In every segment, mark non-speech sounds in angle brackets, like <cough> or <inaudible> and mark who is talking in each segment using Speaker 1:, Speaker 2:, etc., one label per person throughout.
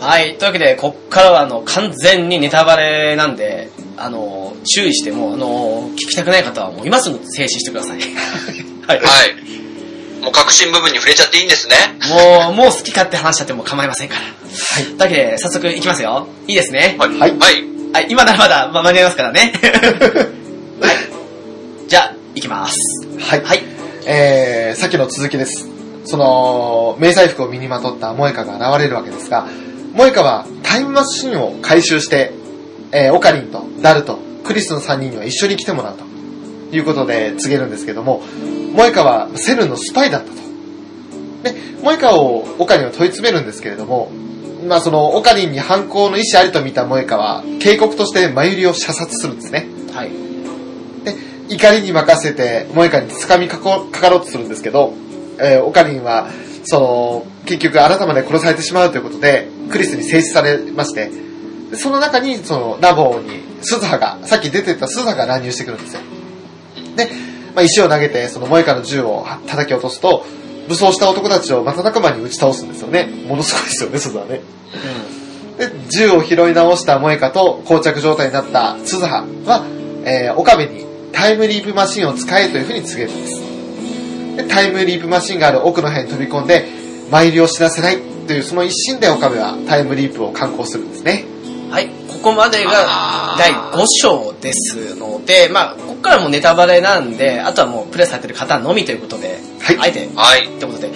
Speaker 1: はい、というわけで、こっからはあの完全にネタバレなんで、あの注意してもうあの聞きたくない方はもう今すぐ静止してくださ <laughs> い。はい、
Speaker 2: はい。もう核心部分に触れちゃっていいんですね。
Speaker 1: もう、もう好き勝手話しちゃっても構いませんから。はい、というわけで、早速いきますよ。いいですね。
Speaker 2: はい。
Speaker 3: はい
Speaker 2: はい。
Speaker 1: はい、今ならまだ、まあ、間に合いますから <laughs> ね。はい、じゃあ、いきます。
Speaker 3: はい。
Speaker 1: はい、
Speaker 3: えー、さっきの続きです。その、迷彩服を身にまとった萌香が現れるわけですが、萌香はタイムマシンを回収して、えー、オカリンとダルとクリスの3人には一緒に来てもらうということで告げるんですけども、萌香はセルンのスパイだったと。で、萌香をオカリンは問い詰めるんですけれども、まあそのオカリンに犯行の意思ありと見た萌香は警告としてマユリを射殺するんですね。
Speaker 1: はい、
Speaker 3: 怒りに任せて萌香につかみかこかかろうとするんですけど、えーオカリンはその結局改まで殺されてしまうということでクリスに制止されましてでその中にそのラボに鈴葉がさっき出てた鈴葉が乱入してくるんですよで、まあ、石を投げてその萌香の銃を叩き落とすと武装した男たちを瞬く間に打ち倒すんですよねものすごいですよね鈴葉ねで、銃を拾い直した萌香と膠着状態になった鈴葉は、えー、岡部にタイムリープマシンを使えというふうに告げるんです。で、タイムリープマシンがある奥の部屋に飛び込んで、参りを死なせないというその一心で岡部はタイムリープを敢行するんですね。
Speaker 1: うん。はい、ここまでが、
Speaker 2: あー
Speaker 1: 第5章ですので、まあ、ここからもネタバレなんで、あとはもうプレイされてる方のみということで、
Speaker 3: はい
Speaker 1: あえて
Speaker 2: はい。
Speaker 1: ってことで、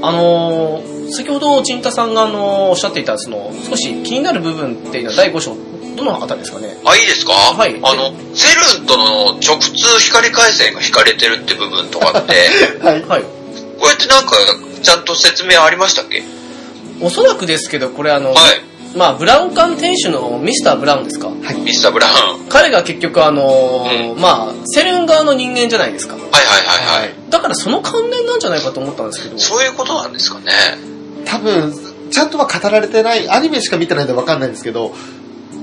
Speaker 1: あのー先ほど陣太さんが、あのーおっしゃっていた、その、少し気になる部分っていうのは第5章、どのあたりですかね
Speaker 2: あ、いいですか
Speaker 1: はい
Speaker 2: あの、セルンとの直通光回線が引かれてるって部分とかって、
Speaker 1: <laughs>
Speaker 3: はい。
Speaker 1: はい。
Speaker 2: これってなんか、ちゃんと説明ありましたっけ
Speaker 1: おそらくですけど、これあの、
Speaker 2: はい。
Speaker 1: まあ、ブラウン管店主のミスター・ブラウンですか
Speaker 2: ミスター・ブラウン。はい
Speaker 1: 彼が結局あのー
Speaker 2: う
Speaker 1: まあ、セレン側の人間じゃないですか。
Speaker 2: はいはいはい。
Speaker 1: だからその関連なんじゃないかと思ったんですけど、
Speaker 2: そういうことなんですかね。
Speaker 3: 多分、ちゃんとは語られてない、アニメしか見てないんでわかんないんですけど、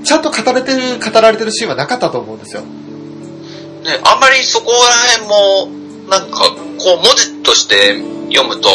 Speaker 3: ちゃんと語られてる、語られてるシーンはなかったと思うんですよ。
Speaker 2: ね、あんまりそこら辺も、なんか、こう文字として読むと、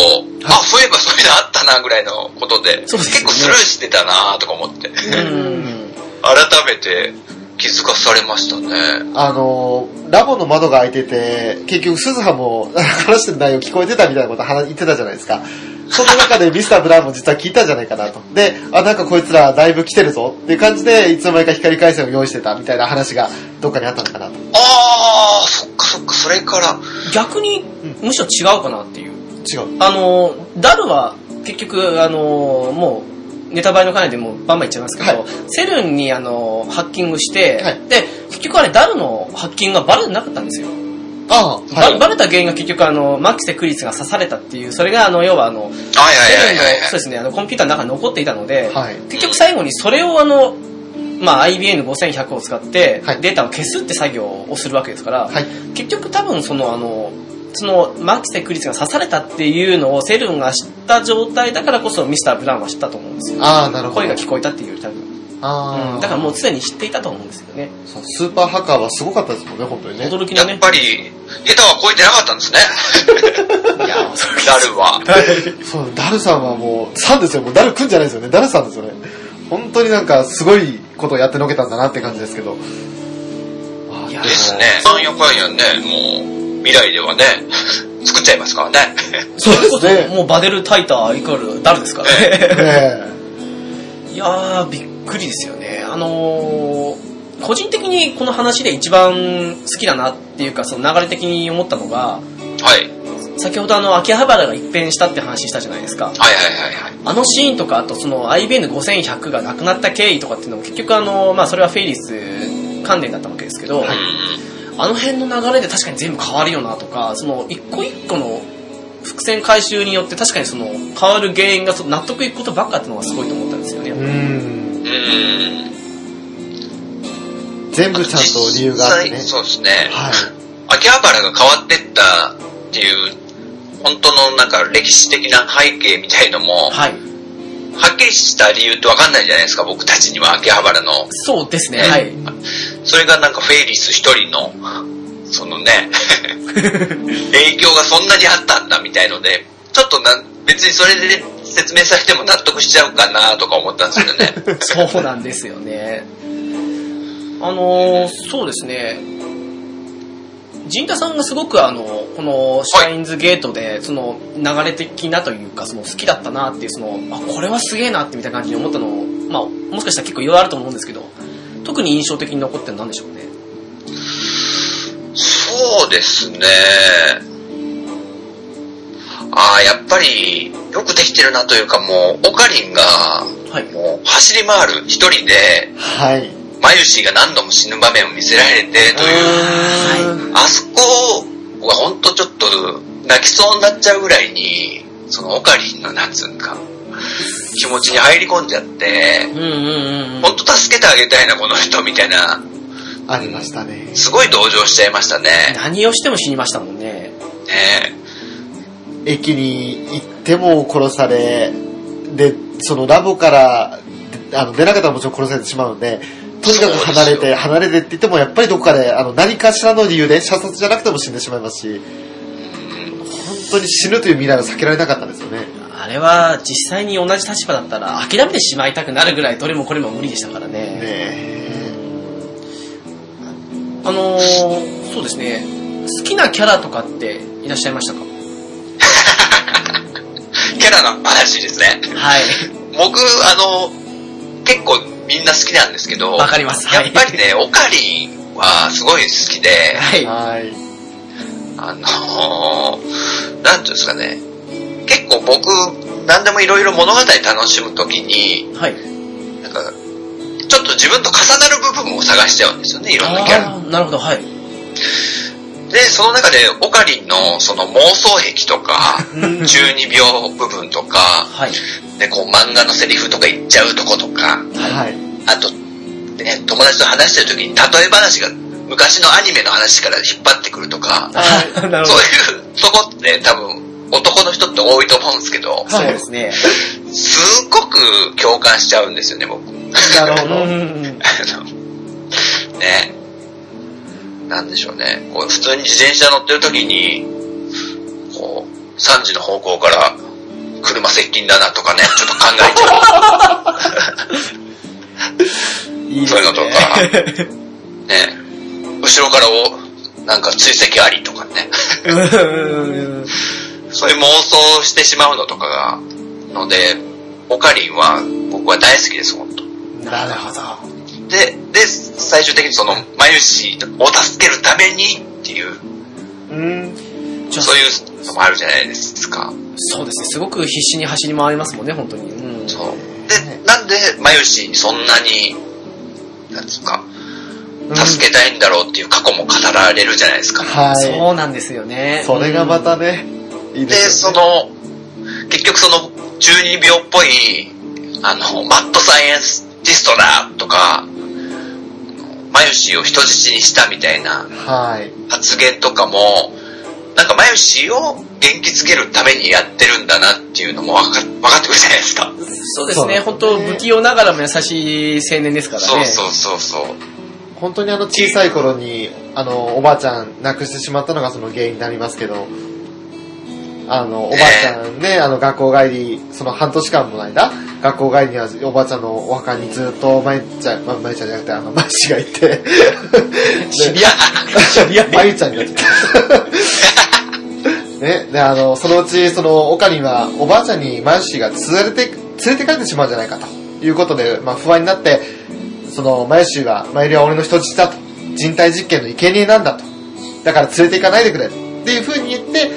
Speaker 2: あ、そういえばそういうのあったなぐらいのことで、
Speaker 1: そうですね
Speaker 2: 結構スルーしてたなとか思って、
Speaker 1: うん。
Speaker 2: 改めて気づかされましたね。
Speaker 3: あのーラボの窓が開いてて、結局鈴葉も話してる内容聞こえてたみたいなこと話言ってたじゃないですか。その中でミスター・ブラウンも実は聞いたんじゃないかなと。で、あ、なんかこいつらだいぶ来てるぞっていう感じで、いつの間にか光回線を用意してたみたいな話がどっかにあったのかなと。
Speaker 2: あー、そっかそっか、それから、
Speaker 1: 逆に、むしろ違うかなっていう。
Speaker 3: 違う。
Speaker 1: あのーダルは結局、あのーもう、ネタバレの関連でもうバンバンいっちゃいますけど、
Speaker 3: は
Speaker 1: セルンに、あのーハッキングして、
Speaker 3: はい
Speaker 1: で、結局あれ、ダルのハッキングがバレてなかったんですよ。
Speaker 3: ああ、
Speaker 1: ば
Speaker 3: はい。
Speaker 1: バレた原因が結局、あの、マキセ・クリスが刺されたっていう、それが、あの、要は、あの、セ
Speaker 2: はいはいは
Speaker 1: ル
Speaker 2: い
Speaker 1: ン
Speaker 2: はい
Speaker 1: の、そうですね、あの、コンピューターの中に残っていたので、
Speaker 3: はい。
Speaker 1: 結局最後にそれを、あの、まあ、IBN5100 を使って
Speaker 3: は、い
Speaker 1: データを消すって作業をするわけですから、
Speaker 3: はい。
Speaker 1: 結局多分そのあのそのマキセ・クリスが刺されたっていうのをセルンが知った状態だからこそミスター・ブラウンは知ったと思うんですよ
Speaker 3: ああ、なるほど。
Speaker 1: 声が聞こえたっていうより多分、
Speaker 3: あ
Speaker 1: う
Speaker 3: あ、
Speaker 1: ん、だからもうすでに知っていたと思うんですよね
Speaker 3: そうスーパーハッカーはすごかったですもんね、本当にね。
Speaker 1: 驚きの
Speaker 2: やっ
Speaker 1: ね
Speaker 2: ぱり、下手は超えてなかったん
Speaker 3: <laughs>
Speaker 2: ですね。
Speaker 1: いやーそれ
Speaker 2: ダルは。
Speaker 3: そう、ダルさんはもう、さんですよ。もうダルくんじゃないですよね。ダルさんですよね。本当になんか、すごいことをやってのけたんだなって感じですけど。あ
Speaker 1: い
Speaker 3: ー
Speaker 1: や
Speaker 2: ですね。三四回にはね、もう、未来ではね、作っちゃいますから
Speaker 3: <laughs>
Speaker 2: ね。
Speaker 3: そうで
Speaker 1: こそ
Speaker 3: すね。
Speaker 1: もうバデル・タイターイコールダルですからね
Speaker 3: ね
Speaker 1: いやーびっくりですよねあのー個人的にこの話で一番好きだなっていうかその流れ的に思ったのが
Speaker 2: はい。
Speaker 1: 先ほどあの秋葉原が一変したって話したじゃないですか
Speaker 2: はいはいはいはい。
Speaker 1: あのシーンとか、あとその IBN5100 がなくなった経緯とかっていうのも結局あの、まあそれはフェイリス関連だったわけですけど、
Speaker 2: うん
Speaker 1: あの辺の流れで確かに全部変わるよなとか、その一個一個の伏線回収によって確かにその変わる原因がその納得いくことばっかっていうのがすごいと思ったんですよね。
Speaker 3: うーん。
Speaker 2: うん。
Speaker 3: 全部ちゃんと理由があってね
Speaker 2: 実際。そうですね。
Speaker 3: はい。
Speaker 2: 秋葉原が変わってったっていう、本当のなんか歴史的な背景みたいのも、は
Speaker 1: はい。
Speaker 2: っきりした理由ってわかんないじゃないですか、僕たちには秋葉原の。
Speaker 1: そうですね、はい。
Speaker 2: それがなんかフェイリス一人の、そのね、影響がそんなにあったんだみたいので、ちょっとな、別にそれで説明されても納得しちゃうかなとか思ったんですけどね。
Speaker 1: <laughs> そうなんですよね。あのーそうですね。陣田さんがすごくあの、このシャインズゲートで、その流れ的なというか、その好きだったなっていう、その、あ、これはすげえなってみたいな感じに思ったのを、まあ、もしかしたら結構いろいろあると思うんですけど、特に印象的に残ってるのは何でしょうね。
Speaker 2: そうですね。ああ、やっぱり、よくできてるなというか、もう、オカリンが、
Speaker 1: はい。
Speaker 2: もう、走り回る、一人で、
Speaker 3: はい。
Speaker 2: マユシーが何度も死ぬ場面を見せられて、という、
Speaker 1: は
Speaker 2: あそこはほんとちょっと、泣きそうになっちゃうぐらいに、そのオカリンの、なんつうんか、気持ちに入り込んじゃって
Speaker 1: い。、うんうんうん
Speaker 2: ほんと助けてあげたいな、この人、みたいな、
Speaker 3: ありましたね。
Speaker 2: すごい同情しちゃいましたね。
Speaker 1: 何をしても死にましたもんね。
Speaker 2: ね
Speaker 3: 駅に行っても殺され、で、そのラボから、であの、出なかったらもちろん殺されてしまうので、とにかく離れ
Speaker 2: そうです
Speaker 3: て、
Speaker 2: よ
Speaker 3: 離れてって言っても、やっぱりどこかで、あの、何かしらの理由で、射殺じゃなくても死んでしまいますし、
Speaker 2: うん
Speaker 3: 本当に死ぬという未来は避けられなかったんですよね。
Speaker 1: あれは実際に同じ立場だったら諦めてしまいたくなるぐらいどれもこれも無理でしたから
Speaker 3: ね
Speaker 1: ね。
Speaker 3: え
Speaker 1: あのー、そうですね。好きなキャラとかっていらっしゃいましたか
Speaker 2: キャラの話ですね。
Speaker 1: はい。
Speaker 2: 僕、あの、結構みんな好きなんですけど、
Speaker 1: わかります。は
Speaker 2: やっ
Speaker 1: い。
Speaker 2: ぱりね、オカリンはすごい好きで、
Speaker 1: はい。
Speaker 3: はい。
Speaker 2: あのーなんていうんですかね、結構僕、何でもいろいろ物語楽しむときに、
Speaker 1: はい。
Speaker 2: なんか、ちょっと自分と重なる部分を探しちゃうんですよね、いろんなキャラ。
Speaker 1: あーなるほど、はい。
Speaker 2: で、その中で、オカリンのその妄想癖とか、中二病部分とか、
Speaker 1: はい。
Speaker 2: で、こう漫画のセリフとか言っちゃうとことか、
Speaker 3: はい。
Speaker 2: あと、ね、友達と話してる時に例え話が昔のアニメの話から引っ張ってくるとか、
Speaker 1: あーなるほ
Speaker 2: そ
Speaker 1: ど。
Speaker 2: ういうとこって多分男の人って多いと思うんですけど、
Speaker 1: そうですね。
Speaker 2: すっごく共感しちゃうんですよね、僕。 <laughs>
Speaker 3: なる
Speaker 1: う
Speaker 3: ほ
Speaker 1: ん
Speaker 3: ど。
Speaker 1: うんうん。
Speaker 2: あのね。なんでしょうね。こう普通に自転車乗ってる時に、こう、3時の方向から車接近だなとかね、ちょっと考えちゃう。
Speaker 3: <laughs> いいです
Speaker 2: そういうのと
Speaker 3: ね。
Speaker 2: か、ね、後ろからお、なんか追跡ありとかね、
Speaker 1: うん
Speaker 2: そういう妄想をしてしまうのとかが、ので、オカリンは僕は大好きです、本当
Speaker 3: なるほど。
Speaker 2: で、で、最終的にその、マユシを助けるためにっていう、
Speaker 3: うん。
Speaker 1: じゃあ
Speaker 2: そういうのもあるじゃないですか。
Speaker 1: そうですね。すごく必死に走り回りますもんね、本当に。うん。
Speaker 2: そう。で、なんでマユシにそんなに、なんつうか、助けたいんだろうっていう過去も語られるじゃないですか。
Speaker 3: はい。
Speaker 1: そうなんですよね。
Speaker 3: それがまたね、いい
Speaker 2: で、
Speaker 3: です
Speaker 2: そ
Speaker 3: よね。
Speaker 2: の、結局その、12秒っぽい、あの、マッドサイエンスティストだとか、マユシーを人質にしたみたいな
Speaker 3: はい。
Speaker 2: 発言とかも、なんかマユシーを元気づけるためにやってるんだなっていうのも分か分かってくるじゃないですか。
Speaker 1: そうですね、
Speaker 3: そう
Speaker 1: 本当、不器用ながらも優しい青年ですから
Speaker 2: そう
Speaker 1: ね。
Speaker 2: そうそうそう。
Speaker 3: 本当にあの小さい頃に、あの、おばあちゃん亡くしてしまったのがその原因になりますけど、あの、おばあちゃんね、あの、学校帰り、その半年間の間、学校帰りにはおばあちゃんのお墓にずっと、まゆちゃん、ままゆちゃんじゃなくて、あの、まゆしがいて、
Speaker 1: シビア、シビア
Speaker 3: まゆちゃんになっちゃった。 <laughs> ね、で、あの、そのうち、その、オカリンは、おばあちゃんにマヨシーが連れて、連れて帰ってしまうんじゃないかということで、まあ、不安になって、その、マヨシーは、マユリは俺の人質だと。人体実験の生贄なんだと。だから連れて行かないでくれ。っていう風に言って、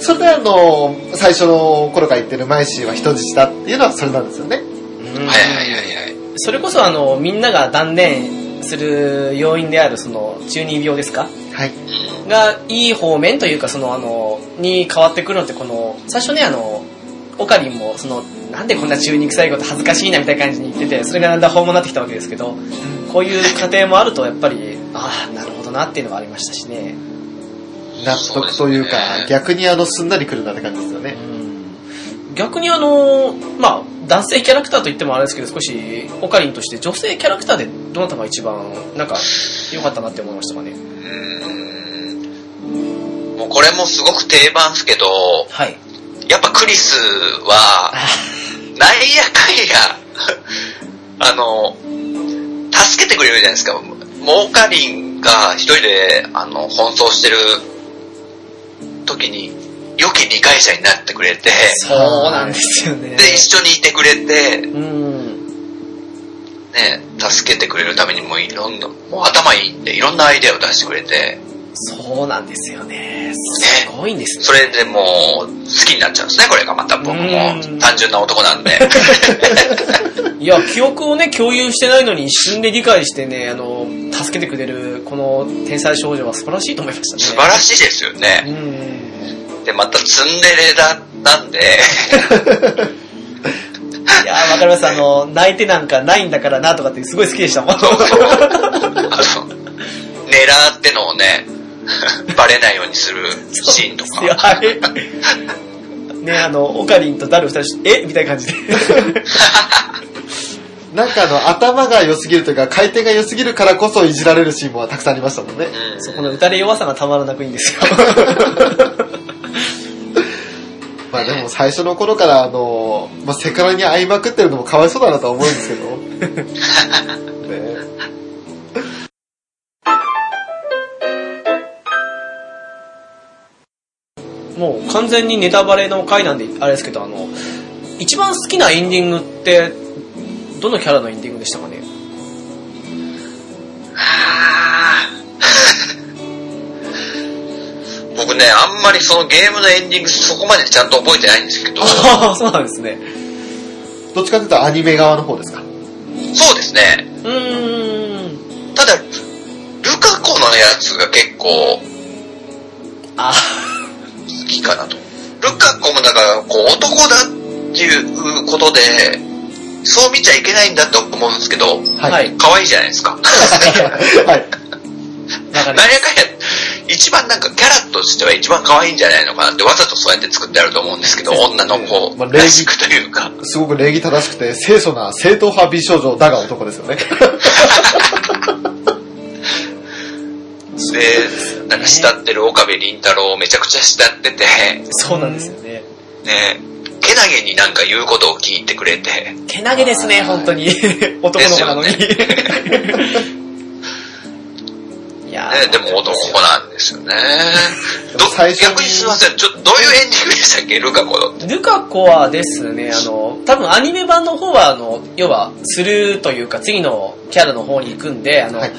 Speaker 3: それであの、最初の頃から言ってるマヨシーは人質だっていうのはそれなんですよね。
Speaker 1: うん
Speaker 2: はいはいはいはい。
Speaker 1: それこそあの、みんなが断念する要因である、その、中二病ですか
Speaker 3: はい。
Speaker 1: が、いい方面というか、その、あの、に変わってくるのって、この、最初ね、あの、オカリンも、その、なんでこんな中二臭いこと恥ずかしいなみたいな感じに言ってて、それがだんだん訪問になってきたわけですけど、こういう過程もあると、やっぱり、ああ、なるほどなっていうのがありましたしね。
Speaker 3: 納得というか
Speaker 2: そうですね、
Speaker 3: 逆にあの、すんなり来るなって感じですよね。
Speaker 1: 逆にあのまあ男性キャラクターといってもあれですけど少しオカリンとして女性キャラクターでどなたが一番なんか良かったなって思いましたかね
Speaker 2: うーんもうこれもすごく定番ですけど、
Speaker 1: はい
Speaker 2: やっぱクリスは、なんやかん <laughs> や、あの、助けてくれるじゃないですか。モーカリンが一人で、あの、奔走してる時に、良き理解者になってくれて、
Speaker 1: そうなんですよね。
Speaker 2: で、一緒にいてくれて、
Speaker 1: <laughs> うん。
Speaker 2: ね、助けてくれるためにもいろんな、もう頭いいんで、いろんなアイデアを出してくれて、
Speaker 1: そうなんですよね。すごいんですね。
Speaker 2: それでもう、好きになっちゃうんですね、これがまた僕
Speaker 1: うん
Speaker 2: も、単純な
Speaker 1: <laughs>
Speaker 2: 男なんで。
Speaker 1: いや、記憶をね、共有してないのに一瞬で理解してね、あの、助けてくれる、この天才少女は素晴らしいと思いましたね。
Speaker 2: 素晴らしいですよね。
Speaker 1: うん。
Speaker 2: で、またツンデレだ、なんで、
Speaker 1: いや、わかります。あの、泣いてなんかないんだからなとかってすごい好きでしたもん。
Speaker 2: あの、 <laughs> 狙ってのをね、 <laughs> バレないようにするシーンと
Speaker 1: いや
Speaker 2: か。
Speaker 1: あれ。ね、あの、オカリンとダル二人、えみたいな感じで。
Speaker 3: なんかあの、頭が良すぎるというか、回転が良すぎるからこそいじられるシーンもたくさんありましたもんね。
Speaker 2: うん
Speaker 1: そこの打たれ弱さがたまらなくいいんですよ。
Speaker 3: まあでも最初の頃から、あの、まあ、セカラに会いまくってるのもかわいそうだなとは思うんです
Speaker 2: <laughs>
Speaker 3: けど。ね
Speaker 1: もう完全にネタバレの回なんで、あれですけど、あの、一番好きなエンディングって、どのキャラのエンディングでしたかね
Speaker 2: <laughs> 僕ね、あんまりそのゲームのエンディングそこまでちゃんと覚えてないんですけど、そ
Speaker 1: ああ、そうなんですね。
Speaker 3: どっちかというとアニメ側の
Speaker 2: <laughs>
Speaker 3: 方ですか。
Speaker 2: うですね。
Speaker 1: うーん。
Speaker 2: ただ、ルカ子のやつが結構、
Speaker 1: あ
Speaker 2: 好きかなと。ルカ子もだから、こう、男だっていうことで、そう見ちゃいけないんだって思うんですけど、
Speaker 1: はい。
Speaker 3: は。
Speaker 1: はいい。
Speaker 2: 可愛いじゃないですか。なん
Speaker 3: は
Speaker 1: わか
Speaker 3: い。
Speaker 1: りま
Speaker 2: やかん
Speaker 1: す
Speaker 2: や、一番なんかキャラとしては一番可愛いんじゃないのかなって、わざとそうやって作ってあると思うんですけど、女の
Speaker 3: ま
Speaker 2: 子
Speaker 3: あ礼儀
Speaker 2: らしくというか。
Speaker 3: すごく礼儀正しくて、清楚な正統派美少女だが男ですよね。
Speaker 2: で、なんか慕ってる岡部倫太郎をめちゃくちゃ慕ってて、
Speaker 1: そうなんですよね。
Speaker 2: ね、けなげになんか言うことを聞いてくれて、
Speaker 1: けなげですね、本当に。男の子 <laughs> なのに。いや
Speaker 2: ね、でも男なんですよね。
Speaker 3: で
Speaker 2: ど
Speaker 3: も最初に
Speaker 2: 逆にすいません、ちょっとどういうエンディングでしたっけ、ルカ子の。
Speaker 1: ルカ子はですね、あの、多分アニメ版の方は、あの、要は、スルーというか、次のキャラの方に行くんで、あの、
Speaker 3: はい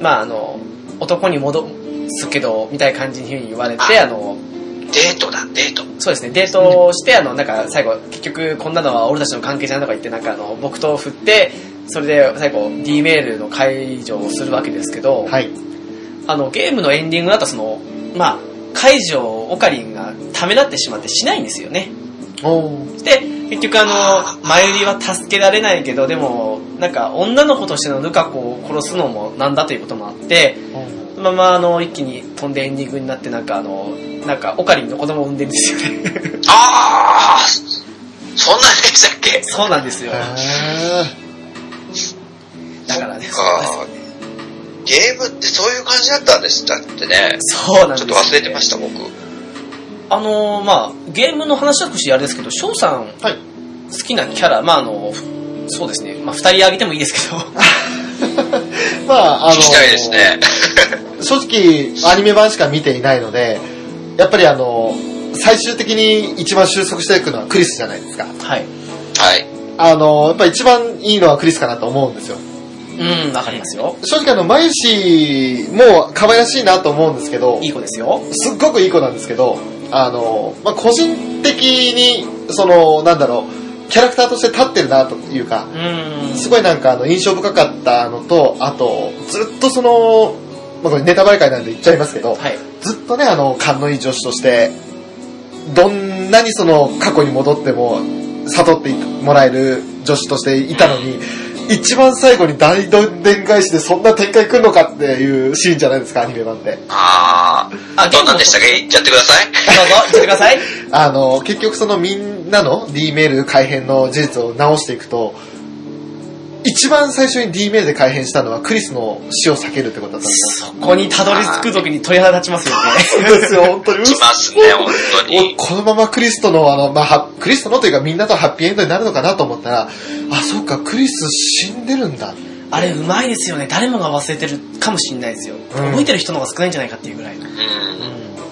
Speaker 1: まあ、あの、男に戻すけど、みたいな感じに言われて、あの、
Speaker 2: デートだ、デート。
Speaker 1: そうですね、デートをして、あの、なんか、最後、結局、こんなのは俺たちの関係じゃんとか言って、なんか、あの、木刀を振って、それで、最後、D メールの解除をするわけですけど、
Speaker 3: はい。
Speaker 1: あの、ゲームのエンディングだと、その、まあ、解除をオカリンがためらってしまってしないんですよね。
Speaker 3: おー
Speaker 1: で、結局あの、前売りは助けられないけど、でも、なんか、女の子としてのルカ子を殺すのもなんだということもあって、そのままあの、一気に飛んでエンディングになって、なんかあの、なんか、オカリンの子供を産んでるんですよ
Speaker 3: <laughs>
Speaker 1: ね。
Speaker 2: ああそんなんでしたっけ
Speaker 1: そうなんですよ。
Speaker 3: あ
Speaker 1: だからね、
Speaker 2: あゲームってそういう感じだったんでしたってね。
Speaker 1: そうなんですよね
Speaker 2: ちょっと忘れてました、僕。
Speaker 1: あのーまあゲームの話だとしてあれですけど翔さん、
Speaker 2: <laughs>
Speaker 3: はい <laughs>
Speaker 1: 好きなキャラまああのそうですね、まあ、2人挙げてもいいですけど
Speaker 3: ーまあ、あの、
Speaker 2: 聞きたいですね。
Speaker 3: 正直、アニメ版しか見ていないので、やっぱりあの、最終的に一番収束していくのはクリスじゃないですか。
Speaker 1: <laughs> はい
Speaker 2: はい。
Speaker 3: あの、やっぱ一番いいのはクリスかなと思うんですよ。
Speaker 1: うんわかりますよ
Speaker 3: 正直あの、マユシも可愛らしいなと思うんですけど
Speaker 1: い、い子ですよ
Speaker 3: すっごくいい子なんですけど、あの、まあ、個人的に、その、なんだろう、キャラクターとして立ってるなというか
Speaker 1: う、ん
Speaker 3: すごいなんかあの、印象深かったのと、あと、ずっとその、まあ、これネタバレ会なんで言っちゃいますけど、
Speaker 1: はい
Speaker 3: ずっとね、あの、勘のいい女子として、どんなにその過去に戻っても悟ってもらえる女子としていたのに、一番最後に大どんでん返しでそんな展開来るのかっていうシーンじゃないですか、アニメ版で。
Speaker 2: あ
Speaker 1: あ
Speaker 2: あどんなんでしたっけ言っちゃってください。
Speaker 1: どうぞ言ってください
Speaker 3: あの、結局そのみんなの D メール改変の事実を直していくと、一番最初に D メールで改変したのはクリスの死を避けるってことだったんです
Speaker 1: そこにたどり着く時に鳥肌立ちますよね。
Speaker 3: よ。そうですよ、本当に。 <laughs>
Speaker 2: きますね、本当
Speaker 3: お
Speaker 2: に。
Speaker 3: このままクリストの、あの、まあ、はクリストのというかみんなとハッピーエンドになるのかなと思ったら、あ、そっか、クリス死んでるんだ。
Speaker 1: <laughs> あれうまいですよね。誰もが忘れてるかもしれないですよ。覚えてる人の方が少ないんじゃないかっていうぐらい。
Speaker 2: う。
Speaker 1: うんん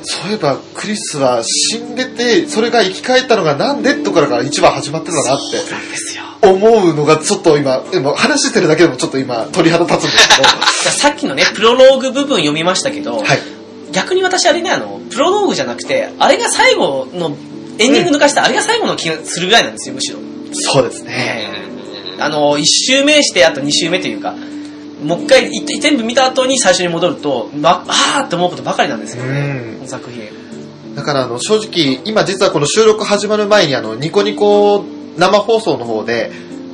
Speaker 3: そういえば、クリスは死んでて、それが生き返ったのがなんでところから一番始まってるんだなって。
Speaker 1: なんですよ。 <laughs>
Speaker 3: 思うのがちょっと今、でも話してるだけでもちょっと今鳥肌立つんですけ
Speaker 1: <laughs>
Speaker 3: ど、
Speaker 1: じゃあさっきのね、プロローグ部分読みましたけど、
Speaker 3: はい。
Speaker 1: 逆に私あれね、あの、プロローグじゃなくて、あれが最後の、エンディング抜かして、あれが最後の気がするぐらいなんですよ、むしろ。
Speaker 3: そうですね。
Speaker 1: あの、1周目して、あと2周目というか、もう一回、い全部見た後に最初に戻ると、ま、あーって思うことばかりなんですよね
Speaker 3: う、ん
Speaker 1: この作品。
Speaker 3: だからあの、正直、今実はこの収録始まる前にあの、ニコニコ生放送の方で、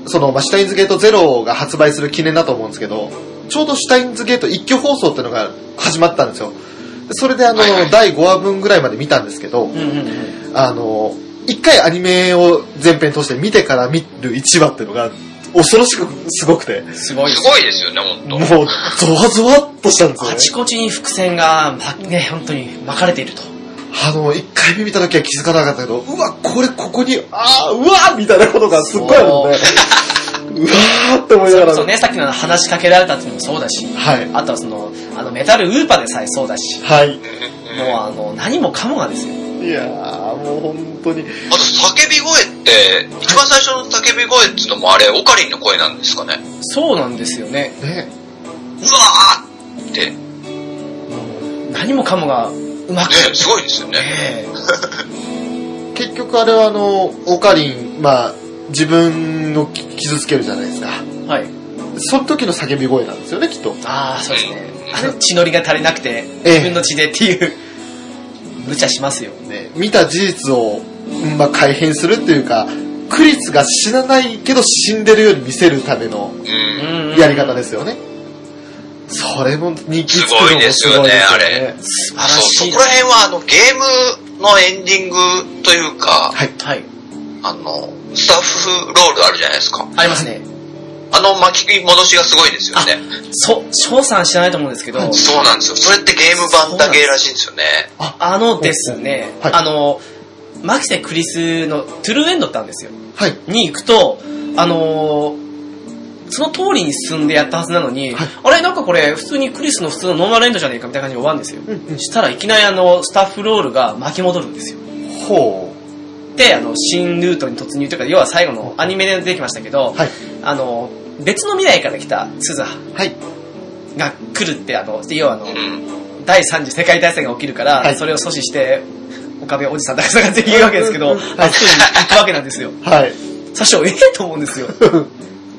Speaker 3: その、まあ、シュタインズゲートゼロが発売する記念だと思うんですけど、ちょうどシュタインズゲート一挙放送っていうのが始まったんですよ。それであの、
Speaker 2: はいはい
Speaker 3: 第5話分ぐらいまで見たんですけど
Speaker 1: うん、うんうん。
Speaker 3: あの、一回アニメを全編通して見てから見る1話っていうのが、恐ろしくすごくて、
Speaker 1: すごいです
Speaker 2: す。ごいですよね、本
Speaker 3: も
Speaker 2: 当
Speaker 3: う、。ゾワゾワっとしたんですよ、
Speaker 1: あ
Speaker 3: ね。
Speaker 1: ちこちに伏線が、まね、本当に巻かれていると。
Speaker 3: あの、一回目見た時は気づかなかったけど、うわ、これここに、ああ、うわーみたいなことがすっご
Speaker 1: <laughs>
Speaker 3: いあるので、うわーって思い
Speaker 1: それ
Speaker 3: なが
Speaker 1: こ
Speaker 3: ら、
Speaker 1: そね、さっきのあの話しかけられたっていうのもそうだし、
Speaker 3: はい。
Speaker 1: あとはその、あの、メタルウーパーでさえそうだし、
Speaker 3: はい。
Speaker 1: もうあの、何もかもがですよ。
Speaker 3: いやー、もう本当に。
Speaker 2: あと、叫び声って、一番最初の叫び声っていうのもあれ、オカリンの声なんですかね。
Speaker 1: そうなんですよね。
Speaker 3: ね。
Speaker 2: うわーって、ね、
Speaker 1: 何もかもがうまく、
Speaker 2: すごいですよね。
Speaker 1: え
Speaker 3: 結局あれはあの、オカリン、まあ、自分を傷つけるじゃないですか。
Speaker 1: えはい。
Speaker 3: その時の叫び声なんですよね、きっと。
Speaker 1: ああ、そうですね。あの、血のりが足りなくて、
Speaker 3: ええ
Speaker 1: 自分の血でっていう、無茶しますよ。
Speaker 3: ね、見た事実を、まあ、改変するっていうか、クリスが死なないけど死んでるように見せるための
Speaker 2: うん。
Speaker 3: やり方ですよね。それも人気作るのもすごいです
Speaker 2: す
Speaker 3: よ
Speaker 2: ごいですよ
Speaker 3: ね
Speaker 2: ね。
Speaker 1: 素晴ら
Speaker 2: そ
Speaker 1: し
Speaker 2: う、
Speaker 1: い
Speaker 2: そこら辺は、あの、ゲームのエンディングというか、
Speaker 3: はい。
Speaker 1: はい。
Speaker 2: あの、スタッフロールあるじゃないですか。
Speaker 1: ありますね。
Speaker 2: あの巻き戻しがすごいですよね。
Speaker 1: そう、翔さん知らないと思うんですけど、
Speaker 2: そうなんですよ。それってゲーム版だけらしいんですよね。
Speaker 1: あのですね、
Speaker 3: はい
Speaker 1: あの、マキセ・クリスのトゥルーエンドってあるんですよ。
Speaker 3: はい。
Speaker 1: に行くと、あのーその通りに進んでやったはずなのに、
Speaker 3: はい
Speaker 1: あれなんかこれ普通にクリスの普通のノーマルエンドじゃねえかみたいな感じで終わるんですよ。
Speaker 3: うんうん
Speaker 1: したらいきなりあの、スタッフロールが巻き戻るんですよ。
Speaker 3: ほ
Speaker 1: で、あの、新ルートに突入というか、要は最後のアニメで出てきましたけど、
Speaker 3: う。はい。
Speaker 1: あの、別の未来から来た鈴葉
Speaker 3: はい。
Speaker 1: が来るって、あの、で要はあの
Speaker 2: う、ん。
Speaker 1: 第3次世界大戦が起きるから、
Speaker 3: はい
Speaker 1: それを阻止して、岡部おじさんだから全然言うわけですけど、
Speaker 3: う
Speaker 1: あ
Speaker 3: ん
Speaker 1: そこに行くわけなんですよ。
Speaker 3: はい。
Speaker 1: 最初、ええと思うんですよ。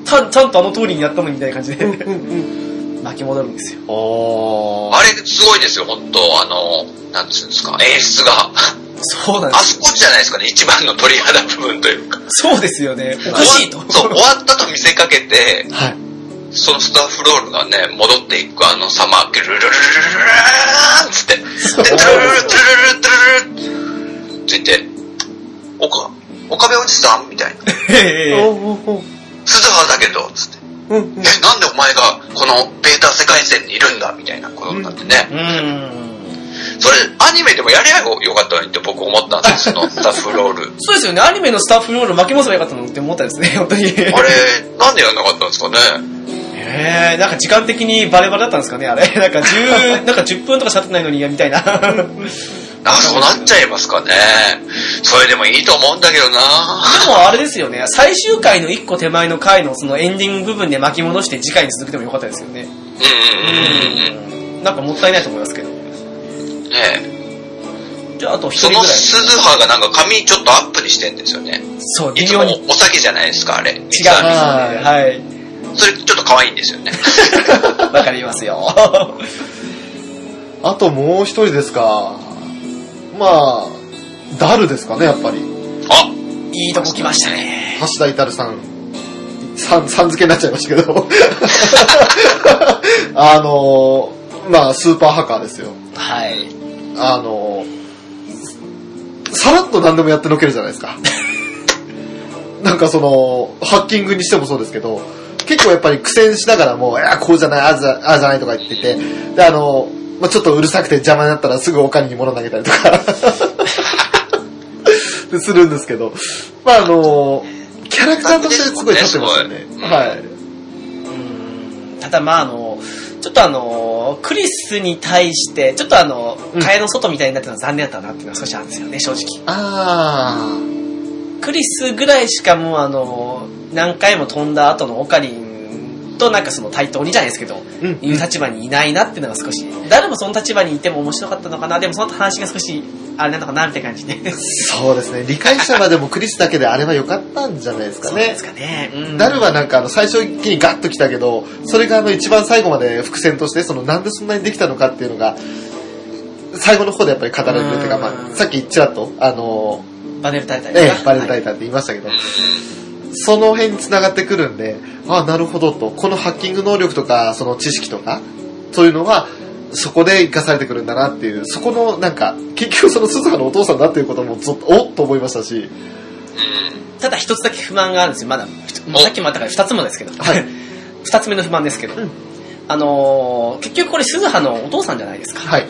Speaker 1: たちゃんとあの通りにやったのにみたいな感じで、巻き戻るんですよ。
Speaker 3: おー。
Speaker 2: あれすごいですよ、本当あの、なんつうんですか、演出が。
Speaker 1: そうなんで
Speaker 2: あ
Speaker 1: す。
Speaker 2: そこじゃないですかね、一番の鳥肌部分というか。
Speaker 1: そうですよね。おかしいと。
Speaker 2: 終わそう、終わったと見せかけて、
Speaker 3: はい。
Speaker 2: そのスタッフロールがね、戻っていくあの様、ルルルルルルルーンつって、で、トゥルルルルルルルルルルついて、おか、岡部おじさんみたいな。
Speaker 1: ええ
Speaker 3: おーおー
Speaker 2: 鈴葉だけど、つって。
Speaker 3: うんうん
Speaker 2: え、なんでお前がこのベータ世界線にいるんだみたいなことになってね。
Speaker 1: うん。。
Speaker 2: それ、アニメでもやりゃよかったのにって僕思ったんです
Speaker 3: <laughs>
Speaker 2: よ、そのスタッフロール
Speaker 1: そうですよね。アニメのスタッフロール巻き戻せばよかったのって思ったんですね、 <laughs> 本当に。
Speaker 2: あれ、なんでやんなかったんですかね。
Speaker 1: ええなんか時間的にバレバレだったんですかね、あれ。 <laughs> なんか10、なんか10分と
Speaker 2: <laughs>
Speaker 1: かしゃってないのに、みたいな。
Speaker 2: あ、そうなっちゃいますかね。それでもいいと思うんだけどな
Speaker 1: でもあれですよね、最終回の一個手前の回のそのエンディング部分で巻き戻して次回に続けてもよかったですよね。
Speaker 2: うんうんうんうん
Speaker 1: なんかもったいないと思いますけど。
Speaker 2: うん。ねえ
Speaker 1: じゃああと一人
Speaker 2: そ
Speaker 1: ぐら
Speaker 2: の
Speaker 1: い。
Speaker 2: 鈴葉がなんか髪ちょっとアップにしてんですよね。
Speaker 1: そう、
Speaker 2: い
Speaker 1: 微
Speaker 2: つ
Speaker 1: 妙
Speaker 2: も
Speaker 1: に違う。
Speaker 2: お酒じゃないですか、あれ。違う
Speaker 1: はい。
Speaker 2: それちょっと可愛いんですよね。
Speaker 1: はい。わかりますよ。 <laughs>
Speaker 3: あともう一人ですか。まあ、ダルですかね、やっぱり。
Speaker 2: あ、
Speaker 1: いいとこ来ましたね。
Speaker 3: 橋田イタルさん。さん、さん付けになっちゃいましたけ <laughs> ど。あのー、まあ、スーパーハッカーですよ。
Speaker 1: はい。
Speaker 3: あの、さらっと何でもやっての <laughs> けるじゃないですか。なんかその、ハッキングにしてもそうですけど、結構やっぱり苦戦しながらも、いや、こうじゃない、ああじゃああじゃないとか言ってて、で、あの、まあ、ちょっとうるさくて邪魔になったらすぐおかんに物投げたりと <laughs> か、でするんですけど、まああの、キャラクターとしてすごい立ってますよね。
Speaker 2: すごい
Speaker 3: はい。
Speaker 1: うんただまああのちょっとあのクリスに対してちょっとあの
Speaker 3: うん
Speaker 1: 蚊帳の外みたいになってたのは残念だったなっていうのは少しあるんですよね正直
Speaker 3: あ
Speaker 1: クリスぐらいしかもうあの何回も飛んだ後のオカリンとなんかその対等にじゃないですけど
Speaker 3: ー。うん。
Speaker 1: いう立場にいないなっていうのが少し誰もその立場にいても面白かったのかなでもその話が少しあれなのかなみたいな感じで
Speaker 3: そうですね。理解者はでもクリスだけであればよかったんじゃないですか
Speaker 1: そうで
Speaker 3: ね
Speaker 1: す。かね、うん
Speaker 3: ダルはなんかあの最初一気にガッと来たけど、それがあの一番最後まで伏線として、そのなんでそんなにできたのかっていうのが、最後の方でやっぱり語られるというか、
Speaker 1: うん
Speaker 3: まあ、さっきちらっと、あの、
Speaker 1: バネル大隊
Speaker 3: ええ、バレンタ
Speaker 1: 隊
Speaker 3: インだって言いましたけど、その辺に繋がってくるんで、ああ、なるほどと、このハッキング能力とか、その知識とか、そういうのは、そこで生かされてくるんだなっていう、そこのなんか、結局その鈴鹿のお父さんだっていうこともずっと、おっと思いましたし、
Speaker 2: うん。
Speaker 1: ただ一つだけ不満があるんですよまだもうさっきもあったから二つもですけど、
Speaker 3: はい
Speaker 1: <laughs> 二つ目の不満ですけど、
Speaker 3: うん
Speaker 1: あのー結局これ鈴葉のお父さんじゃないですか <laughs>
Speaker 3: はい。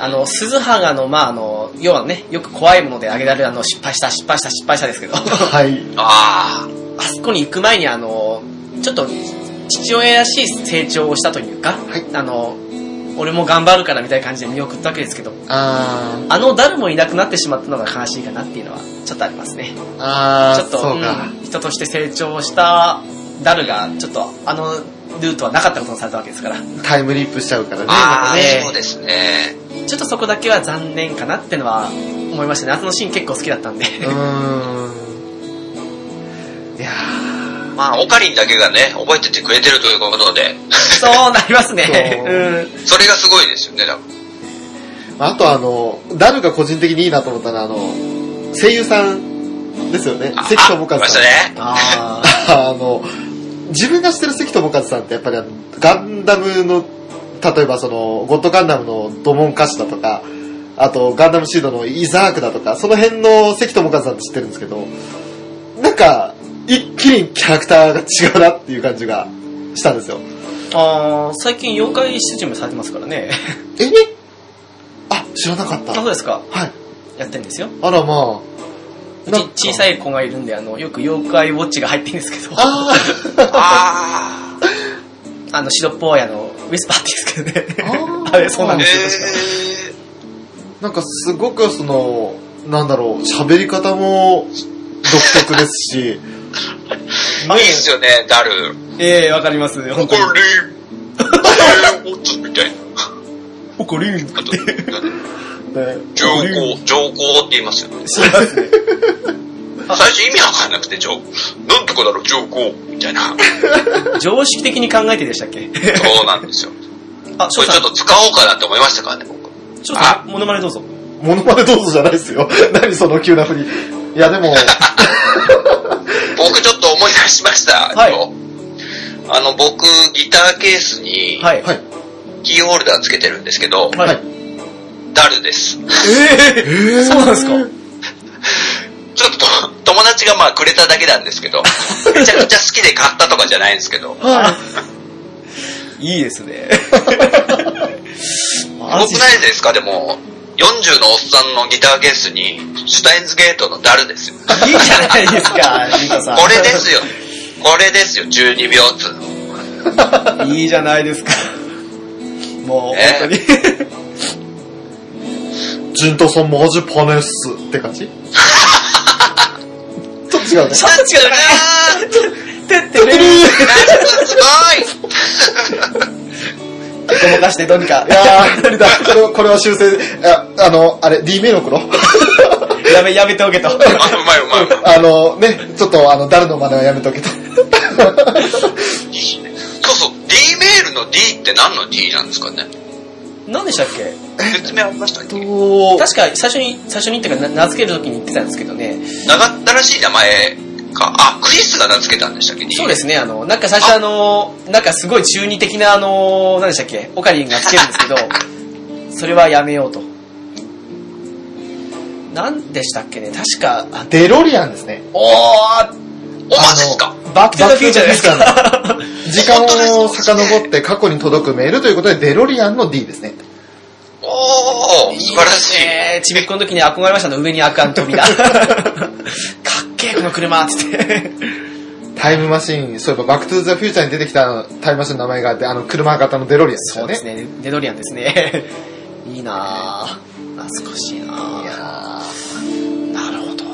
Speaker 1: あの鈴葉があのまああの要はねよく怖いもので挙げられるあの失敗した失敗した失敗したですけど <laughs> あ
Speaker 3: はい。
Speaker 2: ああ。
Speaker 1: そこに行く前にあのちょっと父親らしい成長をしたというか、
Speaker 3: はい
Speaker 1: あの俺も頑張るからみたいな感じで見送ったわけですけど
Speaker 3: あ
Speaker 1: あの誰もいなくなってしまったのが悲しいかなっていうのはちょっとありますね
Speaker 3: ー、あ
Speaker 1: ちょ
Speaker 3: ー、
Speaker 1: っと、
Speaker 3: そうか。
Speaker 1: うん人として成長したダルが、ちょっとあのルートはなかったことにされたわけですから、
Speaker 3: タイムリープしちゃうからね。
Speaker 2: ああ、
Speaker 1: ね
Speaker 2: そうですね。
Speaker 1: ちょっとそこだけは残念かなってのは思いましたね。あのシーン結構好きだ <laughs> ったんで。
Speaker 3: うーん。いや
Speaker 2: まあ、オカリンだけがね、覚えててくれてるということで、
Speaker 1: そうなりますね。
Speaker 3: そう
Speaker 1: うん
Speaker 2: それがすごいですよね、だか
Speaker 3: ーあとあの、ダルが個人的にいいなと思ったのは、あの、声優さんですよね
Speaker 2: ら。。
Speaker 3: 関
Speaker 2: あ
Speaker 3: 智
Speaker 2: あ
Speaker 3: 和
Speaker 2: ました
Speaker 3: さん。
Speaker 2: ね。
Speaker 1: あ
Speaker 3: あの、自分が知ってる関智和さんってやっぱりあのガンダムの、例えばその、ゴッドガンダムのドモン歌手だとか、あとガンダムシードのイザークだとか、その辺の関智和さんって知ってるんですけど、なんか、一気にキャラクターが違うなっていう感じがしたんです
Speaker 1: ー
Speaker 3: よ。
Speaker 1: あー、最近妖怪出陣もされてますからね。
Speaker 3: えあ、知らなかっ
Speaker 1: あ、
Speaker 3: た。
Speaker 1: そう
Speaker 3: はい。
Speaker 1: ですか。やってんですよ。
Speaker 3: あらまあ。
Speaker 1: うち小さ
Speaker 3: い。
Speaker 1: い子がいるんで、あの、よく妖怪ウォッチが入ってるんですけど、あ
Speaker 3: あー
Speaker 2: あ
Speaker 1: の、白っぽいあの、ウィスパーって言うんですけどね。<laughs> あ
Speaker 3: あー
Speaker 1: れ、そうな
Speaker 2: あ。
Speaker 1: ん
Speaker 2: え
Speaker 1: ですよ確か。
Speaker 2: え
Speaker 3: なんかすごくその、なんだろう、喋り方も独特です
Speaker 1: <laughs>
Speaker 3: し、
Speaker 2: ー。いいですよね、ダル。
Speaker 1: ええわかります。
Speaker 2: オ
Speaker 1: 本
Speaker 2: カ
Speaker 1: 当に。
Speaker 2: リン。おつみたいな。
Speaker 1: おこりん。
Speaker 2: あと、
Speaker 3: ね
Speaker 2: 上皇、上皇って言いますよね。
Speaker 1: しますね。
Speaker 2: 最初意味わかんなくて、上、なんとかだろ、上皇。みたいな。
Speaker 1: 常識的に考えてでしたっけ
Speaker 2: そうなんですよ。こ
Speaker 1: <laughs> あ、翔
Speaker 2: れち
Speaker 1: さ
Speaker 2: ょ
Speaker 1: ん
Speaker 2: っ、と使おうかなって思いましたからね、僕。
Speaker 1: 翔さん、モノマネどうぞ。
Speaker 3: モノマネどうぞじゃないですよ。 <laughs> 何その急な振り。いや
Speaker 1: <laughs>
Speaker 3: でも、
Speaker 2: 僕ちょっと思い出しました。
Speaker 1: はい
Speaker 2: 今日あの、僕、ギターケースに、
Speaker 1: はい。
Speaker 3: はい。
Speaker 2: キーホルダーつけてるんですけど、
Speaker 1: はい。
Speaker 2: ダルです。
Speaker 1: ええそうなんですか
Speaker 2: ちょっと、友達がまあくれただけなんですけど、めちゃくちゃ好きで買ったとかじゃないんですけど、僕
Speaker 1: <laughs> いいですね。マ
Speaker 2: ない
Speaker 1: ジ
Speaker 2: ですかでも、40のおっさんのギターケースに、シュタインズゲートのダルですよ。
Speaker 1: いいじゃないですか、リカさん。
Speaker 2: これですよ。これですよ、12秒つうの。
Speaker 1: いいじゃないですか。もう、
Speaker 2: ね
Speaker 1: 本当に。
Speaker 3: ジントソンマジパネっすって感
Speaker 1: <laughs>
Speaker 3: じちょっと違 <laughs> うね。
Speaker 1: ちょっと違うね
Speaker 2: あー
Speaker 1: てってれー
Speaker 2: ダルすごい
Speaker 1: ごまかしてどうにか
Speaker 3: い。やー、無理だ。これは、これは修正、ああの、あれ、D 名の頃
Speaker 1: やめ、やめておけと。
Speaker 2: <laughs> あ、うまいうまいうまい。
Speaker 3: あの、ね、ちょっとあの、誰の真似はやめとけと。
Speaker 2: そうそう、D メールの D って何の D なんですかね
Speaker 1: 何でしたっけ
Speaker 2: 説明ありましたっけ
Speaker 3: と
Speaker 1: 確か最初に、最初にっていうか、な名付けるときに言ってたんですけどね。
Speaker 2: 長ったらしい名前か。あ、クリスが名付けたんでしたっけ
Speaker 1: そうですね、あの、なんか最初あの、なんかすごい中二的なあの、何でしたっけ、オカリンがつけるんですけど、 <laughs> それはやめようと。なんでしたっけね、確か、あ
Speaker 3: デロリアンですね。
Speaker 1: おー
Speaker 2: お、マジっすか
Speaker 1: ババックトゥザフューチャーです <laughs> か
Speaker 3: バ
Speaker 1: ら。
Speaker 3: 時間を遡って過去に届くメールということで、デロリアンの D ですね。
Speaker 2: おー、素晴らしい。
Speaker 1: えー、ちびっこの時に憧れましたね、上にあかん <laughs> 扉。かっけえ、この車っつ <laughs> って。
Speaker 3: タイムマシーン、そういえばバックトゥーザフューチャーに出てきたタイムマシーンの名前があって、あの車型のデロリアンです
Speaker 1: そ
Speaker 3: よ
Speaker 1: うで
Speaker 3: ね。
Speaker 1: すね、デドリアンですね。いいなぁ。懐かしいなぁ。なるほ <laughs> ど。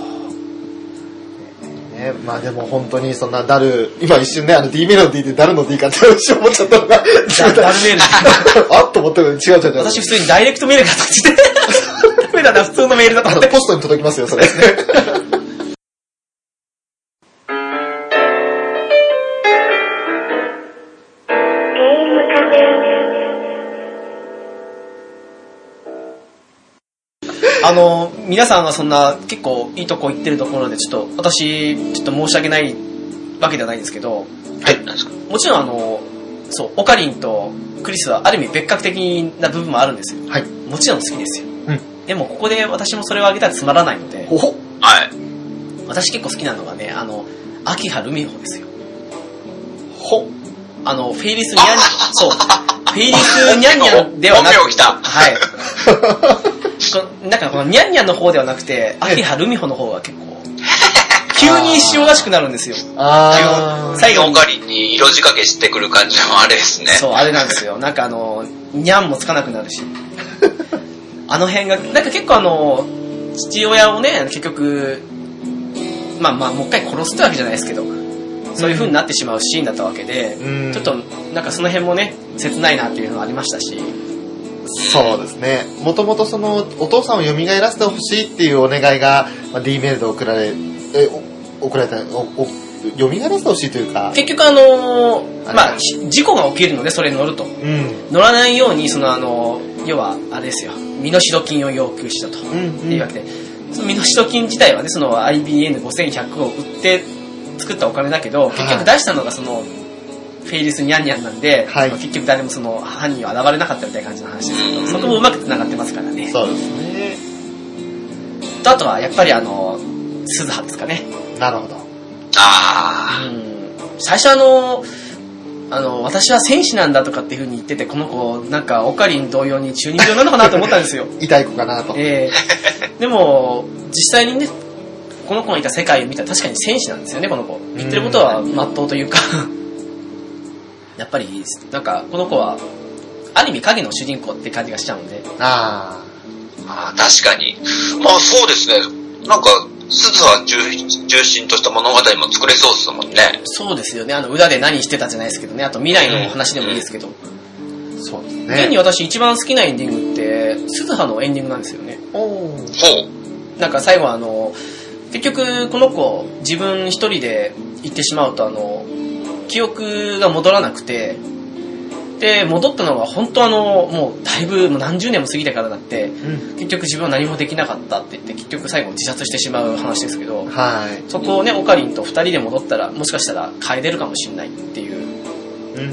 Speaker 3: ね、まあでも本当にそんなダル、今一瞬ね、あの D メロディーでダルの D かって私思っちゃったのが、
Speaker 1: ダルメール。
Speaker 3: <laughs> あっと思ったけど違う違う違う。
Speaker 1: 私普通にダイレクトメールがとって <laughs> ダメだな、普通のメールだと
Speaker 3: あ
Speaker 1: 思
Speaker 3: の、
Speaker 1: って。
Speaker 3: ポストに届きますよ、それ。
Speaker 1: あの、皆さんがそんな結構いいとこ行ってるところで、ちょっと私、ちょっと申し訳ないわけじゃないんですけど、
Speaker 2: はい、なんですか
Speaker 1: もちろんあの、そう、オカリンとクリスはある意味別格的な部分もあるんですよ。
Speaker 3: はい。
Speaker 1: もちろん好きですよ。
Speaker 3: う
Speaker 1: でもここで私もそれをあげたらつまらないので、
Speaker 3: ほほ。
Speaker 2: はい。
Speaker 1: 私結構好きなのがね、あの、秋葉ルミホですよ。ほ。あの、フェイリスニャン、 <laughs> そう、フェイリスニャンニャンではなく
Speaker 2: 本名来た。
Speaker 1: はい。こなんかこのニャンニャンの方ではなくて、
Speaker 3: はい
Speaker 1: 秋葉ルミホの方が結構、急に塩らしくなるんですよ。
Speaker 3: あー。
Speaker 1: 最後
Speaker 2: おかりに色仕掛けしてくる感じのあれですね。
Speaker 1: そう、あれなんですよ。なんかあの、ニャンもつかなくなる
Speaker 3: <laughs>
Speaker 1: し。あの辺が、なんか結構あの、父親をね、結局、まあまあ、もう一回殺すってわけじゃないですけど、そういう風になってしまうシーンだったわけで、
Speaker 3: うん
Speaker 1: ちょっと、なんかその辺もね、切ないなっていうのはありましたし、
Speaker 3: そうですね。もともとその、お父さんを蘇らせてほしいっていうお願いが、まあ、D メールで送られ、え、お送られた、お、お、蘇らせてほしいというか、
Speaker 1: 結局あの
Speaker 3: あれ
Speaker 1: まあ、ひ事故が起きるので、それに乗ると。
Speaker 3: うん。
Speaker 1: 乗らないように、そのあの、要は、あれですよ、身代金を要求したと。
Speaker 3: うん、
Speaker 1: っていうわけで、その身代金自体はね、その IBN5100 を売って作ったお金だけど、
Speaker 3: い
Speaker 1: 結局出したのがその、フェイリスニャンニャンなんで、
Speaker 3: はい
Speaker 1: まあ結局誰もその犯人は現れなかったみたいな感じの話ですけ
Speaker 2: う
Speaker 1: ど、
Speaker 2: ん
Speaker 1: そこもうまく繋がってますからね。
Speaker 3: そうですね。
Speaker 1: とあとはやっぱりあの、鈴葉ですかね。
Speaker 3: なるほど。
Speaker 2: あ
Speaker 1: 最初あの、あの、私は戦士なんだとかっていう風に言ってて、この子、なんか、オカリン同様に中二病なのかなと思ったんですよ。
Speaker 3: 痛い子かなと。
Speaker 1: <laughs> ええでも、実際にね、この子のいた世界を見たら確かに戦士なんですよね、この子。言ってることは真っ当というか、 <laughs> やっぱり、なんか、この子は、アニメ影の主人公って感じがしちゃうんで、
Speaker 3: あ
Speaker 2: ーあー、確かに。まあそうですね。なんか、鈴は中中心とした物語も作れそうですもんね。
Speaker 1: そうですよね、あの、裏で何してたじゃないですけどね、あと未来の話でもいいですけど、
Speaker 3: ー。そうです
Speaker 1: 現に
Speaker 3: ね。
Speaker 1: 私一番好きなエンディングって、鈴葉のエンディングなんですよね。
Speaker 3: おー
Speaker 2: ほう。
Speaker 1: なんか最後あの、結局この子自分一人で行ってしまうとあの、記憶が戻らなくて、で、戻ったのは本当あの、もうだいぶもう何十年も過ぎてからだって、
Speaker 3: うん。
Speaker 1: 結局自分は何もできなかったって言って、結局最後自殺してしまう話ですけど、
Speaker 3: はい。
Speaker 1: そこをね、オカリンと二人で戻ったら、もしかしたら変えれるかもしれないっていう、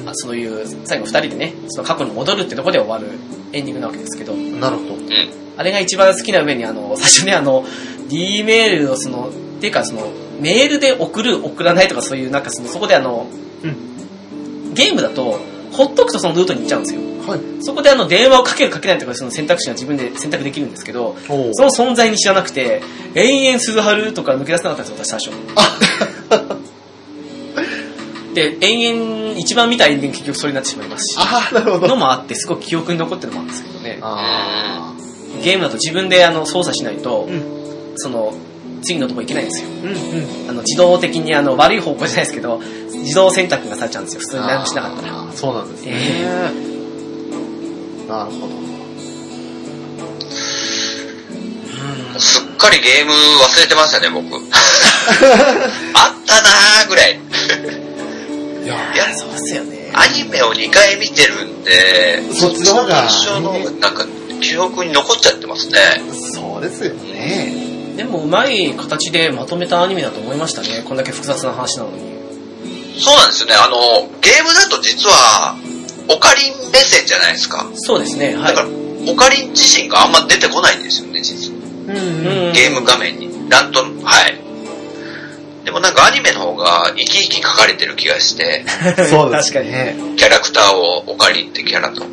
Speaker 1: あそういう、最後二人でね、その過去に戻るってところで終わるエンディングなわけですけど、
Speaker 3: うん。なるほど。
Speaker 2: うん。
Speaker 1: あれが一番好きな上に、あの、最初ね、あの、D メールをその、っていうかその、メールで送る、送らないとかそういう、なんかその、そこであの、ゲームだと、ほっとくとそのルートに行っちゃうんですよ。
Speaker 3: はい。
Speaker 1: そこであの、電話をかけるかけないとかその選択肢が自分で選択できるんですけど、
Speaker 3: おー
Speaker 1: その存在に知らなくて、延々鈴春とか抜け出せなかったんですよ、私最初。で、延々一番見たエンディング結局それになってしまいますし、
Speaker 3: ああ、なるほど。
Speaker 1: のもあって、すごく記憶に残ってるのもあるんですけどね。
Speaker 3: あー
Speaker 1: ゲームだと自分であの操作しないと、
Speaker 3: うん。
Speaker 1: その、次のとこ行けないんですよ。
Speaker 3: うん。うん。
Speaker 1: あの、自動的にあの、悪い方向じゃないですけど、自動選択がされちゃうんですよ。普通に何もしなかったら。
Speaker 3: あーそうなんですね、
Speaker 1: え
Speaker 3: なるほど
Speaker 2: すっかりゲーム忘れてました
Speaker 1: <laughs>
Speaker 2: ね、僕。あったなーぐらい。
Speaker 3: いや
Speaker 2: いや
Speaker 1: そうっすよね。
Speaker 2: アニメを2回見てるんで、
Speaker 3: そっちの方が
Speaker 2: 印象の方がなんか、記憶に残っちゃってますね。
Speaker 3: そうですよね
Speaker 1: でも、うまい形でまとめたアニメだと思いましたね。こんだけ複雑な話なのに。
Speaker 2: そうなんですよね。あの、ゲームだと実は、オカリン目線じゃないですか。
Speaker 1: そうですね、は
Speaker 2: だ
Speaker 1: い
Speaker 2: から。、オカリン自身があんま出てこないんですよね、実は
Speaker 3: うん、
Speaker 1: うん
Speaker 2: ゲーム画面に。なんと、はい。でもなんかアニメの方が生き生き描かれてる気がして、
Speaker 3: そうです
Speaker 1: 確かに
Speaker 3: ね。
Speaker 2: キャラクターをオカリンってキャラと。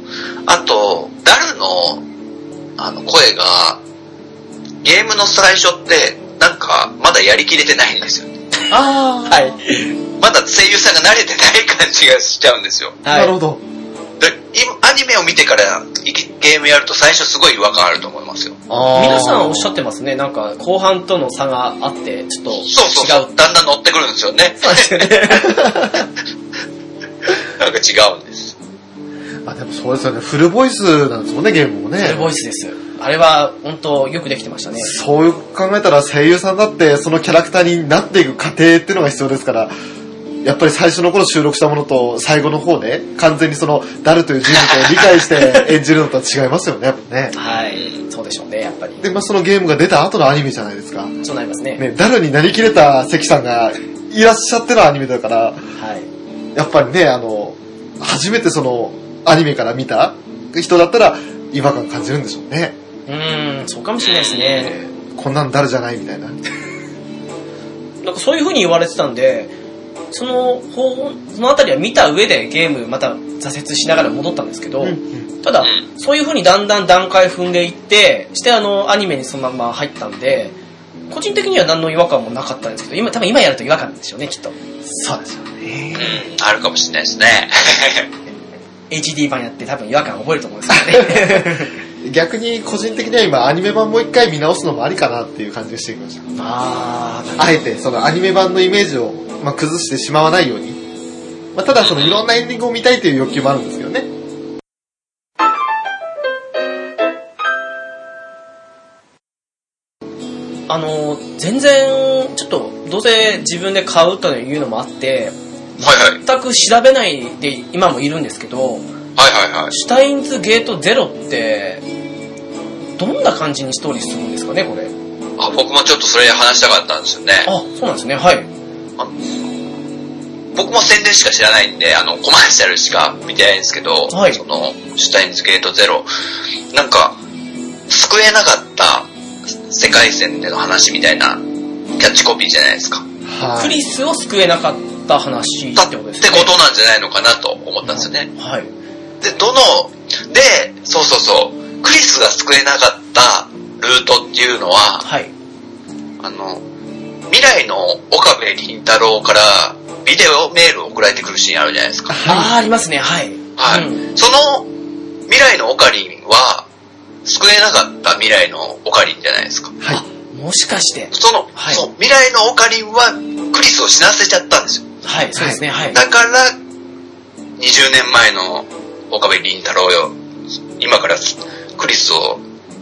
Speaker 2: あと、ダルの、あの、声が、ゲームの最初って、なんか、まだやりきれてないんですよ。
Speaker 1: ああ、はい。
Speaker 2: まだ声優さんが慣れてない感じがしちゃうんですよ。
Speaker 1: は
Speaker 3: なるほ
Speaker 1: い。
Speaker 3: ど。
Speaker 2: で今アニメを見てからいきゲームやると最初すごい違和感あると思いますよ。
Speaker 1: 皆さんおっしゃ
Speaker 3: っ
Speaker 1: ってますね。なんか、後半との差があって、ちょっと違う。
Speaker 2: そうそうそう。だんだん乗ってくるんですよね。
Speaker 1: そうですよね。
Speaker 2: <laughs> なんか違うんです。
Speaker 3: あ、でもそうですよね。フルボイスなんですもんね、ゲームもね。
Speaker 1: フルボイスです。あれは、本当よくできてましたね。
Speaker 3: そういう考えたら声優さんだってそのキャラクターになっていく過程っていうのが必要ですから、やっぱり最初の頃収録したものと最後の方で完全にその誰という人物を理
Speaker 1: <laughs>
Speaker 3: 解して演じるのとは違いますよね、やっぱね。
Speaker 1: はい。そうでしょうね、やっぱり。
Speaker 3: で、まあ、そのゲームが出た後のアニメじゃないですか。ね、
Speaker 1: そうなりますね。
Speaker 3: 誰になりきれた関さんがいらっしゃってのアニメだから、
Speaker 1: はい。
Speaker 3: やっぱりね、あの、初めてそのアニメから見た人だったら違和感感じるんでしょうね。
Speaker 1: うーん、そうかもしれないですね。
Speaker 3: こんなん誰じゃないみたいな。
Speaker 1: なんかそういう風に言われてたんで、その方、そのあたりは見た上でゲームまた挫折しながら戻ったんですけど、
Speaker 3: うんうん
Speaker 1: ただ、そういう風にだんだん段階踏んでいって、してあの、アニメにそのまま入ったんで、個人的には何の違和感もなかったんですけど、今、多分今やると違和感でしょうね、きっと。
Speaker 3: そうですよね。
Speaker 2: うん、あるかもしれないですね。
Speaker 1: HD 版やって多分違和感覚えると思うんですけどね。
Speaker 3: <laughs> 逆に個人的には今アニメ版もう一回見直すのもありかなっていう感じがしてきまし
Speaker 1: あー、
Speaker 3: た。あえてそのアニメ版のイメージを、まあ、崩してしまわないように。まあ、ただそのいろんなエンディングを見たいという欲求もあるんですけどね。
Speaker 1: あの、全然、ちょっと、どうせ自分で買うというのもあって、
Speaker 2: はいはい。
Speaker 1: 全く調べないで今もいるんですけど、
Speaker 2: はいはいはい。
Speaker 1: シュタインズゲートゼロって、どんな感じにストーリーするんですかね、これ。
Speaker 2: あ僕もちょっとそれ話したかったんですよね。
Speaker 1: あ、そうなんですね、はい。
Speaker 2: 僕も宣伝しか知らないんで、あの、コマーシャルしか見てないんですけど、
Speaker 1: はい
Speaker 2: その、シュタインズゲートゼロ。なんか、救えなかった世界線での話みたいなキャッチコピーじゃないですか。
Speaker 3: は
Speaker 1: クリスを救えなかった話っ
Speaker 2: だってて
Speaker 1: こと
Speaker 2: こ
Speaker 1: ですね。
Speaker 2: となんじゃないのかなと思ったんですよね。
Speaker 1: はい。
Speaker 2: で、どの、で、そうそうそう、クリスが救えなかったルートっていうのは、
Speaker 1: はい。
Speaker 2: あの、未来の岡部倫太郎からビデオメール送られてくるシーンあるじゃないですか。
Speaker 1: あー、ありますね、はい。
Speaker 2: はい。
Speaker 1: うん
Speaker 2: その未来のオカリンは、救えなかった未来のオカリンじゃないですか。
Speaker 3: はい。
Speaker 1: もしかして。
Speaker 2: その、
Speaker 1: はい
Speaker 2: そう、未来のオカリンはクリスを死なせちゃったんですよ。
Speaker 1: はい、そうですね、はい。
Speaker 2: だから、20年前の岡部倫太郎よ、今からクリスを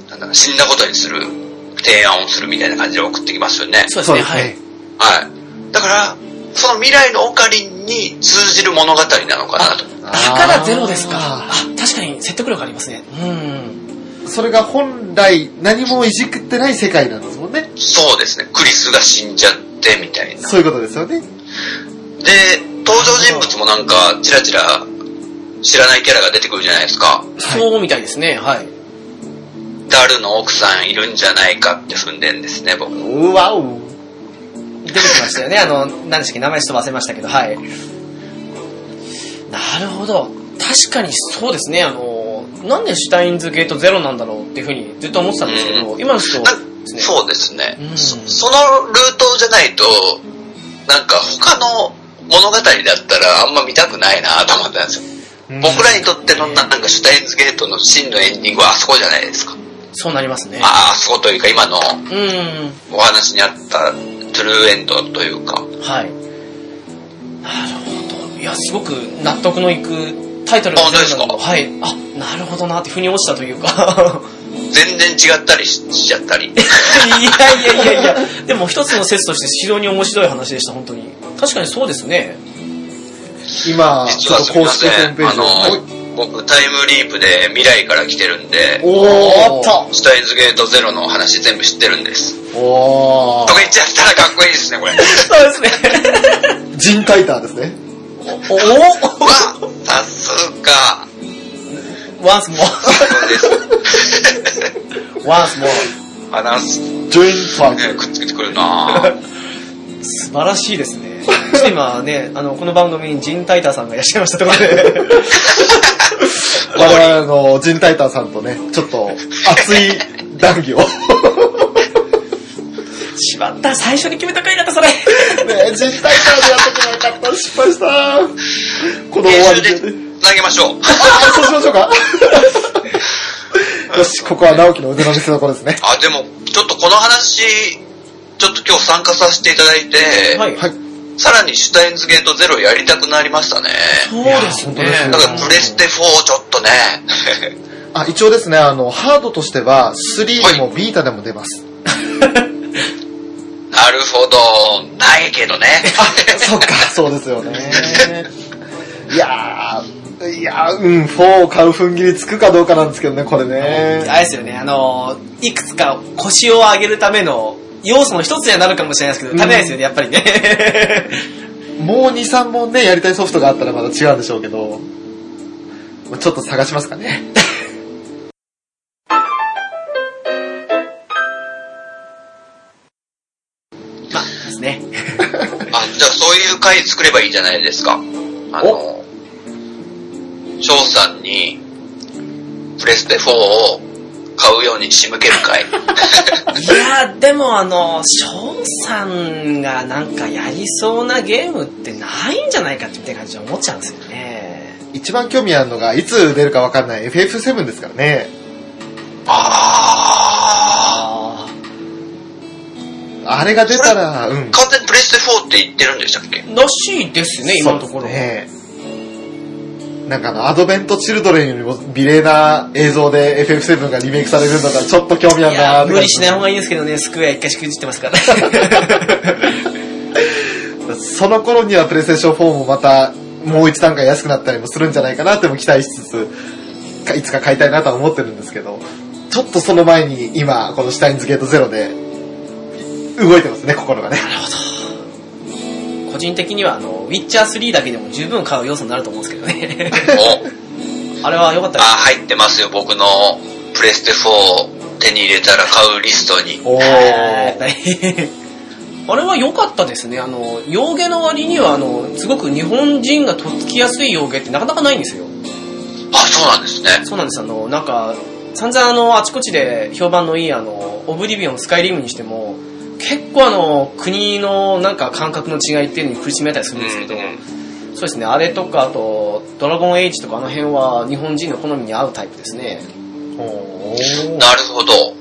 Speaker 2: なんだか死んだことにする提案をするみたいな感じで送ってきますよね。
Speaker 1: そうですね、はい。。
Speaker 2: はい。だから、その未来のオカリンに通じる物語なのかなと。
Speaker 1: だからゼロですか。あ
Speaker 3: あ、
Speaker 1: 確かに説得力ありますね。うん。
Speaker 3: ーそれが本来何もいじくってない世界なんですもんね。
Speaker 2: そうですね。クリスが死んじゃってみたいな。
Speaker 3: そういうことですよね。
Speaker 2: で、登場人物もなんか、ちらちら、知らないキャラが出てくるじゃないですか。
Speaker 1: そうみたいですね、はい。
Speaker 2: ダルの奥さんいるんじゃないかって踏んでんですね、僕。
Speaker 3: うわお。
Speaker 1: 出てきましたよね。あの、何でしたっけ、名前ちょっと忘れましたけど、はい。なるほど。確かにそうですね、あの、なんでシュタインズゲートゼロなんだろうっていうふうにずっと思ってたんですけど、今の人
Speaker 2: な
Speaker 1: ですね。
Speaker 2: そうですね、
Speaker 1: うん
Speaker 2: そ。そのルートじゃないと、なんか他の物語だったらあんま見たくないなと思ったんですよ。僕らにとってのななんかシュタインズゲートの真のエンディングはあそこじゃないですか。
Speaker 1: そうなりますね。
Speaker 2: ああそこというか今の
Speaker 1: うん。
Speaker 2: お話にあったトゥルーエンドというか。
Speaker 1: はい。なるほど。いや、すごく納得のいくタイトルが
Speaker 2: あ本当です
Speaker 1: ゼ
Speaker 2: か
Speaker 1: ロなのはい。あ、なるほどなって腑に落ちたというか。 <laughs>
Speaker 2: 全然違ったりししちゃったり。
Speaker 1: いやいやいやいや、でも一つの説として非常に面白い話でした、本当に。確かにそうですね。
Speaker 3: 今、ち
Speaker 2: 実
Speaker 3: ょ
Speaker 2: は
Speaker 3: っと
Speaker 2: すみ
Speaker 3: 公
Speaker 2: ま
Speaker 3: 式
Speaker 2: せ
Speaker 3: ホー
Speaker 2: ん
Speaker 3: ムペー
Speaker 2: あ
Speaker 3: ジを。
Speaker 2: の、僕タイムリープで未来から来てるんで、
Speaker 3: おー
Speaker 1: おーっと
Speaker 2: スタインズゲートゼロの話全部知ってるんです。
Speaker 3: お
Speaker 2: とか言っちゃったらかっこいいですね、
Speaker 3: <laughs>
Speaker 2: これ。
Speaker 1: そうですね。
Speaker 3: ー。ジンタイターですね。
Speaker 1: お
Speaker 2: わさすが。
Speaker 1: おワンスモ
Speaker 2: そうです。
Speaker 1: ワンスモ
Speaker 2: 話す、
Speaker 3: ジョインタイター。
Speaker 2: ね、くっつけてくるなぁ。
Speaker 1: 素晴らしいですね。そして今ね、あの、この番組にジンタイターさんがいらっしゃいましたということで。
Speaker 3: 我々のジンタイターさんとね、ちょっと熱い談 <laughs> 義を。
Speaker 1: しまった、最初に決めた回だった、それ。
Speaker 3: ねジンタイターでやっとけばよかった。失敗した。この終わ
Speaker 2: 編
Speaker 3: り
Speaker 2: 集
Speaker 3: で
Speaker 2: で
Speaker 3: ね。
Speaker 2: 投げましょう。
Speaker 3: あ、そうしましょうか。 <laughs> よし、ここは直樹の腕の見せ所ですね。
Speaker 2: あ、でも、ちょっとこの話、ちょっと今日参加させていただいて、
Speaker 1: はい。
Speaker 3: はい。
Speaker 2: さらにシュタインズゲートゼロやりたくなりましたね。
Speaker 1: そうですね
Speaker 3: いやー本当です。よ
Speaker 2: だからプレステ4ちょっとね。
Speaker 3: あ、一応ですね、あの、ハードとしては、3でもビータでも出ます。
Speaker 2: なるほど。ない
Speaker 1: <laughs>
Speaker 2: けどね。
Speaker 3: そっか、そうですよね。いやー、いやー、うん、4を買う踏ん切りつくかどうかなんですけどね、これね。
Speaker 1: あれですよね、あの、いくつか腰を上げるための要素の一つにはなるかもしれないですけど、足りないですよね、やっぱりね。
Speaker 3: もう2、3本ね、やりたいソフトがあったらまだ違うんでしょうけど、ちょっと探しますかね。
Speaker 1: まあ、ですね。
Speaker 2: あ、じゃあそういう回作ればいいじゃないですか。あの、翔さんに、プレステ4を買うように仕向ける回。
Speaker 1: いやー、でもあの、翔さんがなんかやりそうなゲームってないんじゃないかって感じで思っちゃうんですよね。
Speaker 3: 一番興味あるのが、いつ出るかわかんない FF7 ですからね。
Speaker 2: あ
Speaker 1: <laughs> あ
Speaker 3: あれが出たら、うん
Speaker 2: ー。。完全にプレステ4って言ってるんでしたっけ
Speaker 1: <laughs> ー。らしいですね、今のところ。
Speaker 3: そうですねなんかあの、アドベント・チルドレンよりも美麗な映像で FF7 がリメイクされるんだから、ちょっと興味あ
Speaker 1: い
Speaker 3: るなー
Speaker 1: や
Speaker 3: っ
Speaker 1: ー無
Speaker 3: て感
Speaker 1: 理
Speaker 3: じ
Speaker 1: しない方がいいんですけどね、スクエア一回しくじってますから。 <laughs>
Speaker 3: その頃にはプレイステーション4もまた、もう一段階安くなったりもするんじゃないかなっても期待しつつ、かいつか買いたいなとは思ってるんですけど、ちょっとその前に今、このシュタインズゲートゼロで、動いてますね、心がね。
Speaker 1: 個人的にはあの、ウィッチャー3だけでも十分買う要素になると思うんですけどね。
Speaker 2: お
Speaker 1: あれは良かった
Speaker 2: あ、
Speaker 1: です。
Speaker 2: 入ってますよ、僕のプレステ4を手に入れたら買うリストに。
Speaker 3: お
Speaker 1: やっ
Speaker 3: ー。
Speaker 1: ぱりあれは良かったですね。あの、洋芸の割には、あの、すごく日本人がとっつきやすい洋芸ってなかなかないんですよ。
Speaker 2: あ、そうなんですね。
Speaker 1: そうなんです。あの、なんか、散々あの、あちこちで評判のいい、あの、オブリビオン、スカイリムにしても、結構あの、国のなんか感覚の違いっていうのに苦しめたりす
Speaker 2: う
Speaker 1: るんですけど、
Speaker 2: ん。
Speaker 1: そうですね、あれとか、あと、ドラゴンエイジとかあの辺は日本人の好みに合うタイプですね。
Speaker 3: おー
Speaker 2: なるほど。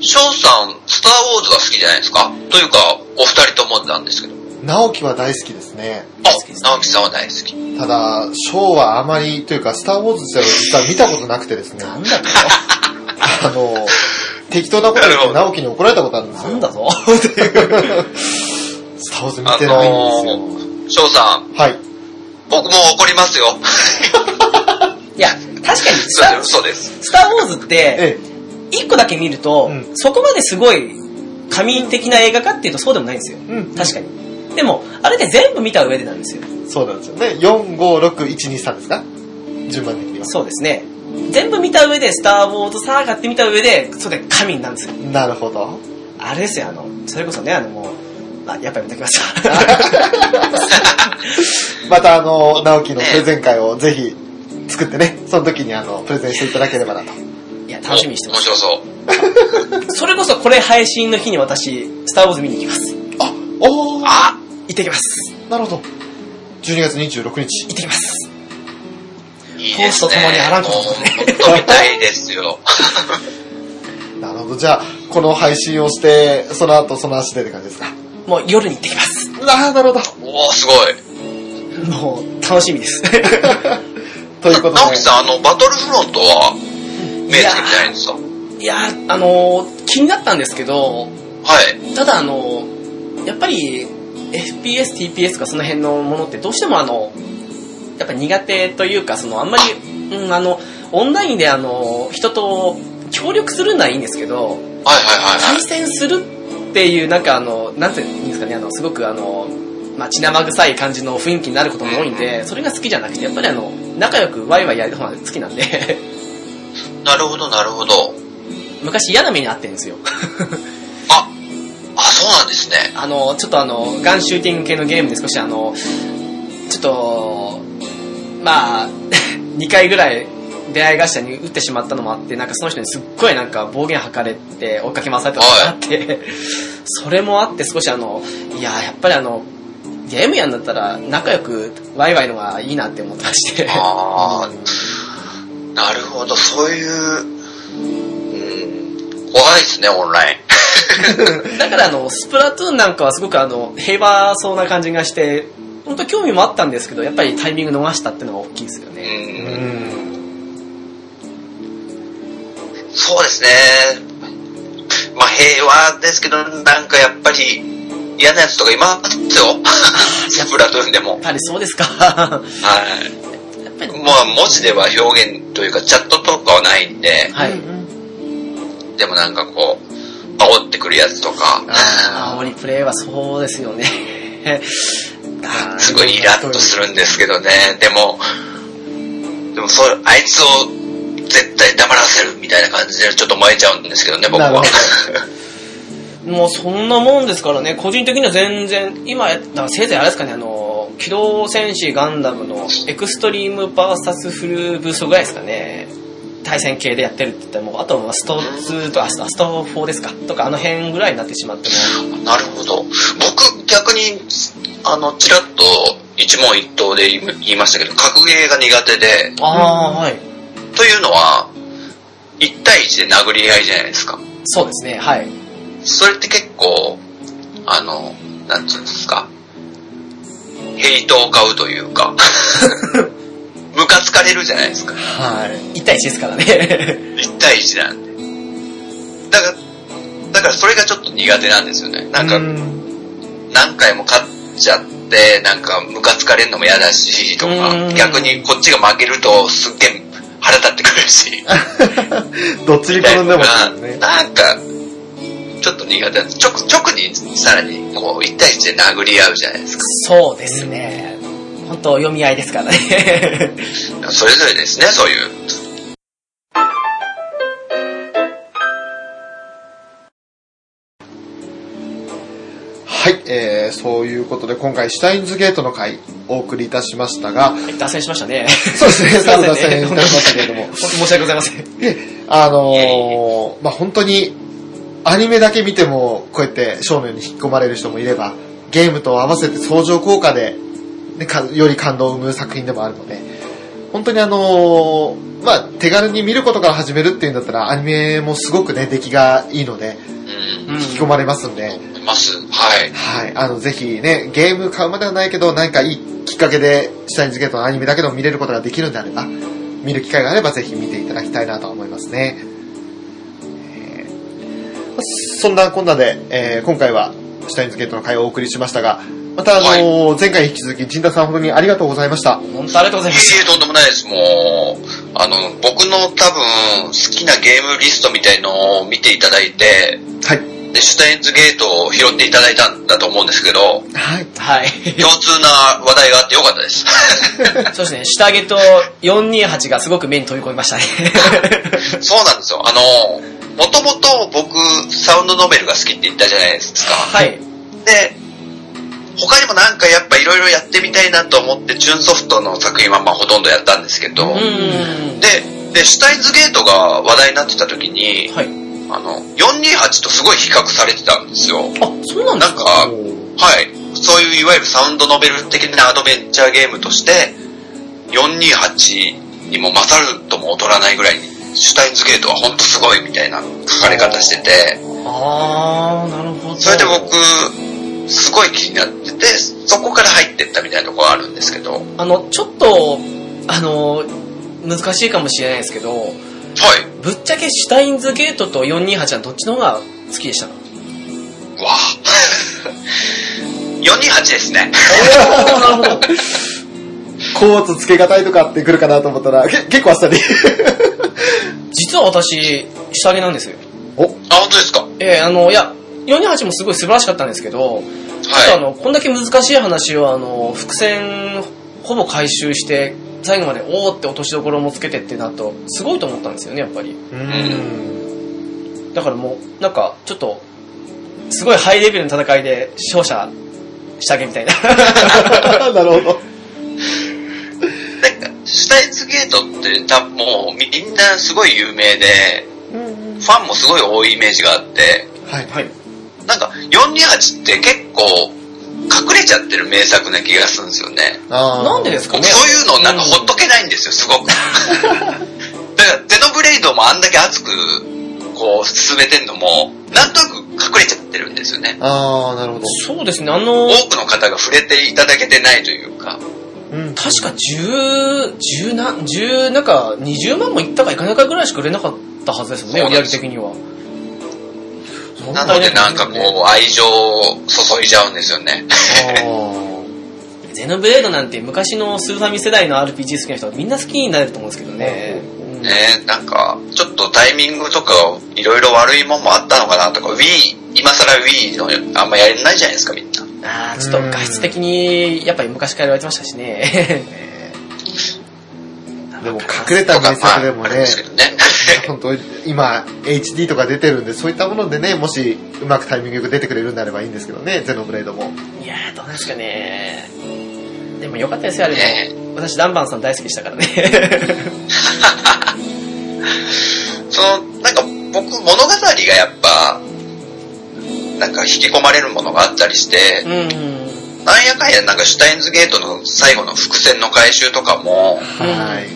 Speaker 2: 翔さん、スターウォーズが好きじゃないですかというか、お二人ともなんですけど。
Speaker 3: 直樹は大好きですね。
Speaker 2: あ
Speaker 1: 好きです、ね
Speaker 2: 直樹さんは大好き。
Speaker 3: ただ、ショーはあまり、というか、スターウォーズ自体は実は見たことなくてですね、
Speaker 1: な
Speaker 3: あ
Speaker 1: んだと
Speaker 3: の、適当なこと言って直樹に怒られたことあるんです
Speaker 1: なん
Speaker 3: よ。
Speaker 1: だぞ
Speaker 3: スターウォーズ見てないんですよ。
Speaker 2: 翔さん、
Speaker 3: はい。
Speaker 2: 僕も怒ります
Speaker 1: <laughs>
Speaker 2: よ。
Speaker 1: いや、確かにスタ、
Speaker 2: <laughs> 嘘です。
Speaker 1: スター・ウォーズって、
Speaker 3: ええ、
Speaker 1: 一個だけ見ると、
Speaker 3: うん
Speaker 1: そこまですごい神的な映画かっていうとそうでもないんですよ。
Speaker 3: うん
Speaker 1: 確かに。でも、あれって全部見た上でなんですよ。
Speaker 3: そうなんですよね。4、5、6、1、2、3ですか順番的には。
Speaker 1: そうですね。全部見た上で、スター・ウォーズサーガって見た上で、それで神になるんですよ。
Speaker 3: なるほど。
Speaker 1: あれですよ、あの、それこそね、あの、もう、あ、やっぱやめときます
Speaker 3: またあの、直樹のプレゼン会をぜひ作ってね、その時にあの、プレゼンしていただければなと。
Speaker 1: <laughs> いや、楽しみにして
Speaker 2: お
Speaker 1: ます。
Speaker 2: 面白そう。
Speaker 1: それこそこれ配信の日に私、スター・ウォーズ見に行きます。
Speaker 3: あ、おー、
Speaker 2: あ
Speaker 1: 行ってきます。
Speaker 3: なるほど。12月26日
Speaker 1: 行っ。てきます。
Speaker 2: いいです
Speaker 1: ホースと
Speaker 2: ね。
Speaker 1: 共にあらんこと
Speaker 2: もう本当見たいですよ。
Speaker 3: なるほど。じゃあ、この配信をして、その後その足でって感じですか。
Speaker 1: <laughs> もう夜に行ってきます。
Speaker 3: あー、なるほど。
Speaker 2: おー、すごい。
Speaker 1: もう、楽しみ
Speaker 2: <laughs>
Speaker 1: です。
Speaker 3: ということで
Speaker 2: 直樹。さん、あの、バトルフロントは、目つけてないんですか
Speaker 1: いやーあのー気になったんですけど、
Speaker 2: はい。
Speaker 1: ただあのーやっぱり FPS、TPS とかその辺のものってどうしてもあの、やっぱ苦手というか、そのあんまり、うん、あの、オンラインであの、人と協力するのはいいんですけど、
Speaker 2: はいはいはいは
Speaker 1: 対戦するっていう、なんかあの、なんていうんですかね、あの、すごくあの、まあ、血生臭い感じの雰囲気になることも多いんで、それが好きじゃなくて、やっぱりあの、仲良くワイワイやる方が好きなんで、 <laughs>
Speaker 2: い。なるほど、なるほど。
Speaker 1: 昔嫌な目に遭ってるんですよ。
Speaker 2: あ、あ、そうなんなんですね。
Speaker 1: あの、ちょっとあの、ガンシューティング系のゲームで少しあの、ちょっと、まあ、2回ぐらい出会い頭に撃ってしまったのもあって、なんかその人にすっごいなんか暴言吐かれて追っかけ回されたのがあって、 <laughs> それもあって少しあの、いや、やっぱりあの、ゲームやんだったら仲良くワイワイのがいいなって思ってまして。
Speaker 2: ああ、なるほど、そういう、うん、怖いですね、オンライン。
Speaker 1: <laughs> だからあの、スプラトゥーンなんかはすごくあの、平和そうな感じがして、本当興味もあったんですけど、やっぱりタイミング逃したってのが大きいですよね。
Speaker 3: う
Speaker 2: うん
Speaker 3: ん。
Speaker 2: そうですね。まあ平和ですけど、なんかやっぱり嫌なやつとか今で
Speaker 1: <laughs>
Speaker 2: すよ。スプラトゥーンでも
Speaker 1: やっ。ぱりそうですか。 <laughs> や
Speaker 2: はい。
Speaker 1: っぱり、
Speaker 2: まあ文字では表現というかチャットとかはないんで、
Speaker 1: はい。
Speaker 2: でもなんかこう、煽ってくるやつとか、
Speaker 1: あー、リプレイはそうですよね。 <laughs> あー
Speaker 2: すごいイラッとするんですけどね。でも、でもそう、あいつを絶対黙らせるみたいな感じでちょっと燃えちゃうんですけどね、僕
Speaker 3: な
Speaker 2: は
Speaker 3: る。
Speaker 1: もうそんなもんですからね、個人的には全然、今やったらせいぜいあれですかね、あの、機動戦士ガンダムのエクストリームバーサスフルブーストぐらいですかね、対戦系でやってるって言ったらもう、あとはスト2とか、あスト4ですか、とかあの辺ぐらいになってしまっても、
Speaker 2: <laughs> なるほど。僕、逆に、あの、ちらっと一問一答で言いましたけど、格ゲーが苦手で、
Speaker 1: ああ、はい。
Speaker 2: というのは、1対1で殴り合いじゃないですか。
Speaker 1: そうですね、はい。
Speaker 2: それって結構、あの、なんつうんですか、ヘイトを買うという
Speaker 3: <laughs>
Speaker 2: か、ムカつかれるじゃないですか。
Speaker 1: はい。1対1ですからね。
Speaker 2: 1対1なんで。だから、だからそれがちょっと苦手なんですよね。なんか、
Speaker 1: うん
Speaker 2: 何回も勝っちゃって、なんかムカつかれるのも嫌だし、と
Speaker 1: う
Speaker 2: か
Speaker 1: ん、
Speaker 2: 逆にこっちが負けるとすっげえ腹立ってくるし、
Speaker 3: どっちに転んでも
Speaker 2: なん
Speaker 3: ね。
Speaker 2: か、ちょっと苦手なんです。直、直にさらにこう1対1で殴り合うじゃないです
Speaker 1: そうですね。本当読み合いですからね。 <laughs>
Speaker 2: か。それぞれですね、そういう。
Speaker 3: <laughs> はい、えー、そういうことで今回、シュタインズゲートの回、お送りいたしましたが、
Speaker 1: 脱線しましたね。
Speaker 3: そうですね、
Speaker 1: すいま
Speaker 3: 最
Speaker 1: <laughs> せん
Speaker 3: 後
Speaker 1: ね
Speaker 3: 脱線いたしましたけれども
Speaker 1: 本、
Speaker 3: <laughs>
Speaker 1: 当申し訳ございません。
Speaker 3: あのー、まあ本当に、アニメだけ見ても、こうやって少年に引き込まれる人もいれば、ゲームと合わせて相乗効果で、ね、かより感動を生む作品でもあるので、本当にあのー、まあ手軽に見ることから始めるっていうんだったら、アニメもすごくね、出来がいいので、
Speaker 2: うん。
Speaker 1: 引
Speaker 3: 引き込まれますんで、
Speaker 2: 思います。はい。
Speaker 3: はい、あの、ぜひね、ゲーム買うまではないけど、何かいいきっかけで、シュタインズゲートのアニメだけでも見れることができるんであれば、見る機会があればぜひ見ていただきたいなと思いますね。えーまあそんなこんなで、えー今回は、シュタインズゲートの会をお送りしましたが、またあのー前回に引き続き、陣田さん本当にありがとうございました。
Speaker 1: 本当ありがとうございま
Speaker 2: いえいえ
Speaker 1: す。
Speaker 2: とんでもないです。もう、あの、僕の多分、好きなゲームリストみたいのを見ていただいて、
Speaker 3: はい。
Speaker 2: で、シュタインズゲートを拾っていただいたんだと思うんですけど、
Speaker 3: はい。
Speaker 1: はい。 <laughs>
Speaker 2: 共通な話題があってよかったです。
Speaker 1: そうですね、下着と428がすごく目に飛び込みましたね。
Speaker 2: そうなんですよ。あの、もともと僕、サウンドノベルが好きって言ったじゃないですか。
Speaker 1: <laughs> はい。
Speaker 2: で、他にもなんかやっぱいろいろやってみたいなと思って、純ソフトの作品はまあほとんどやったんですけど、
Speaker 1: うん。
Speaker 2: で、で、シュタインズゲートが話題になってた時に、
Speaker 1: はい。
Speaker 2: あの、428とすごい比較されてたんですよ。は
Speaker 1: あ、そうなんですか
Speaker 2: なんかい。そういういわゆるサウンドノベル的なアドベンチャーゲームとして、428にも勝るとも劣らないぐらいに、シュタインズゲートはほんとすごいみたいな書かれ方してて、
Speaker 1: あー、なるほど。
Speaker 2: それで僕、すごい気になってて、そこから入ってったみたいなところはあるんですけど、はい。
Speaker 1: あの、ちょっと、あの、難しいかもしれないですけど、ぶっちゃけシュタインズゲートと428はどっちの方が好きで <laughs> したか
Speaker 2: わぁ。428ですね。
Speaker 1: なるほど。
Speaker 3: コーツ付けがたいとかってくるかなと思ったら、け結構あっさり。
Speaker 1: 実は私、下着なんですよ。
Speaker 3: <laughs>
Speaker 2: あ、本当ですかは
Speaker 1: ええあの、いや、428もすごい素晴らしかったんですけど、ちょっとあ
Speaker 2: い。
Speaker 1: の、こんだけ難しい話を、あの、伏線、ほぼ回収して、最後まで、おーって落としどころもつけてってなると、すごい <laughs> と思ったんですよね、やっぱり。
Speaker 3: うん。
Speaker 1: だからもう、なんか、ちょっと、すごいハイレベルの戦いで勝者したげみたいな。
Speaker 3: なる
Speaker 2: な
Speaker 3: ほど。
Speaker 2: んか、シュタイツゲートって多分もうみんなすごい有名で、ファンもすごい多いイメージがあって、
Speaker 3: はい。
Speaker 1: はい。
Speaker 2: なんか428って結構隠れちゃってる名作な気がするんですよね。
Speaker 3: あー
Speaker 1: <laughs> なんでですか
Speaker 2: 僕
Speaker 1: ね
Speaker 2: そういうのなんかほっとけないんですよ、
Speaker 1: <laughs>
Speaker 2: すごく。だからゼノブレイドもあんだけ熱くこう進めてんのも、なんとなく隠れちゃってるんですよね。
Speaker 3: あー、なるほど。
Speaker 1: そうですね、あの、
Speaker 2: 多くの方が触れていただけてないというか、
Speaker 3: うん。
Speaker 1: 確か10、10な、10なんか20万もいったかいかないかぐらいしか売れなかったはずですもんね、
Speaker 2: そう
Speaker 1: 売
Speaker 2: な
Speaker 1: り上
Speaker 2: んで
Speaker 1: げ
Speaker 2: す
Speaker 1: 的には。
Speaker 2: なのでなんかこう愛情を注いじゃうんですよね。
Speaker 1: う。ゼノブレードなんて昔のスーファミ世代の RPG 好きな人はみんな好きになれると思うんですけどね。うん
Speaker 2: ねなんか、ちょっとタイミングとか、いろいろ悪いもんもあったのかなとか、Wii、今更 Wii のあんまやれないじゃないですか、みんな。
Speaker 1: ああ、ちょっと画質的に、やっぱり昔から言われてましたし
Speaker 2: <laughs>
Speaker 1: ね。
Speaker 3: あーでも隠れた名作で
Speaker 2: とか
Speaker 3: も
Speaker 2: まああれ
Speaker 3: ね
Speaker 2: ですけ、ど
Speaker 3: <laughs>
Speaker 2: ね。
Speaker 3: 本当今 HD とか出てるんで、そういったものでね、もしうまくタイミングよく出てくれるんであればいいんですけどね、ゼノブレードも。
Speaker 1: いやー、どうなんですかね。でもよかったですよ、あれも。
Speaker 2: ね
Speaker 1: 私、ダンバンさん大好きでしたから
Speaker 2: <laughs>
Speaker 1: ね。
Speaker 2: その、なんか僕、物語がやっぱ、なんか引き込まれるものがあったりして
Speaker 1: う、ん。
Speaker 2: なんやかんやなんかシュタインズゲートの最後の伏線の回収とかも、
Speaker 3: はい。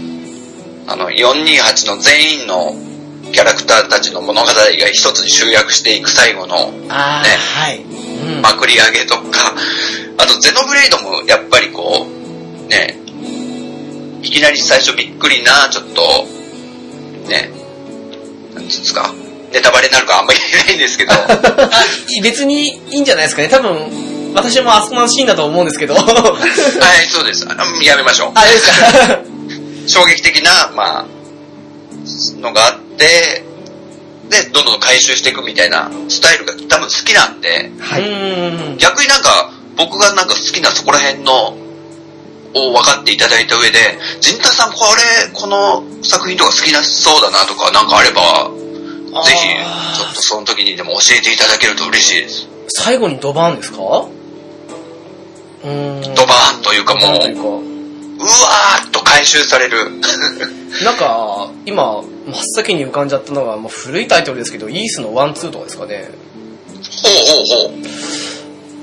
Speaker 2: あの、428の全員のキャラクターたちの物語が一つに集約していく最後の
Speaker 1: あー、
Speaker 2: ね
Speaker 1: はい。うん。
Speaker 2: まくり上げとか、あとゼノブレイドもやっぱりこう、ね、いきなり最初びっくりな、ちょっと、ね、なんつうんですか、ネタバレになるからあんまり言えないんですけど、
Speaker 1: あい別にいいんじゃないですかね。多分、私もあそこのシーンだと思うんですけ <laughs> ど。あ、
Speaker 2: はい、そうです。あうんやめましょう。
Speaker 1: あれですか。
Speaker 2: 衝撃的な、まあ、のがあって、で、どんどん回収していくみたいなスタイルが多分好きなんで、
Speaker 3: はい。
Speaker 1: うん。
Speaker 2: 逆になんか、僕がなんか好きなそこら辺の、を分かっていただいた上で、陣太さんこれ、この作品とか好きなそうだなとかなんかあれば、
Speaker 1: あー
Speaker 2: ぜひ、ちょっとその時にでも教えていただけると嬉しいです。
Speaker 1: 最後にドバーンですかうん。
Speaker 2: ドバーンというかもう
Speaker 1: ドバーンというか。
Speaker 2: うわーっと回収される。 <laughs>
Speaker 1: なんか、今、真っ先に浮かんじゃったのが、もう古いタイトルですけど、イースのワンツーとかですかね。
Speaker 2: ほうほうほう。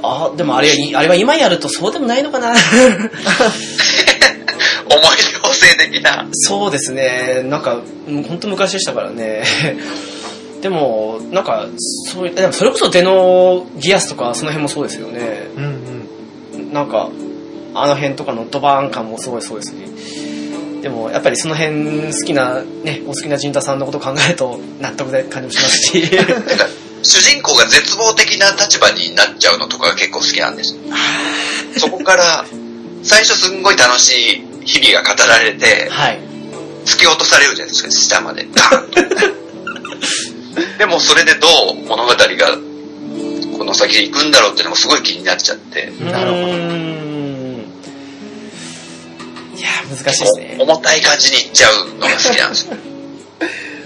Speaker 1: あ、でもあれはい、あれは今やるとそうでもないの <laughs> かな
Speaker 2: 思い出補正的な。
Speaker 1: そうですね。なんか、うんほんと昔でしたからね。 <laughs> でも、なんか、そういう、でもそれこそデノギアスとか、その辺もそうですよね。
Speaker 3: うんうん。
Speaker 1: なんか、あの辺とかのドバーン感もすごいそうですし。でも、やっぱりその辺好きな、ね、お好きな陣太さんのことを考えると、納得で感じもします
Speaker 3: <laughs>
Speaker 1: し。
Speaker 2: なんか、主人公が絶望的な立場になっちゃうのとかが結構好きなんです。
Speaker 1: <laughs>
Speaker 2: そこから、最初すんごい楽しい日々が語られて、
Speaker 1: <laughs> はい。
Speaker 2: 突き落とされるじゃないですか、下まで。ガンとでもそれでどう物語がこの先行くんだろうっていうのもすごい気になっちゃって、
Speaker 3: なるほど
Speaker 1: うーんいや、難しいですね。
Speaker 2: 重たい感じに行っちゃうのが好きなんですよ。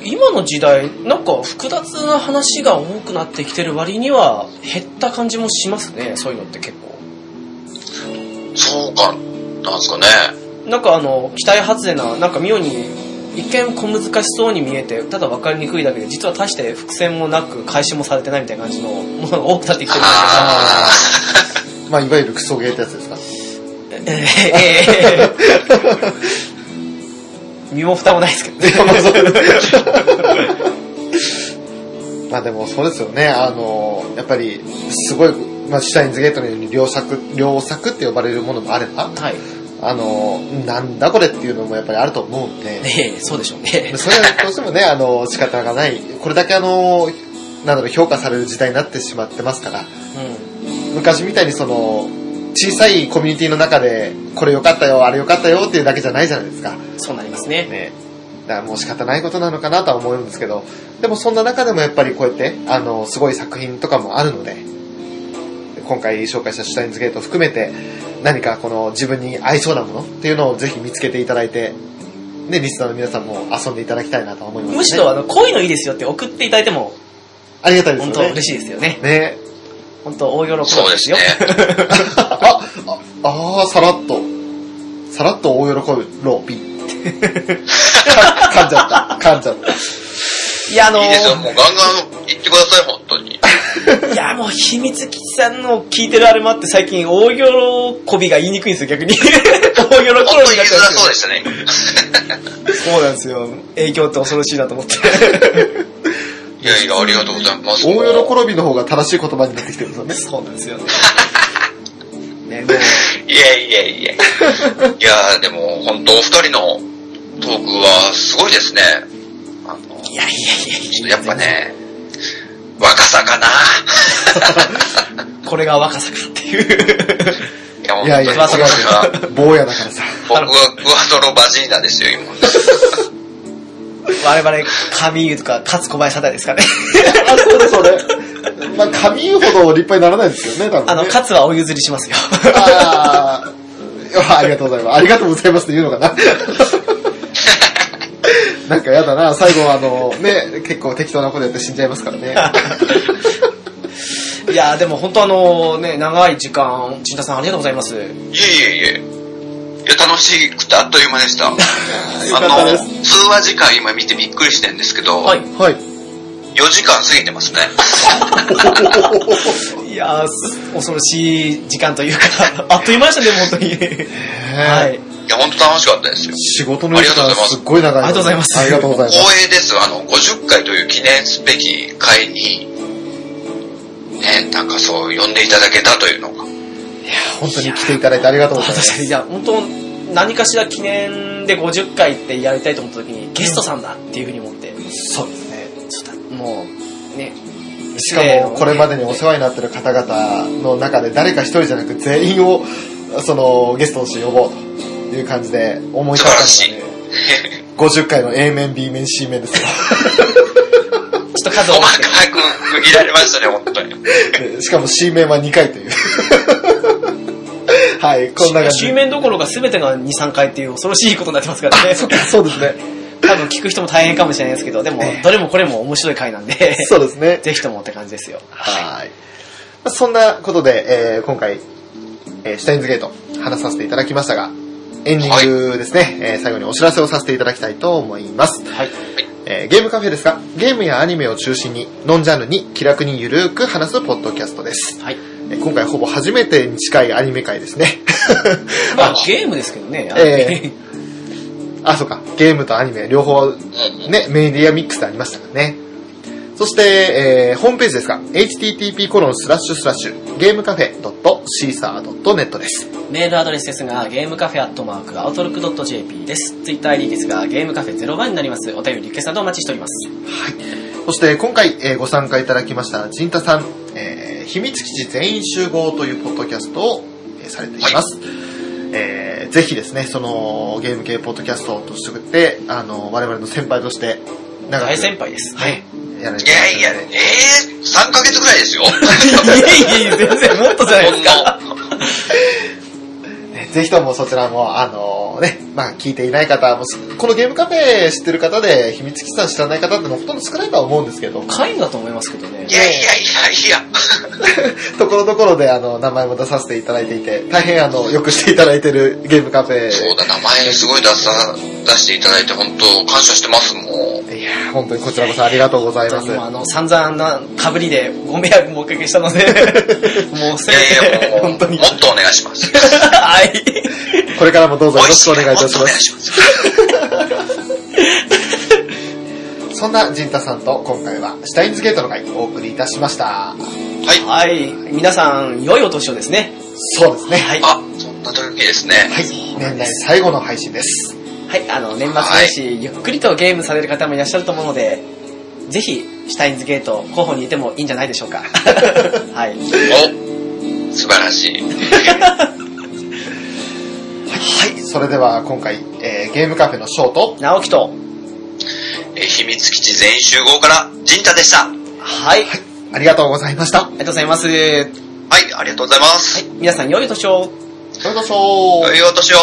Speaker 1: 今の時代、なんか複雑な話が多くなってきてる割には、減った感じもしますね、そういうのって結構。
Speaker 2: そうか、なんですかね。
Speaker 1: なんかあの、期待外れな、なんか妙に、一見小難しそうに見えて、ただ分かりにくいだけで、実は大して伏線もなく、回収もされてないみたいな感じのものが多くなってきてるんです
Speaker 2: あ
Speaker 3: まあ、いわゆるクソゲーってやつですか。
Speaker 1: えええ <laughs> 身も蓋もないですけどね。
Speaker 3: <laughs> まあでもそうですよね、あの、やっぱり、すごい、まあ、シュタインズゲートのように良作、良作って呼ばれるものもあれば、
Speaker 1: はい。
Speaker 3: あの、なんだこれっていうのもやっぱりあると思うんで、
Speaker 1: ねえ、そうでしょうね。
Speaker 3: それはどうしてもね、あの、仕方がない、これだけあの、なんだろう、評価される時代になってしまってますから、
Speaker 1: <laughs> う
Speaker 3: 昔みたいにその、小さいコミュニティの中で、これ良かったよ、あれ良かったよっていうだけじゃないじゃないですか。
Speaker 1: ん、そうなりますね。
Speaker 3: ね、だからもう仕方ないことなのかなとは思うんですけど、でもそんな中でもやっぱりこうやって、あの、すごい作品とかもあるので、今回紹介したシュタインズゲート含めて、何かこの自分に合いそうなものっていうのをぜひ見つけていただいて、ね、リスナーの皆さんも遊んでいただきたいなと思います、ね。
Speaker 1: むしろ、あの、こういうのいいですよって送っていただいても、
Speaker 3: ありがたいです
Speaker 1: 本
Speaker 3: よ
Speaker 1: 当
Speaker 3: ね。
Speaker 1: 嬉しいですよね。
Speaker 3: ね、
Speaker 1: 本当大喜びですよ。
Speaker 2: そうですね。
Speaker 3: あ、ああー、さらっと。さらっと大喜び、ロー <laughs> ピー。噛んじゃった。噛んじゃった。
Speaker 1: いや、あのー
Speaker 2: いいですよ、もうガンガン行ってください、本当に。
Speaker 1: いや、もう、秘密基地さんの聞いてるあれもあって、最近、大喜びが言いにくいんですよ、
Speaker 2: <laughs>
Speaker 1: 逆に。大喜びになっちゃ
Speaker 2: 本当に言いづらそう
Speaker 1: う
Speaker 2: でしたね。
Speaker 1: そうなんですよ。影響って恐ろしいなと思って。
Speaker 2: いやいや、ありがとうございます。
Speaker 3: 大喜びの方が正しい言葉になってきてるんですよね。
Speaker 1: そうなんですよね。ね、もう、
Speaker 2: いやいやいや。いや、でも、本当お二人のトークはすごいですね。あの、
Speaker 1: いやいやいやいや。
Speaker 2: やっぱ。ね、若さかな。 <laughs>
Speaker 1: これが若さかっていう。
Speaker 2: いや、本
Speaker 3: いや
Speaker 2: 当
Speaker 3: い
Speaker 2: に
Speaker 3: や、違う
Speaker 1: まあそう
Speaker 2: 僕は、
Speaker 3: 違う。坊やだから
Speaker 1: <laughs>
Speaker 3: さ。
Speaker 2: 僕はクワトロバジーナですよ、今。
Speaker 1: 我々、神湯とか、勝小林さんです
Speaker 2: <laughs>
Speaker 1: かね。
Speaker 3: あ、そうだそうだ。まあ、髪ほど立派にならないですけどね、多分、ね。
Speaker 1: あの、勝はお譲りしますよ。
Speaker 3: あーありがとうございます。ありがとうございますって言うのか
Speaker 1: <laughs>
Speaker 3: な。なんかやだな、最後はあの、ね、結構適当なことやって死んじゃいますからね。
Speaker 1: <laughs> いや、でも本当あの、ね、長い時間、陣田さんありがとうございます。
Speaker 2: いえいえいえ。いや、楽しくてあっという間で
Speaker 3: <laughs>
Speaker 2: した。あ
Speaker 3: よかったで
Speaker 2: の、通話時間今見てびっくりしてるんですけど、
Speaker 1: はい
Speaker 3: はい。
Speaker 2: 4時間過ぎてますね。
Speaker 1: いやー、す恐ろしい時間というか、あっという間でしたね、本当に。はい。
Speaker 3: い。
Speaker 2: いや、本当楽しかったですよ。
Speaker 3: 仕事の
Speaker 2: あ
Speaker 3: 時
Speaker 2: りがとうご
Speaker 3: 間
Speaker 2: ざいます
Speaker 3: すっごい長いの。
Speaker 1: ありがとうございます
Speaker 3: ありがとうございます。
Speaker 2: 光栄です。あの、50回という記念すべき回に、ね、なんかそう、呼んでいただけたというのが。
Speaker 3: 本当に来ていただいてありがとうございま
Speaker 1: 私
Speaker 3: す。
Speaker 1: いや、本当何かしら記念で50回ってやりたいと思った時に、ゲストさんだっていうふうに思って、
Speaker 3: そうですね。
Speaker 1: ちょっと、もう、ね。
Speaker 3: しかも、これまでにお世話になってる方々の中で誰か一人じゃなく全員を、その、ゲストとして呼ぼうという感じで思い立ったのがね、50回の A 面、B 面、C 面ですよ。
Speaker 1: ちょっと数を
Speaker 2: 細
Speaker 1: 多くて
Speaker 2: かく区切られましたね、本
Speaker 3: <laughs>
Speaker 2: 当に。
Speaker 3: でしかも C 面は2回という。 <laughs> はい、 <laughs> こんな感じ。
Speaker 1: 水面どころか全てが2、3回っていう恐ろしいことになってますからね。
Speaker 3: <laughs> そうですね。 <laughs>
Speaker 1: 多分聞く人も大変かもしれないですけど、でも、どれもこれも面白い回なんで、
Speaker 3: そうですね。
Speaker 1: <laughs> ぜひともって感じですよ。
Speaker 3: はい。まあそんなことで、えー今回、えーシュタインズゲート話させていただきましたが、エンディングですね、えー最後にお知らせをさせていただきたいと思います。
Speaker 1: はい。
Speaker 3: えーゲームカフェですが、ゲームやアニメを中心に、ノンジャンルに気楽にゆるーく話すポッドキャストです。
Speaker 1: はい。
Speaker 3: えー今回ほぼ初めてに近いアニメ会ですね。 <laughs>
Speaker 1: まあ、ゲームですけどね。
Speaker 3: えあ、そうか。ゲームとアニメ、両方
Speaker 2: うん
Speaker 3: ね、メディアミックスでありましたからね。そして、えーホームページですが、http コロンスラッシュスラッシュ、ゲームカフェ .caesar.net です。
Speaker 1: <laughs> メールアドレスですが、ゲームカフェアットマーク、アウトロック .jp です。ツイッター ID ですが、ゲームカフェ05になります。お便り、リクエストなどお待ちしております。
Speaker 3: そして、今回、えーご参加いただきました、陣太さん、えー秘密基地全員集合というポッドキャストを、えーされています。えーぜひですね、その、ゲーム系ポッドキャストとして、あの、我々の先輩として、長く
Speaker 1: 大先輩です。はい。
Speaker 3: やられ
Speaker 2: い
Speaker 3: ていただ
Speaker 2: や
Speaker 3: きた
Speaker 2: いや、えー、3ヶ月ぐらいです
Speaker 3: <laughs>
Speaker 2: よ。
Speaker 1: いえいえ、全然もっとじゃないですか。
Speaker 2: ほんの
Speaker 3: ねぜひともそちらも、あのね、まあ聞いていない方も、このゲームカフェ知ってる方で、秘密基地さん知らない方ってのはほとんど少ないとは思うんですけど、 <laughs>
Speaker 1: 皆無だと思いますけどね
Speaker 2: い。やいやいやいや。
Speaker 3: ところどころであの、名前も出させていただいていて、大変あの、よくしていただいてるゲームカフェ。
Speaker 2: そうだ、名前すごい出さ、出していただいて、本当感謝してます、もう。
Speaker 3: いやー本当にこちらこそありがとうござい
Speaker 1: 本当
Speaker 3: ます。
Speaker 1: にもうあの、散々な被りでご迷惑もおかけしたので、もう
Speaker 2: い
Speaker 1: せ
Speaker 2: やい
Speaker 1: め
Speaker 2: や、
Speaker 1: て、
Speaker 2: もう、も
Speaker 1: 本
Speaker 2: っ
Speaker 1: 当
Speaker 2: と
Speaker 1: に。
Speaker 2: お願いし
Speaker 3: <laughs>
Speaker 2: ます。
Speaker 1: はい。
Speaker 3: これからもどうぞ
Speaker 2: 美
Speaker 3: よろ
Speaker 2: 味
Speaker 3: し
Speaker 2: し
Speaker 3: く
Speaker 2: い
Speaker 3: お
Speaker 2: か
Speaker 3: 願
Speaker 2: ら
Speaker 3: いい
Speaker 2: もっと
Speaker 3: たし
Speaker 2: お
Speaker 3: ま
Speaker 2: 願い
Speaker 3: す。
Speaker 2: します。
Speaker 3: そんな陣太さんと今回は、シュタインズゲートの会お送りいたしまし
Speaker 2: は
Speaker 3: た。
Speaker 2: い。
Speaker 1: はい。皆さん、良いお年をですね。
Speaker 3: そうですね。は。
Speaker 1: はいい。
Speaker 2: あ、そんな時ですね。
Speaker 3: 年内最後の配信です。
Speaker 1: はい、あの、年末年始、ゆっくりとゲームされる方もいらっしゃると思うので、ぜひ、シュタインズゲート候補にいてもいいんじゃないでしょうか。はい。
Speaker 2: お、素晴らしい。
Speaker 3: はい。それでは今回、えーゲームカフェのショート、
Speaker 1: 直樹と、
Speaker 2: えー秘密基地全員集合から、ジンタでした。は
Speaker 1: はい。あり
Speaker 3: ありがとうございました。
Speaker 1: がとうございます。はい。
Speaker 2: い、ありがとうございます。
Speaker 1: 皆さん、良い年を。
Speaker 3: それではしょ
Speaker 2: 良いお年を。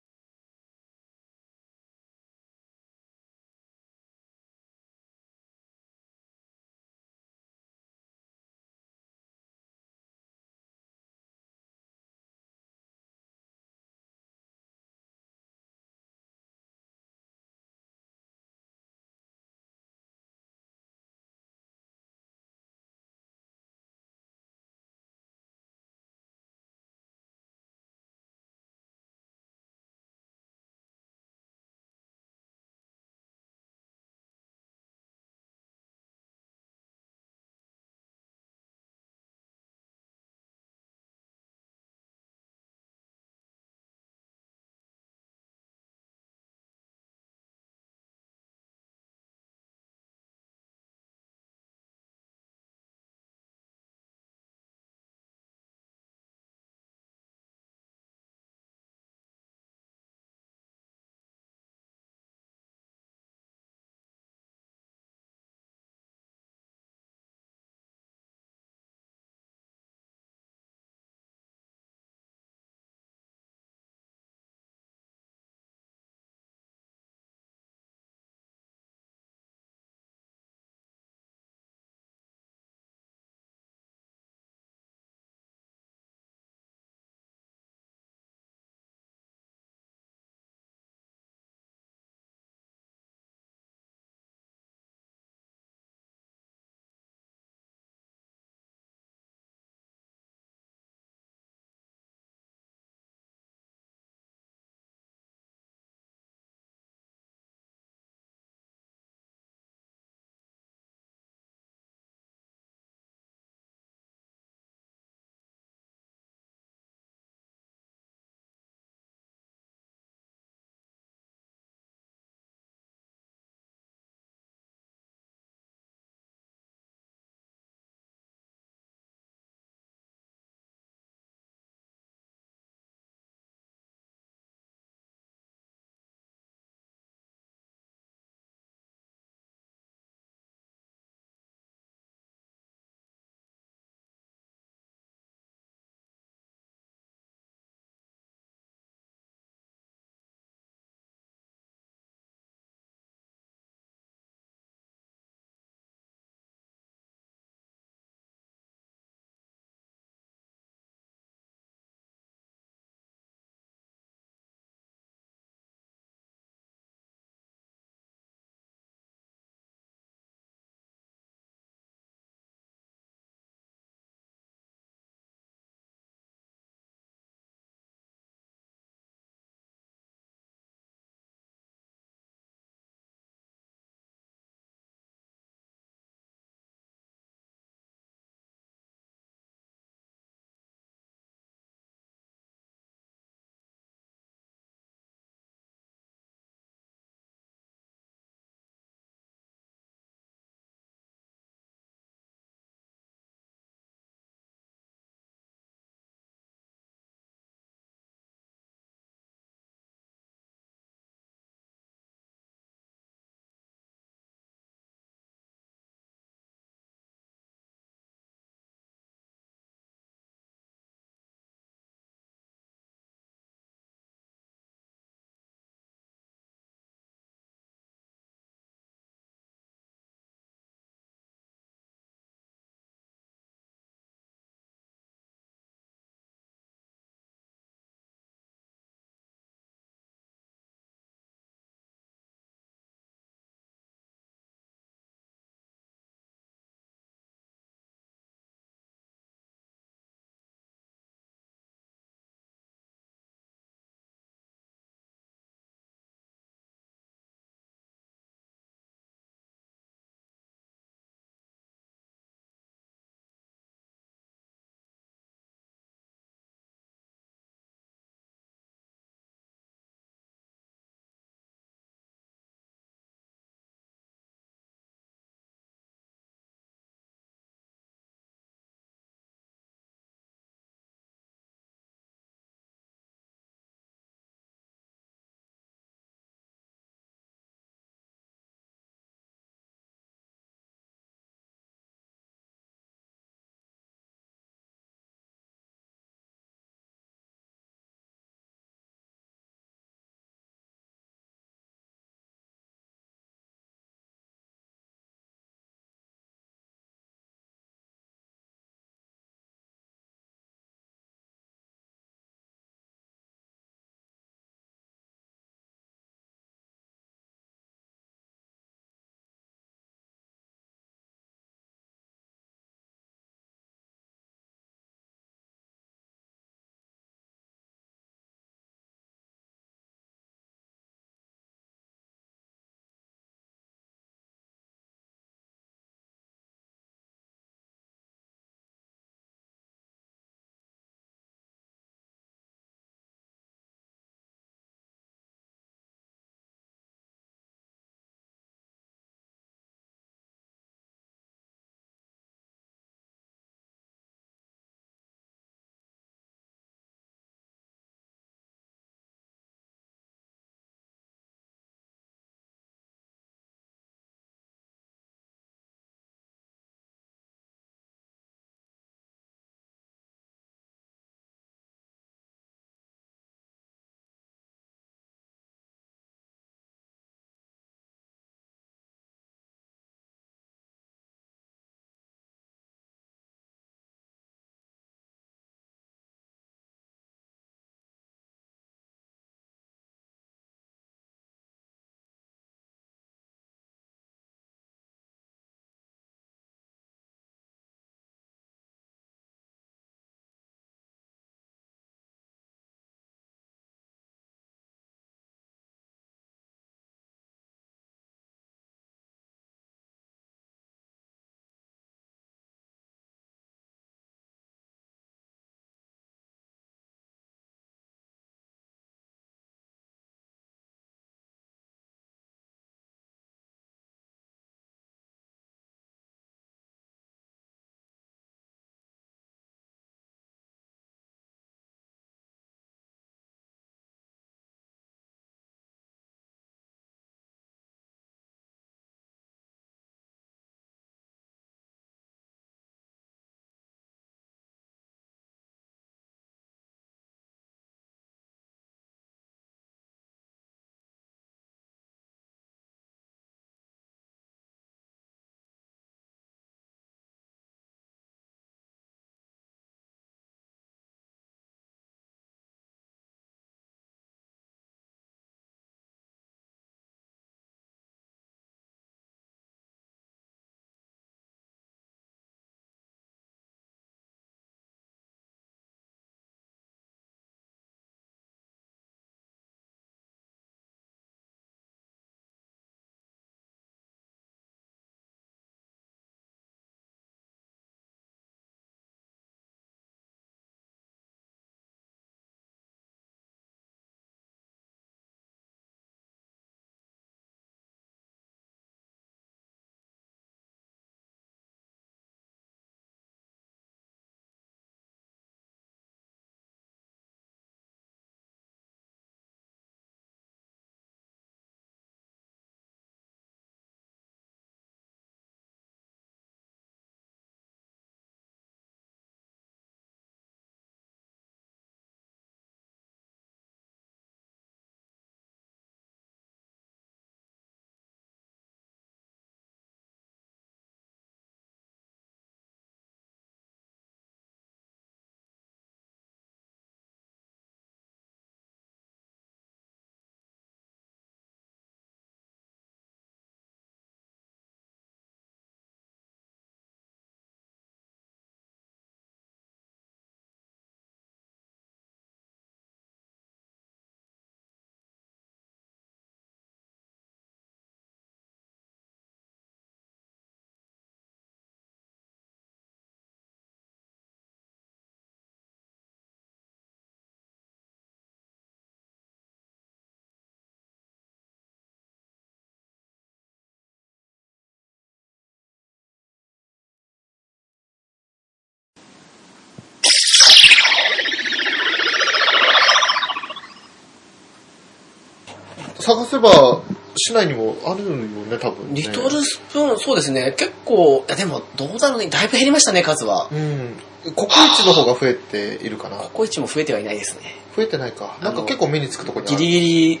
Speaker 3: 探せば、市内にもあるよね、多分、ね。
Speaker 1: リトルスプーン、そうですね。結構、いやでも、どうだろうね。だいぶ減りましたね、数は。
Speaker 3: うん。ココイチの方が増えているかな。
Speaker 1: ココイチも増えてはいないですね。
Speaker 3: 増えてないか。なんか結構目につくとこにあ
Speaker 1: ギ
Speaker 3: る。
Speaker 1: リギリ、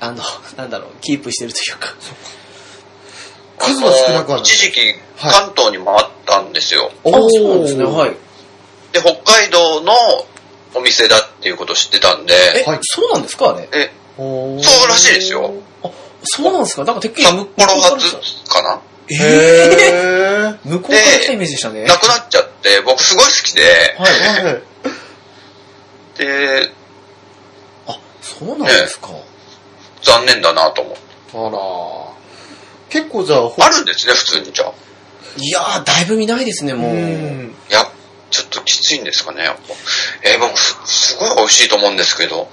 Speaker 1: あの、なんだろう、キープしてるというか。
Speaker 3: 数は少な
Speaker 2: あ
Speaker 3: くはな
Speaker 2: の
Speaker 3: い。。
Speaker 2: 一時期、関東にもあったんですよ。
Speaker 1: あ、そうなんですね、はいい。
Speaker 2: で、北海道のお店だっていうことを知ってたんで、
Speaker 1: え、
Speaker 3: はい
Speaker 1: そうなんですかあれ。
Speaker 2: え、
Speaker 3: おー
Speaker 2: そうらしいですよ。
Speaker 1: そうなんですかだからてっきり
Speaker 2: 札
Speaker 1: 向こう
Speaker 2: 幌
Speaker 1: から来
Speaker 2: 発
Speaker 1: た
Speaker 2: かな
Speaker 1: え
Speaker 3: へ
Speaker 1: ー、
Speaker 3: ー。
Speaker 1: 向こうから来たイメージでしたね。
Speaker 2: なくなっちゃって、僕すごい好きで、
Speaker 1: はい。
Speaker 3: はい。
Speaker 2: で、
Speaker 1: あ、そうなんですか。
Speaker 2: 残念だなと思って。
Speaker 3: あら結構じゃあ、ほ
Speaker 2: あるんですね、普通にじゃあ。
Speaker 1: いやー、だいぶ見ないですね、もう。
Speaker 3: うん。
Speaker 2: いや、ちょっときついんですかね、やっぱ。えー僕す、すごい美味しいと思うんですけど。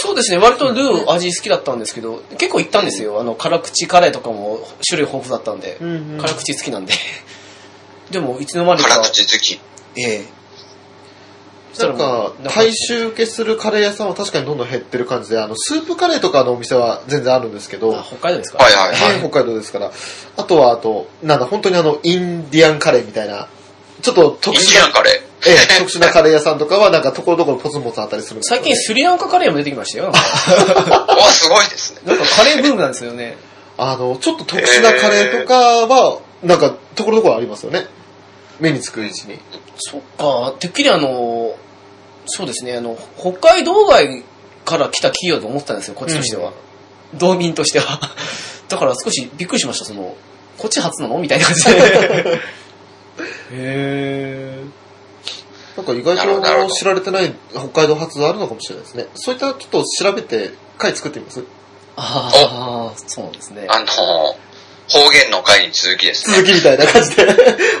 Speaker 1: そうですね、割とルー味好きだったんですけど、結構行ったんですよ。あの、辛口カレーとかも種類豊富だったんで
Speaker 3: う。んうん
Speaker 1: 辛口好きなんで。 <laughs> でも、いつの間にか。
Speaker 2: 辛口好き。
Speaker 1: ええ
Speaker 3: なんか、大衆受けするカレー屋さんは確かにどんどん減ってる感じで、あの、スープカレーとかのお店は全然あるんですけど、
Speaker 1: あ北海道ですか
Speaker 2: はいはい
Speaker 3: はい、北海道ですから。あとは、あと、なんだ、本当にあの、インディアンカレーみたいな、ちょっと特
Speaker 2: イン
Speaker 3: 殊
Speaker 2: ディアン
Speaker 3: な、
Speaker 2: カレ
Speaker 3: ええ、特殊
Speaker 2: <laughs>
Speaker 3: なカレー屋さんとかは、なんか、ところどころポツンポツンあったりするんですけ
Speaker 1: 最
Speaker 3: ど
Speaker 1: 近スリランカカレーも出てきましたよ。なんか
Speaker 2: ー。わ、すごいですね。
Speaker 1: なんかカレーブームなんですよね。
Speaker 3: あの、ちょっと特殊なカレーとかは、なんか、ところどころありますよね。目につく位置に。
Speaker 1: そっか、てっきりあの、そうですね、あの、北海道外から来た企業と思ってたんですよ、こっちとしては。道民としては。 <laughs> だから少しびっくりしました、その、こっち初なのみたいな感じ
Speaker 2: <laughs>
Speaker 1: で。
Speaker 3: へなんか意外
Speaker 2: なるほどなるほ
Speaker 3: と
Speaker 2: ど
Speaker 3: 知られてない北海道発あるのかもしれないですね。そういったちょっと調べて、回作ってみます
Speaker 1: ああ、そうなんですね。
Speaker 2: あのー、方言の回に続きです
Speaker 3: 続
Speaker 2: ね。
Speaker 3: きみたいな感じで、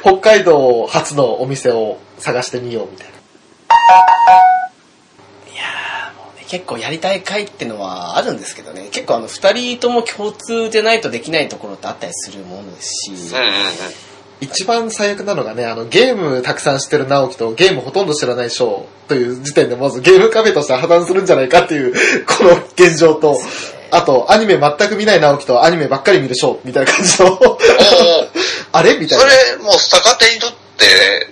Speaker 3: <laughs> 北海道発のお店を探してみようみたいな。
Speaker 1: 結構やりたい会ってのはあるんですけどね、結構あの、二人とも共通でないとできないところってあったりするものですし、
Speaker 2: うんうんうん。
Speaker 3: 一番最悪なのがね、あの、ゲームたくさん知ってる直樹とゲームほとんど知らない翔という時点でまずゲームカフェとして破綻するんじゃないかっていう、 <laughs> この現状と、あと、アニメ全く見ない直樹とアニメばっかり見る翔みたいな感じの、 <laughs>
Speaker 2: おー
Speaker 3: あれみたい
Speaker 2: そ
Speaker 3: な。
Speaker 2: れ、もう逆手にとって、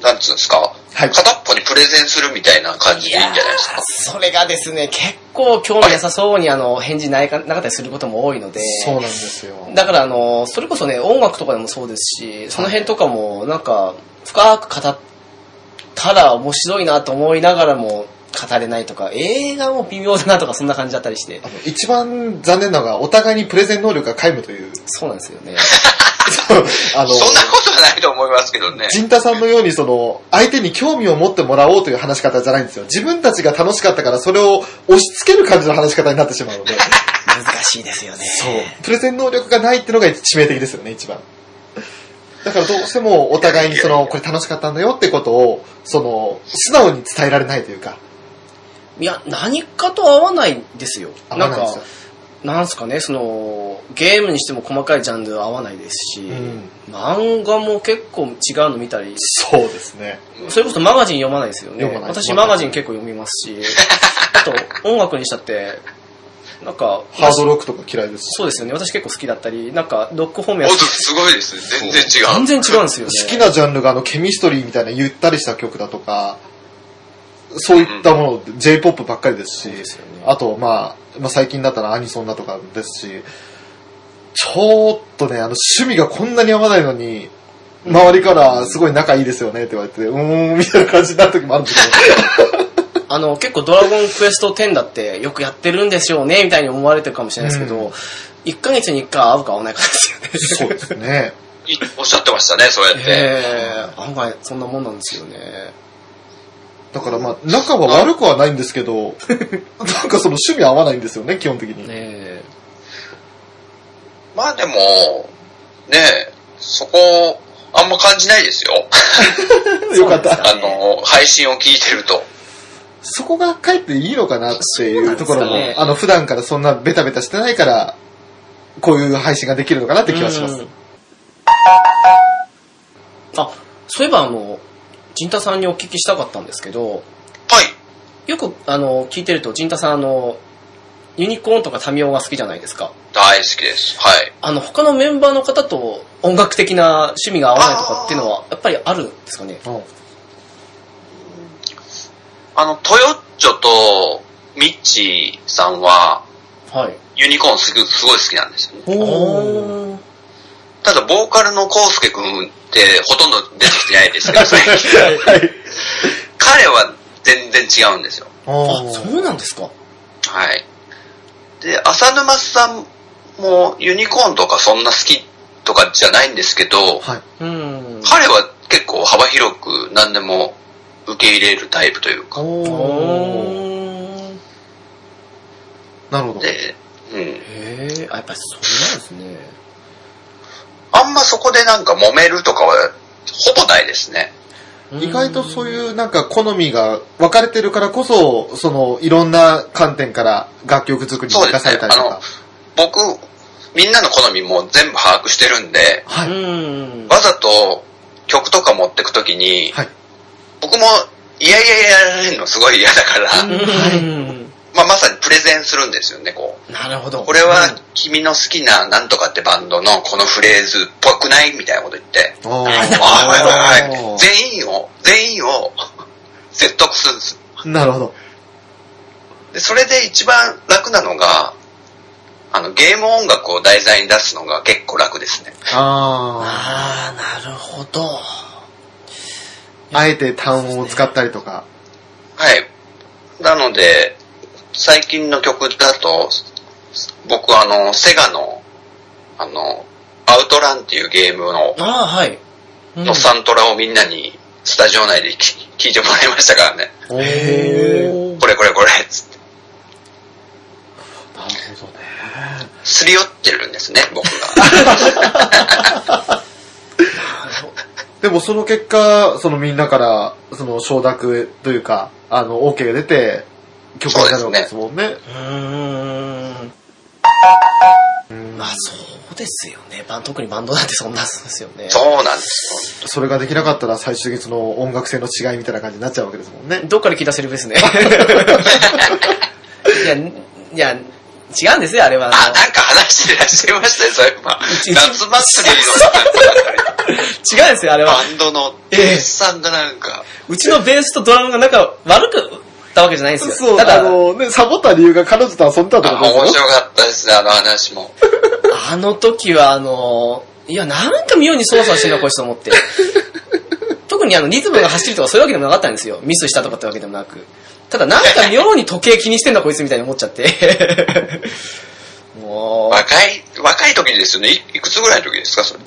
Speaker 2: なんつうんですか、
Speaker 3: はい
Speaker 2: 片っぽにプレゼンするみたいな感じでいいんじゃないですか。
Speaker 1: それがですね、結構興味なさそうにあの、返事ないか、なかったりすることも多いので、
Speaker 3: そうなんですよ。
Speaker 1: だからあの、それこそね、音楽とかでもそうですし、その辺とかもなんか、深く語ったら面白いなと思いながらも語れないとか、映画も微妙だなとかそんな感じだったりして
Speaker 3: あ、の一番残念なのが、お互いにプレゼン能力が皆無という、 <laughs>
Speaker 1: そうなんですよね。
Speaker 3: あの、
Speaker 2: そんなことはないと思いますけどね。
Speaker 3: 陣田さんのようにその、相手に興味を持ってもらおうという話し方じゃないんですよ。自分たちが楽しかったからそれを押し付ける感じの話し方になってしまうので、
Speaker 1: 難しいですよね。
Speaker 3: そう。プレゼン能力がないってのが致命的ですよね、一番。だからどうしてもお互いにその、これ楽しかったんだよってことを、その、素直に伝えられないというか、
Speaker 1: いや、何かと合わないんですよ。
Speaker 3: 合
Speaker 1: な
Speaker 3: わ
Speaker 1: ん
Speaker 3: ないんです
Speaker 1: か
Speaker 3: よ、
Speaker 1: なんすかね、その、ゲームにしても細かいジャンルは合わないですし、
Speaker 3: うん
Speaker 1: 漫画も結構違うの見たり、
Speaker 3: そうですね。
Speaker 1: それこそマガジン読まないですよね。
Speaker 3: 読まない
Speaker 1: 私マガジン結構読みます
Speaker 3: <laughs>
Speaker 1: し、あと音楽にしたって、なんか、
Speaker 3: ハードロックとか嫌いですし。
Speaker 1: そうですよね。私結構好きだったり、なんかロック方面
Speaker 2: お
Speaker 1: は
Speaker 2: っと、すごいですね。全然違う
Speaker 1: 全。然違うんですよね。
Speaker 3: 好きなジャンルがあの、ケミストリーみたいなゆったりした曲だとか、そういったもの、J-POP ばっかりですし、
Speaker 1: ですよね。
Speaker 3: あと、まあ、まあ、最近だったらアニソンだとかですし、ちょっとね、あの、趣味がこんなに合わないのに、周りからすごい仲いいですよねって言われて、うーん、みたいな感じになる時もあるんです
Speaker 1: あの、結構ドラゴンクエスト10だってよくやってるんでしょうね、みたいに思われてるかもしれないですけ
Speaker 3: う
Speaker 1: ど、一1ヶ月に1回会うか会わないかですよね。
Speaker 3: <laughs> けど。そうですね。
Speaker 2: いおっしゃってましたね、そうやって。
Speaker 1: ええ案外そんなもんなんですよね。
Speaker 3: だからまあ、仲は悪 <laughs> くはないんですけど、なんかその趣味合わないんですよね、基本的に。
Speaker 1: ねえ
Speaker 2: まあでも、ねえ、そこ、あんま感じないですよ。
Speaker 3: よかっ
Speaker 1: そうなんです
Speaker 3: た。
Speaker 1: か
Speaker 2: あの、配信を聞いてると。
Speaker 3: そこが帰っていいのかなっていうところ
Speaker 1: そう
Speaker 3: も、
Speaker 1: なんですかね
Speaker 3: あの、普段からそんなベタベタしてないから、こういう配信ができるのかなって気はしま
Speaker 1: う
Speaker 3: す
Speaker 1: ん。あ、そういえばあの、陣太さんにお聞きしたかったんですけど、
Speaker 2: はい。
Speaker 1: よくあの、聞いてると陣太さんあの、ユニコーンとかタミオが好きじゃないですか。
Speaker 2: 大好きです。はい。
Speaker 1: あの、他のメンバーの方と音楽的な趣味が合わないとかっていうのは、やっぱりあるんですかね。
Speaker 3: うん
Speaker 2: あの、トヨッチョとミッチーさんは、
Speaker 1: はい。
Speaker 2: ユニコーンすぐすごい好きなんですよね。
Speaker 3: おー
Speaker 1: おー
Speaker 2: ただ、ボーカルのコウスケくんってほとんど出てきてない
Speaker 3: <laughs>
Speaker 2: ですけど、最近
Speaker 3: はい。
Speaker 2: 彼は全然違うんですよ。
Speaker 1: あ、
Speaker 3: おー
Speaker 1: そうなんですか。
Speaker 2: はい。で、浅沼さんもユニコーンとかそんな好きとかじゃないんですけど、
Speaker 3: はい。
Speaker 1: うん。
Speaker 2: 彼は結構幅広く何でも受け入れるタイプというか、
Speaker 1: お
Speaker 3: おー
Speaker 1: ー
Speaker 3: なるほど。
Speaker 2: で、うん。
Speaker 1: へえ、あ、やっぱりそうなんですね。
Speaker 2: あんまそこでなんか揉めるとかはほぼないですね。
Speaker 3: 意外とそう
Speaker 1: う
Speaker 3: いうなんか好みが分かれてるからこそ、そのいろんな観点から楽曲作りに生かされたりとか。
Speaker 2: 僕、みんなの好みも全部把握してるんで、
Speaker 3: は
Speaker 1: ん。
Speaker 3: い。
Speaker 1: うん。
Speaker 2: わざと曲とか持ってくときに、
Speaker 3: はい
Speaker 2: 僕もいやいやいやられるのすごい嫌だから、
Speaker 1: はい。
Speaker 2: まあ、まさにプレゼンするんですよね、こう。
Speaker 1: なるほど。
Speaker 2: これは君の好きななんとかってバンドのこのフレーズっぽくないみたいなこと言って、
Speaker 3: お
Speaker 2: あはいはいは
Speaker 3: ー
Speaker 2: い、全員を、全員を <laughs> 説得するんです。
Speaker 3: なるほど。
Speaker 2: で、それで一番楽なのが、あの、ゲーム音楽を題材に出すのが結構楽ですね。
Speaker 3: あ
Speaker 1: ああ、なるほど。
Speaker 3: ーあえて単音を使ったりとか。
Speaker 2: はい。なので、最近の曲だと、僕あの、セガの、あの、アウトランっていうゲームの
Speaker 1: ああ、はい。うん
Speaker 2: のサントラをみんなにスタジオ内で聴いてもらいましたからね。
Speaker 3: おー
Speaker 1: へ
Speaker 3: なる
Speaker 1: ー
Speaker 2: これこれこれっつって。
Speaker 3: ほどね。
Speaker 2: すり寄ってるんですね、僕が。
Speaker 3: でもその結果、そのみんなから、その承諾というか、あの、OK が出て、曲になるわけですもんね。
Speaker 1: うーん。
Speaker 3: うん
Speaker 1: まあそうですよね。バン特にバンドなんてそんなんですよね。
Speaker 2: そうなんです
Speaker 3: それができなかったら最終的にその音楽性の違いみたいな感じになっちゃうわけですもんね。
Speaker 1: どっかで聞いたセリフで
Speaker 2: <laughs>
Speaker 1: すね。いや、いや、違うんですよ、あれは。
Speaker 2: よ。あ、なんか話してらっしゃいましたね、そういえば。
Speaker 1: ち
Speaker 2: 夏祭りのなんか
Speaker 1: 違うんですよ、あれは
Speaker 2: バ。ンドの店主さんがなんか、
Speaker 1: うちのベースとドラムが仲悪くったわけじゃないんですよ。
Speaker 3: そう、
Speaker 1: ただ、
Speaker 3: あ
Speaker 1: あの
Speaker 3: の、ね、サボった理由が彼女と遊んだと
Speaker 2: あ
Speaker 3: かですよ
Speaker 2: 面白かったですね、あの話も。
Speaker 1: 時はあの、いや、なんか妙に操作してるな、こいつと思
Speaker 3: <laughs>
Speaker 1: って。特にあの、リズムが走るとかそういうわけでもなかったんですよ。ミスしたとかってわけでもなく。ただ、なんか妙に時計気にしてんだ、こいつみたいに思っちゃ
Speaker 3: <laughs>
Speaker 1: って。もう、
Speaker 2: 若い、若い時ですよね。いいくつぐらいの時ですか、それ。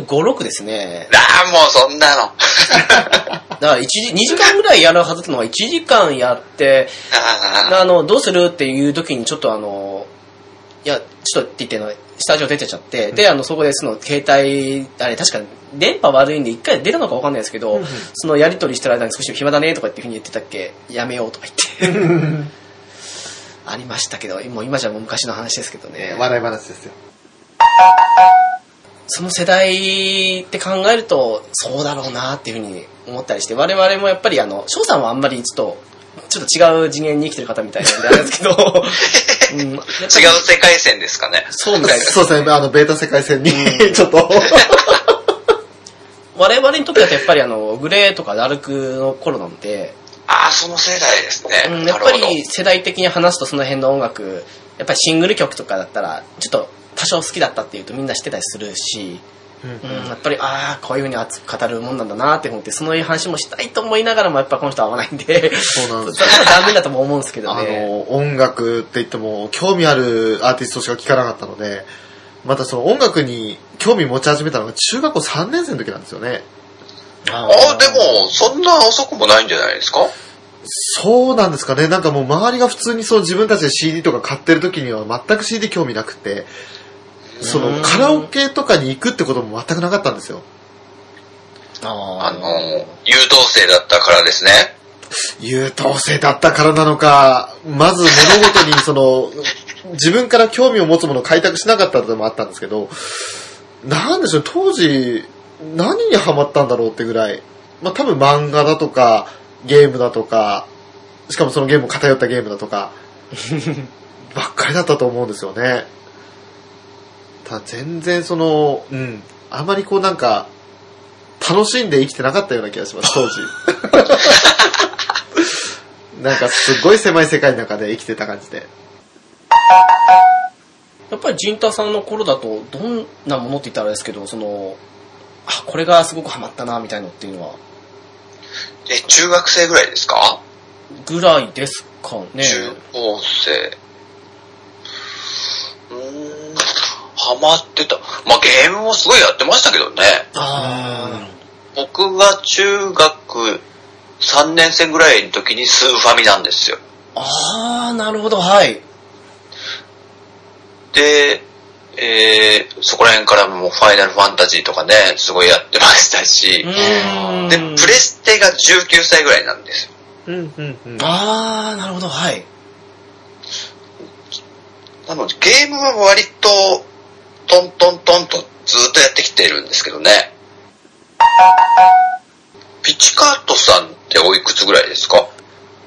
Speaker 1: 15、6ですね。
Speaker 2: ああ、もうそん
Speaker 1: <laughs>
Speaker 2: なの。
Speaker 1: だから1時、2時間ぐらいやるはずだったのが1時間やって、
Speaker 2: あ
Speaker 1: あの、どうするっていう時にちょっとあの、いや、ちょっとって言っての、スタジオ出てっちゃって、で、あの、そこでその、携帯、あれ、確か、電波悪いんで、一回出たのかわかんないですけど、
Speaker 3: うんうん
Speaker 1: その、やりとりしてる間に少し暇だね、とかっていうふうに言ってたっけ、やめようとか言って、
Speaker 3: <laughs>
Speaker 1: ありましたけど、もう今じゃもう昔の話ですけどね。
Speaker 3: 笑い話ですよ。
Speaker 1: その世代って考えると、そうだろうなっていうふうに思ったりして、我々もやっぱりあの、翔さんはあんまりちょっと、ちょっと違う次元に生きてる方みたいなんであれですけど、うん、違う
Speaker 2: あ、違う世界線ですかね。
Speaker 1: そうみたいです。
Speaker 3: そうですね、あの、ベータ世界線に、 <laughs> ちょっと。
Speaker 1: 我々にとってはやっぱりあの、グレーとかダルクの頃なんで、
Speaker 2: ああ、その世代ですね。
Speaker 1: うん、や
Speaker 2: な
Speaker 1: っ
Speaker 2: る
Speaker 1: ぱ
Speaker 2: ほど。
Speaker 1: り世代的に話すとその辺の音楽、やっぱりシングル曲とかだったら、ちょっと多少好きだったっていうとみんな知ってたりするし、うん、やっぱり、ああ、こういうふうに熱く語るもんなんだなって思って、その話もしたいと思いながらも、やっぱこの人合わないんで、
Speaker 3: そうなんです
Speaker 1: だからダメだとも思うんですけど
Speaker 3: あ
Speaker 1: ね。
Speaker 3: の、音楽って言っても、興味あるアーティストしか聴かなかったので、またその音楽に興味持ち始めたのが中学校3年生の時なんですよね。
Speaker 1: あ
Speaker 2: あ
Speaker 1: の
Speaker 2: あ、でも、そんな遅くもないんじゃないですか
Speaker 3: そうなんですかね。なんかもう周りが普通にその自分たちで CD とか買ってる時には全く CD 興味なくて、そうの
Speaker 1: ん
Speaker 3: カラオケとかに行くってことも全くなかったんですよ。
Speaker 2: あ
Speaker 1: あ
Speaker 2: の、優等生だったからですね。
Speaker 3: 優等生だったからなのか、まず物事にその、自分から興味を持つものを開拓しなかったのもあったんですけど、なんでしょう、当時、何にハマったんだろうってぐらい、まあ多分漫画だとか、ゲームだとか、しかもそのゲームも偏ったゲームだとか、ばっかりだったと思うんですよね。ただ全然その、うん、あまりこうなんか、楽しんで生きてなかったような気がします、当時。なんかすごい狭い世界の中で生きてた感じで。
Speaker 1: やっぱり陣太さんの頃だと、どんなものって言ったらあれですけど、その、あ、これがすごくハマったな、みたいのっていうのは、
Speaker 2: え、中学生ぐらいですか
Speaker 1: ぐらいですかね。
Speaker 2: 中高生。うーん、ハマってた。まあ、ゲームもすごいやってましたけどね。
Speaker 1: あー、なるほ
Speaker 2: 僕が中学3年生ぐらいの時にスーファミなんですよ。
Speaker 1: ど。あー、なるほど、はい。
Speaker 2: で、えー、そこら辺からもうファイナルファンタジーとかね、すごいやってましたし
Speaker 1: う、ーん。
Speaker 2: で、プレステが19歳ぐらいなんですよ。
Speaker 3: うん、うん、うん。
Speaker 1: あー、なるほど、はい。
Speaker 2: なので、ゲームは割と、トントントンとずっとやってきてるんですけどね。ピチカートさんっておいくつぐらいですか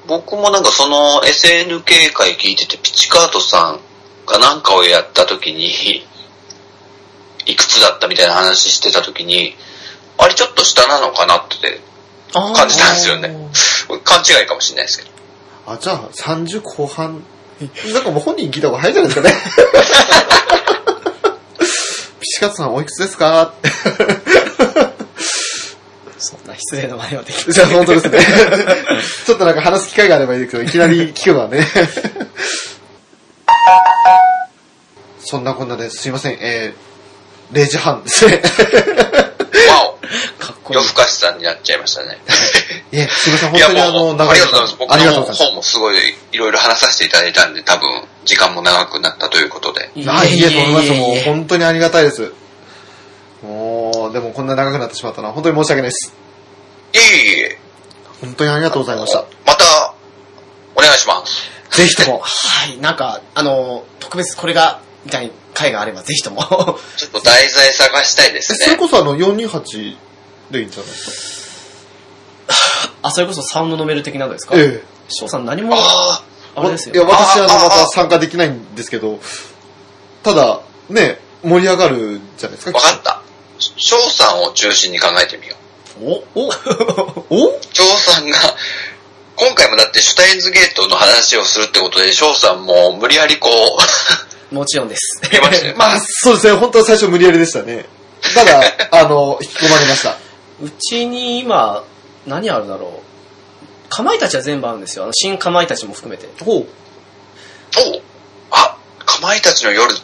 Speaker 2: 僕もなんかその SNK 会聞いてて、ピチカートさんがなんかをやった時に、いくつだったみたいな話してた時に、あれちょっと下なのかなって
Speaker 1: あー
Speaker 2: 感じたんですよね。勘違いかもしれないですけど。
Speaker 3: あ、じゃあ30後半。なんかもう本人に聞いた方が早いじゃないですかね。 <laughs> ピシカツさんおいくつですか
Speaker 2: <laughs>
Speaker 3: って
Speaker 1: そんな失礼な真似はでき
Speaker 3: じゃあ本当ですね。 <laughs> ちょっとなんか話す機会があればいいですけど、いきなり聞くのはね。 <laughs> そんなこんなですいません、えー、0時半ですね。
Speaker 2: <laughs>
Speaker 3: <laughs>
Speaker 2: わ
Speaker 1: かっ
Speaker 2: お
Speaker 1: こいい
Speaker 2: 夜。更かしさんになっちゃいま <laughs> したね。
Speaker 3: いえ、すいません、
Speaker 2: い
Speaker 3: 本
Speaker 2: や
Speaker 3: 当にあ
Speaker 2: も
Speaker 3: の、
Speaker 2: う、ありがとうございます。僕
Speaker 3: ありがとう
Speaker 2: の
Speaker 3: ございます。
Speaker 2: 本もすごいいろいろ話させていただいたんで、多分時間も長くなったということで。
Speaker 3: ないえと思います。もう
Speaker 1: え
Speaker 3: 本当にありがたいです。もう、でもこんな長くなってしまったのは本当に申し訳ないです。
Speaker 2: いえいえいえ、
Speaker 3: 本当にありがとうございました。
Speaker 2: また、お願いします。
Speaker 3: ぜひとも。
Speaker 1: はい、なんか、あの、特別これが、みたいな回があれば、ぜひとも。
Speaker 2: ちょっと題材探したいで
Speaker 3: え
Speaker 2: す
Speaker 3: <laughs> それ
Speaker 2: ね。
Speaker 3: こそあの、428でいいんじゃないです
Speaker 1: あ、それこそサウンドノベル的なのですか
Speaker 3: か。ええ。
Speaker 1: 翔さん何も、
Speaker 2: あ
Speaker 1: あれですよ
Speaker 3: いや、
Speaker 1: ね。
Speaker 3: 私、あの、
Speaker 2: ああ
Speaker 3: また参加できないんですけど、ただ、ね、盛り上がるじゃないです
Speaker 2: あ、わ
Speaker 3: か。
Speaker 2: かった。翔さんを中心に考えてみよう。
Speaker 1: おお <laughs> お
Speaker 2: 翔さんが、今回もだってシュタインズゲートの話をするってことで、翔さんも無理やりこう、
Speaker 1: もちろんです。
Speaker 2: 見ましたよ。
Speaker 3: <laughs> まあ、そうですね、本当は最初無理やりでしたね。た <laughs> だ、あの、引き込まれました。
Speaker 1: うちに今、何あるだろう。かまいたちは全部あるんですよ。あの、新かまいたちも含めて。ほう。
Speaker 2: おあ、かまいたちの夜2、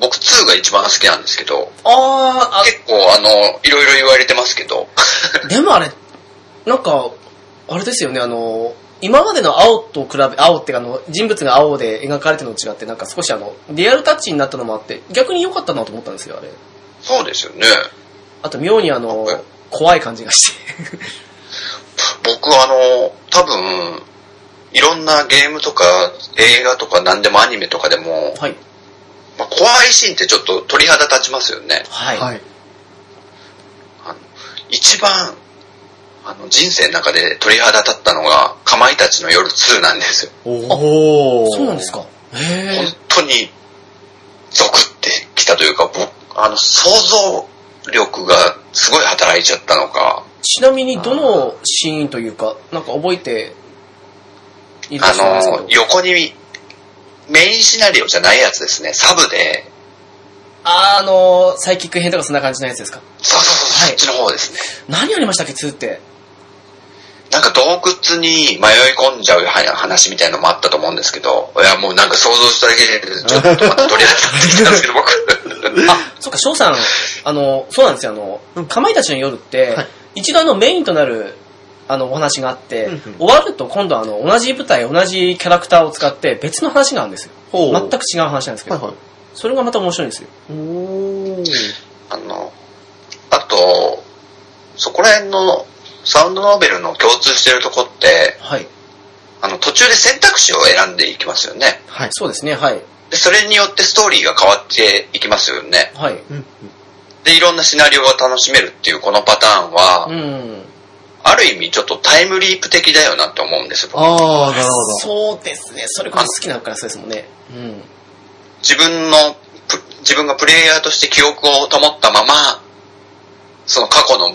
Speaker 2: 僕2が一番好きなんですけど、
Speaker 1: あー
Speaker 2: 結構あの、いろいろ言われてますけど、
Speaker 1: あ、でもあれ、なんか、あれですよね、あの、今までの青と比べ、青っていうかあの、人物が青で描かれてるのと違って、なんか少しあの、リアルタッチになったのもあって、逆に良かったなと思ったんですよ、あれ。
Speaker 2: そうですよね。
Speaker 1: あと、妙にあの
Speaker 2: はい、
Speaker 1: 怖い感じがして。 <laughs>
Speaker 2: 僕あの、多分、いろんなゲームとか映画とか何でもアニメとかでも、
Speaker 1: はい。
Speaker 2: まあ、怖いシーンってちょっと鳥肌立ちますよね。
Speaker 1: はい。
Speaker 3: はい。
Speaker 2: あの一番、あの人生の中で鳥肌立ったのが、かまいたちの夜2なんですよ。
Speaker 3: おお。
Speaker 1: そうなんです。か。へ
Speaker 2: 本当に、ゾクってきたというか、僕、あの、想像力がすごい働いちゃったのか、
Speaker 1: ちなみに、どのシーンというか、なんか覚えているか知らないですけ
Speaker 2: あ
Speaker 1: ど
Speaker 2: の、。横に、メインシナリオじゃないやつですね、サブで、
Speaker 1: あーあのー、サイキック編とかそんな感じのやつですか。
Speaker 2: そうそうそう、
Speaker 1: はい
Speaker 2: そっちの方ですね。
Speaker 1: 何ありましたっけ、2って。
Speaker 2: なんか洞窟に迷い込んじゃう話みたいなのもあったと思うんですけど、いやもうなんか想像しただけで、ちょっとまた鳥肌立ってきたんですけど、 <laughs> 僕。
Speaker 1: あ、そっか、翔さん、あの、そうなんですよ、あの、
Speaker 3: うん
Speaker 1: かまいたちの夜って、
Speaker 3: はい
Speaker 1: 一度あの、メインとなる、あの、お話があって、
Speaker 3: うんうん
Speaker 1: 終わると今度あの、同じ舞台、同じキャラクターを使って別の話があるんですよ。
Speaker 3: ほう
Speaker 1: 全く違う話なんですけど、
Speaker 3: はいはい。
Speaker 1: それがまた面白いんですよ。
Speaker 3: おお。
Speaker 2: あの、あと、そこら辺のサウンドノベルの共通してるとこって、
Speaker 1: はい。
Speaker 2: あの途中で選択肢を選んでいきますよね。
Speaker 3: はい。
Speaker 1: そうですね、はい。
Speaker 2: で、それによってストーリーが変わっていきますよね。
Speaker 1: はい。
Speaker 3: うんうん。
Speaker 2: で、いろんなシナリオが楽しめるっていうこのパターンは、
Speaker 1: うん。
Speaker 2: ある意味ちょっとタイムリープ的だよなって思うんですよ、僕
Speaker 3: ああ、なるほど。
Speaker 1: そうですね。それこそ好きなからそうですもんね。うん。
Speaker 2: 自分のプ、自分がプレイヤーとして記憶を保ったまま、その過去の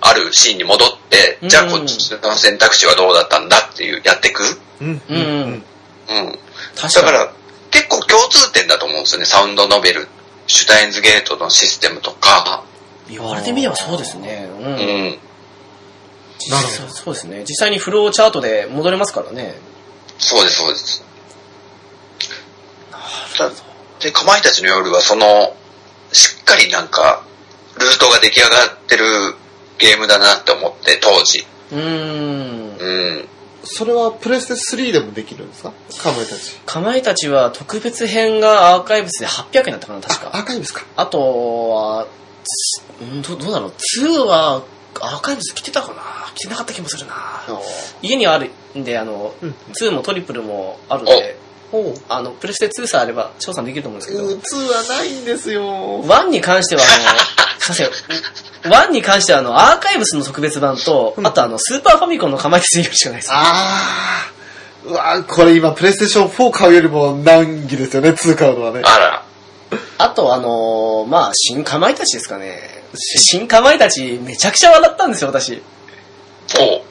Speaker 2: あるシーンに戻って、じゃあこっちの選択肢はどうだったんだっていう、やっていく。
Speaker 3: うん、
Speaker 1: うん
Speaker 2: うん。
Speaker 1: 確
Speaker 2: だ
Speaker 1: か
Speaker 2: か
Speaker 1: に。
Speaker 2: ら、結構共通点だと思うんですよね、サウンドノベル、シュタインズゲートのシステムとか。
Speaker 1: 言われてみればそうですね。う。
Speaker 2: うんん。
Speaker 1: 実際そうそうですね。実際にフローチャートで戻れますからね。
Speaker 2: そうです、そうです。で、かまいたちの夜はその、しっかりなんか、ルートが出来上がってるゲームだなって思って、当時。
Speaker 1: うーん。
Speaker 2: うん。
Speaker 3: それはプレステ3でもできるんですかカムイたち。
Speaker 1: かまいたちは特別編がアーカイブスで800円だったかな、確
Speaker 3: あ、ア
Speaker 1: か。
Speaker 3: ーカイブスか。
Speaker 1: あとは、つうんどどうだろう。2はアーカイブス来てたかな来てなかった気もするな。家にはあるんで、あの、
Speaker 3: うん。
Speaker 1: 2もトリプルもあるんで、あの、プレステ2さえあれば、翔さんできると思うんですけど、
Speaker 3: 2はないんですよ。
Speaker 1: 1に関しては、 <laughs> あの、すいません、1に関しては、あの、アーカイブスの特別版と、あとあの、スーパーファミコンの構えてするしかないです。
Speaker 3: ああ、うわーこれ今、プレイステーション4買うよりも難儀ですよね、2買うのはね。
Speaker 2: あら。
Speaker 1: あと、あのーまあ、新かまいたちですかね。新かまいたち、めちゃくちゃ笑ったんですよ、私。
Speaker 2: おう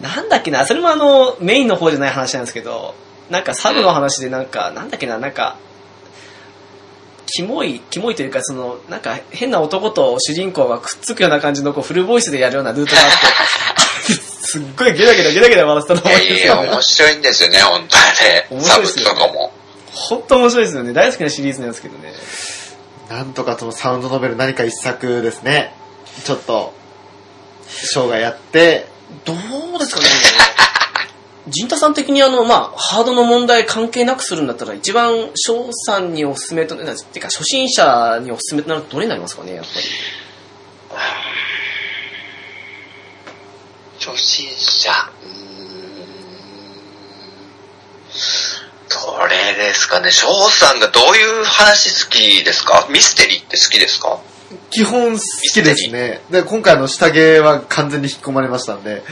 Speaker 1: なんだっけな、それもあの、メインの方じゃない話なんですけど、なんかサブの話でなんか、なんだっけな、なんか、キモい、キモいというか、その、なんか変な男と主人公がくっつくような感じの、こう、フルボイスでやるようなルートがあって、 <laughs> すっごいゲラゲラゲラゲラ笑ってたの覚
Speaker 2: いや
Speaker 1: えて
Speaker 2: いや、面白いんですよね、本当に
Speaker 1: 面
Speaker 2: ね。サ
Speaker 1: 白い
Speaker 2: ブ
Speaker 1: です
Speaker 2: と
Speaker 1: よ
Speaker 2: かも。
Speaker 1: ほんと面白いですよね。大好きなシリーズなんですけどね。
Speaker 3: なんとかそのサウンドノベル何か一作ですね。ちょっと、生涯やって、
Speaker 1: どうですかね。 <laughs> 陣太さん的にあの、まあ、ハードの問題関係なくするんだったら、一番翔さんにおすすめと、なてか初心者におすすめとなるとどれになりますかね、やっぱり。
Speaker 2: 初心者。うーんどれですかね。翔さんがどういう話好きですかミステリーって好きですか
Speaker 3: 基本好きですね。で、今回の下着は完全に引き込まれましたんで、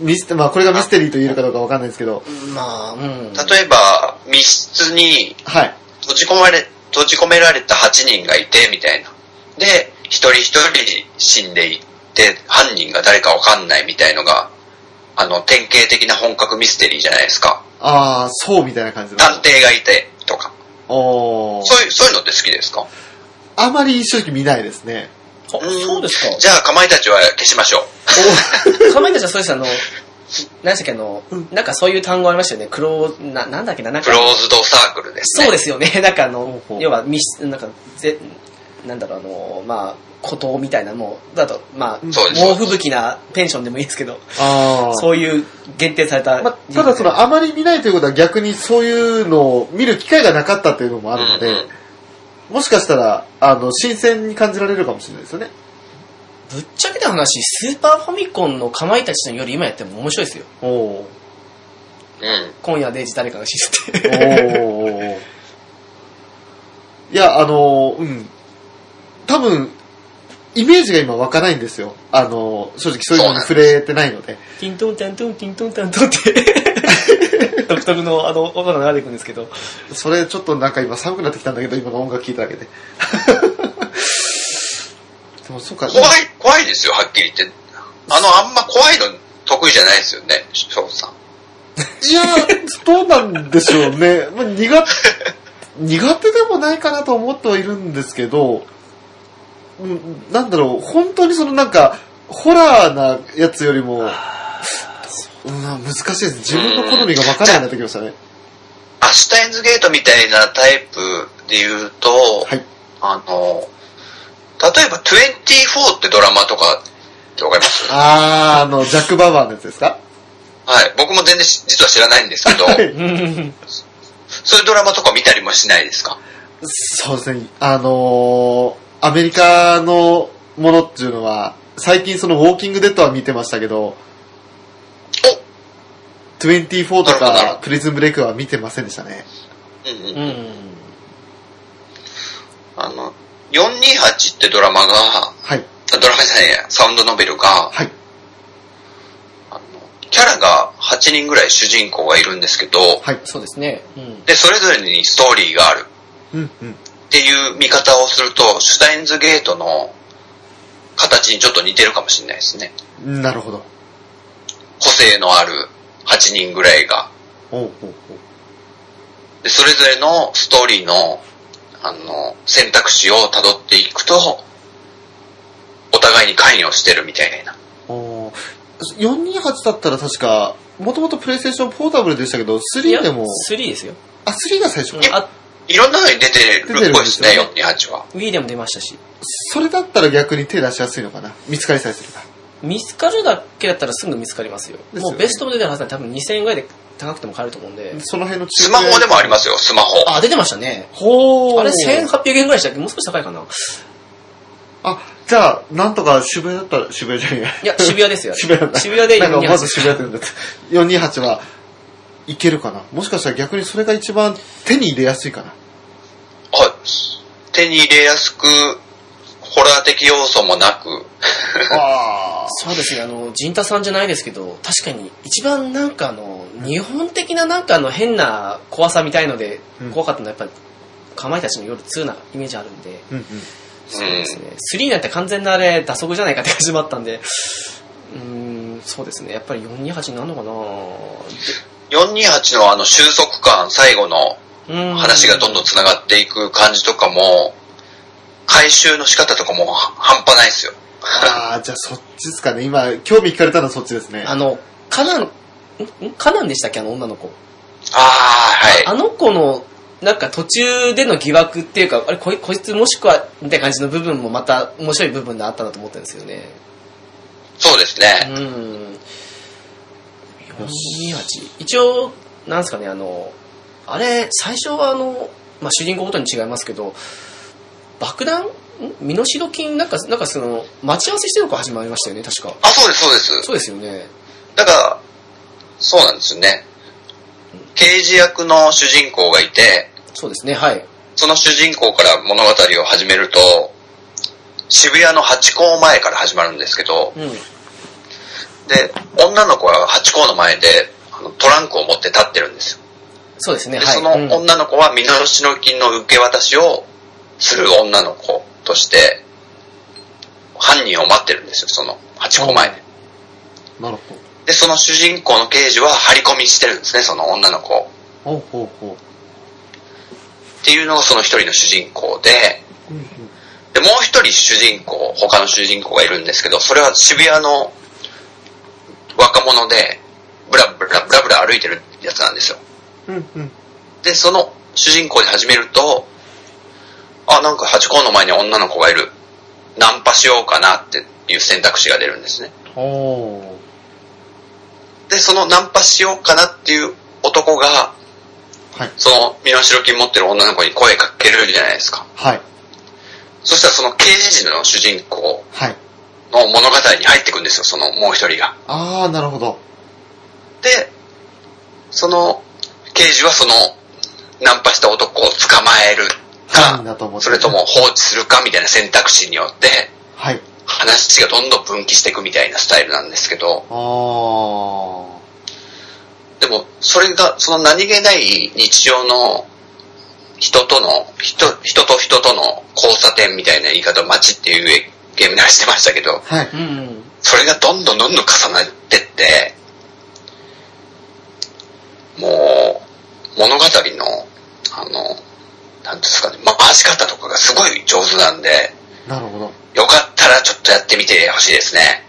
Speaker 3: ミステ、まあこれがミステリーと言えるかどうかわかんないですけど、
Speaker 1: まあ、うん。
Speaker 2: 例えば、密室に
Speaker 3: はい。
Speaker 2: 閉じ込まれ、閉じ込められた8人がいて、みたいな。で、一人一人死んでいって、犯人が誰かわかんないみたいのが、あの、典型的な本格ミステリーじゃないですか。
Speaker 3: ああ、そうみたいな感じの。
Speaker 2: 探偵がいて、とか。
Speaker 3: おー
Speaker 2: そういう、そういうのって好きですか
Speaker 3: あまり正直見ないですね。
Speaker 1: あそうですか。
Speaker 2: じゃあ、かまいたちは消しましょ
Speaker 1: <laughs>
Speaker 2: う。
Speaker 1: かまいたちはそうです、あの、何でしたっけ、あの、なんかそういう単語ありましたよね。クロー、な、なんだっけな、なん
Speaker 2: ク
Speaker 1: か
Speaker 2: ロ。ーズドサークルですね。
Speaker 1: そうですよね。 <laughs> なんかあの
Speaker 3: ほうほ、う
Speaker 1: 要は密室、なんか、ぜ、なんだろう、あの、まあ、孤島みたいなもう、だと、まあ、
Speaker 2: そうです
Speaker 1: 猛吹雪なペンションでもいいですけど、
Speaker 3: ああ。
Speaker 1: そういう限定された。
Speaker 3: まあ、ただその、あまり見ないということは逆にそういうのを見る機会がなかったというのもあるの
Speaker 2: うん
Speaker 3: で、もしかしたら、あの、新鮮に感じられるかもしれないですよね。
Speaker 1: ぶっちゃけた話、スーパーファミコンのかまいたちのより今やっても面白いですよ。
Speaker 3: おお
Speaker 2: うん。うん。
Speaker 1: 今夜0時誰かが死ぬっ <laughs>
Speaker 3: お
Speaker 1: て。
Speaker 3: ー <laughs> いや、あの、うん。多分、イメージが今湧かないんですよ。あの、正直そういうのに触れてないので。
Speaker 1: ティントンタントン、ティントンタントンって、ドクトルのあの、音が流れてくるんですけど。
Speaker 3: それちょっとなんか今寒くなってきたんだけど、今の音楽聴いただけで。 <laughs> でもそうか、
Speaker 2: 怖い、怖いですよ、はっきり言って。あの、あんま怖いの得意じゃないですよね、翔さん。
Speaker 3: いや、どうなんでしょう <laughs> ね。まあ、苦手、苦手でもないかなと思ってはいるんですけど、うんなんだろう、本当にそのなんか、ホラーなやつよりも、うん難しいです。自分の好みが分からなくなってきましたね。
Speaker 2: アシュタインズゲートみたいなタイプで言うと、
Speaker 3: はい。
Speaker 2: あの、例えば24ってドラマとかってわかります
Speaker 3: あー、あの、ジャック・バウアーのやつですか
Speaker 2: はい。僕も全然し実は知らないんですけど、
Speaker 3: はい
Speaker 1: うん
Speaker 2: そういうドラマとか見たりもしないですか
Speaker 3: そうですね。あのー、アメリカのものっていうのは、最近そのウォーキングデッドは見てましたけど、
Speaker 2: なるほどなるほ
Speaker 3: 24とか
Speaker 2: ど
Speaker 3: プリズンブレイクは見てませんでしたね。
Speaker 2: おうんう
Speaker 1: う
Speaker 2: ん。
Speaker 1: ん。
Speaker 2: あの、428ってドラマが、
Speaker 3: はい。
Speaker 2: ドラマじゃないや、サウンドノベルが、
Speaker 3: はい。
Speaker 2: キャラが8人ぐらい主人公がいるんですけど、
Speaker 3: はい。
Speaker 1: そうですね。うん。
Speaker 2: で、それぞれにストーリーがある
Speaker 3: うん、うん。
Speaker 2: っていう見方をすると、シュタインズゲートの形にちょっと似てるかもしれないですね。
Speaker 3: なるほど。
Speaker 2: 個性のある8人ぐらいが。
Speaker 3: おうおうおう
Speaker 2: で、それぞれのストーリーの、あの、選択肢を辿っていくと、お互いに関与してるみたいな。
Speaker 3: おー428だったら確か、もともとプレイステーションポータブルでしたけど、
Speaker 1: いや
Speaker 3: 3でも、
Speaker 1: 3ですよ。
Speaker 3: あ、3が最初
Speaker 1: う
Speaker 3: か
Speaker 1: ん。あ、
Speaker 2: いろんなのに出てるっぽいですね、
Speaker 3: 出てるん
Speaker 2: 428は。
Speaker 1: Wii でも出ましたし。
Speaker 3: それだったら逆に手出しやすいのかな。見つかりさえすれば。
Speaker 1: 見つかるだけだったらすぐ見つかりますよ。
Speaker 3: ですよね
Speaker 1: もうベストも出てるはずなんで多分2000円ぐらいで高くても買えると思うんで。
Speaker 3: その辺の。
Speaker 2: スマホでもありますすよ、スマホ。
Speaker 1: あ、出てましたね。
Speaker 3: ほー
Speaker 1: あれ1800円ぐらいでしたっけもう少し高いかな。
Speaker 3: あ、じゃあ、なんとか渋谷だったら、渋谷じゃねえや。
Speaker 1: いや、渋谷ですよ。
Speaker 3: 渋谷だ
Speaker 1: 渋谷で
Speaker 3: <laughs> なんかまず
Speaker 1: 428
Speaker 3: 渋谷って言うんだって。428は、いけるかな。もしかしたら逆にそれが一番手に入れやす
Speaker 1: <laughs>
Speaker 3: いかな。
Speaker 2: はい。手に入れやすく、ホラー的要素もなく、
Speaker 3: あ
Speaker 1: そうですね、あの、陣太さんじゃないですけど、確かに一番なんかあの、日本的ななんかあの変な怖さみたいので
Speaker 3: うん、
Speaker 1: 怖かったのはやっぱり、かまいたちの夜2なイメージあるんで、
Speaker 3: うんうん。
Speaker 1: そうですね、3なんて完全なあれ、打足じゃないかって感じもあったんで、うーん、そうですね、やっぱり428になるのかな
Speaker 2: 428のあの収束感、最後の
Speaker 1: うーん
Speaker 2: 話がどんどん繋がっていく感じとかも、回収の仕方とかも半端ないです <laughs> よ。
Speaker 3: ああ、じゃあそっちですかね。今、興味聞かれたのはそっちですね。
Speaker 1: あの、カナン、んんカナンでしたっけあの女の子。
Speaker 2: ああ、はい。
Speaker 1: あの子の、なんか途中での疑惑っていうか、あれ、こいこいつもしくは、みたいな感じの部分もまた面白い部分であったなと思ったんですよね。
Speaker 2: そうです
Speaker 1: う
Speaker 2: ね。
Speaker 1: ん。428。一応、なんですかね、あの、あれ、最初はあの、まあ、主人公ごとに違いますけど、爆弾ん身代金なんか、なんかその、待ち合わせしてるのから始まりましたよね、確か。
Speaker 2: あ、そうです、そうです。
Speaker 1: そうですよね。
Speaker 2: だから、そうなんですよね。刑事役の主人公がいて、
Speaker 1: そうですね、はい。
Speaker 2: その主人公から物語を始めると、渋谷の八甲前から始まるんですけど、
Speaker 1: うん。
Speaker 2: で、女の子は八甲の前であのトランクを持って立ってるんですよ。
Speaker 1: そうですね、
Speaker 2: で、
Speaker 1: はい。
Speaker 2: その
Speaker 1: うん
Speaker 2: 女の子は身代金の受け渡しをする女の子として、犯人を待ってるんですよ、その八甲前で。
Speaker 3: なるほど。
Speaker 2: で、その主人公の刑事は張り込みしてるんですね、その女の子を。
Speaker 3: ほうほうほ
Speaker 2: っていうのがその一人の主人公で、
Speaker 3: う。うんうん
Speaker 2: で、もう一人主人公、他の主人公がいるんですけど、それは渋谷の若者で、ブラブラ、ブラブラ歩いてるやつなんですよ。
Speaker 3: うんうん。
Speaker 2: で、その主人公で始めると、あ、なんか八甲の前に女の子がいる。ナンパしようかなっていう選択肢が出るんですね。
Speaker 3: おー。
Speaker 2: で、そのナンパしようかなっていう男が、
Speaker 3: はい。
Speaker 2: その身代金持ってる女の子に声かけるじゃないですか。
Speaker 3: はい。
Speaker 2: そしたらその刑事の主人公
Speaker 3: はい。
Speaker 2: の物語に入ってくんですよ、そのもう一人が。
Speaker 3: ああ、なるほど。
Speaker 2: で、その刑事はそのナンパした男を捕まえる
Speaker 3: 犯
Speaker 2: か、
Speaker 3: 人だと思って。
Speaker 2: それとも。放置するかみたいな選択肢によって、
Speaker 3: はい。
Speaker 2: 話がどんどん分岐していくみたいなスタイルなんですけど、
Speaker 3: ああ。
Speaker 2: でもそれが、その何気ない日常の人との、人、人と人との交差点みたいな言い方を街っていうゲームでしてましたけど、
Speaker 3: はい。
Speaker 1: うんうん。
Speaker 2: それがどんどんどんどん重なってって、もう、物語の、あの、なんていうんですかね、ま回し方とかがすごい上手なんで、
Speaker 3: なるほど。わ
Speaker 2: よかったらちょっとやってみてほしいですね。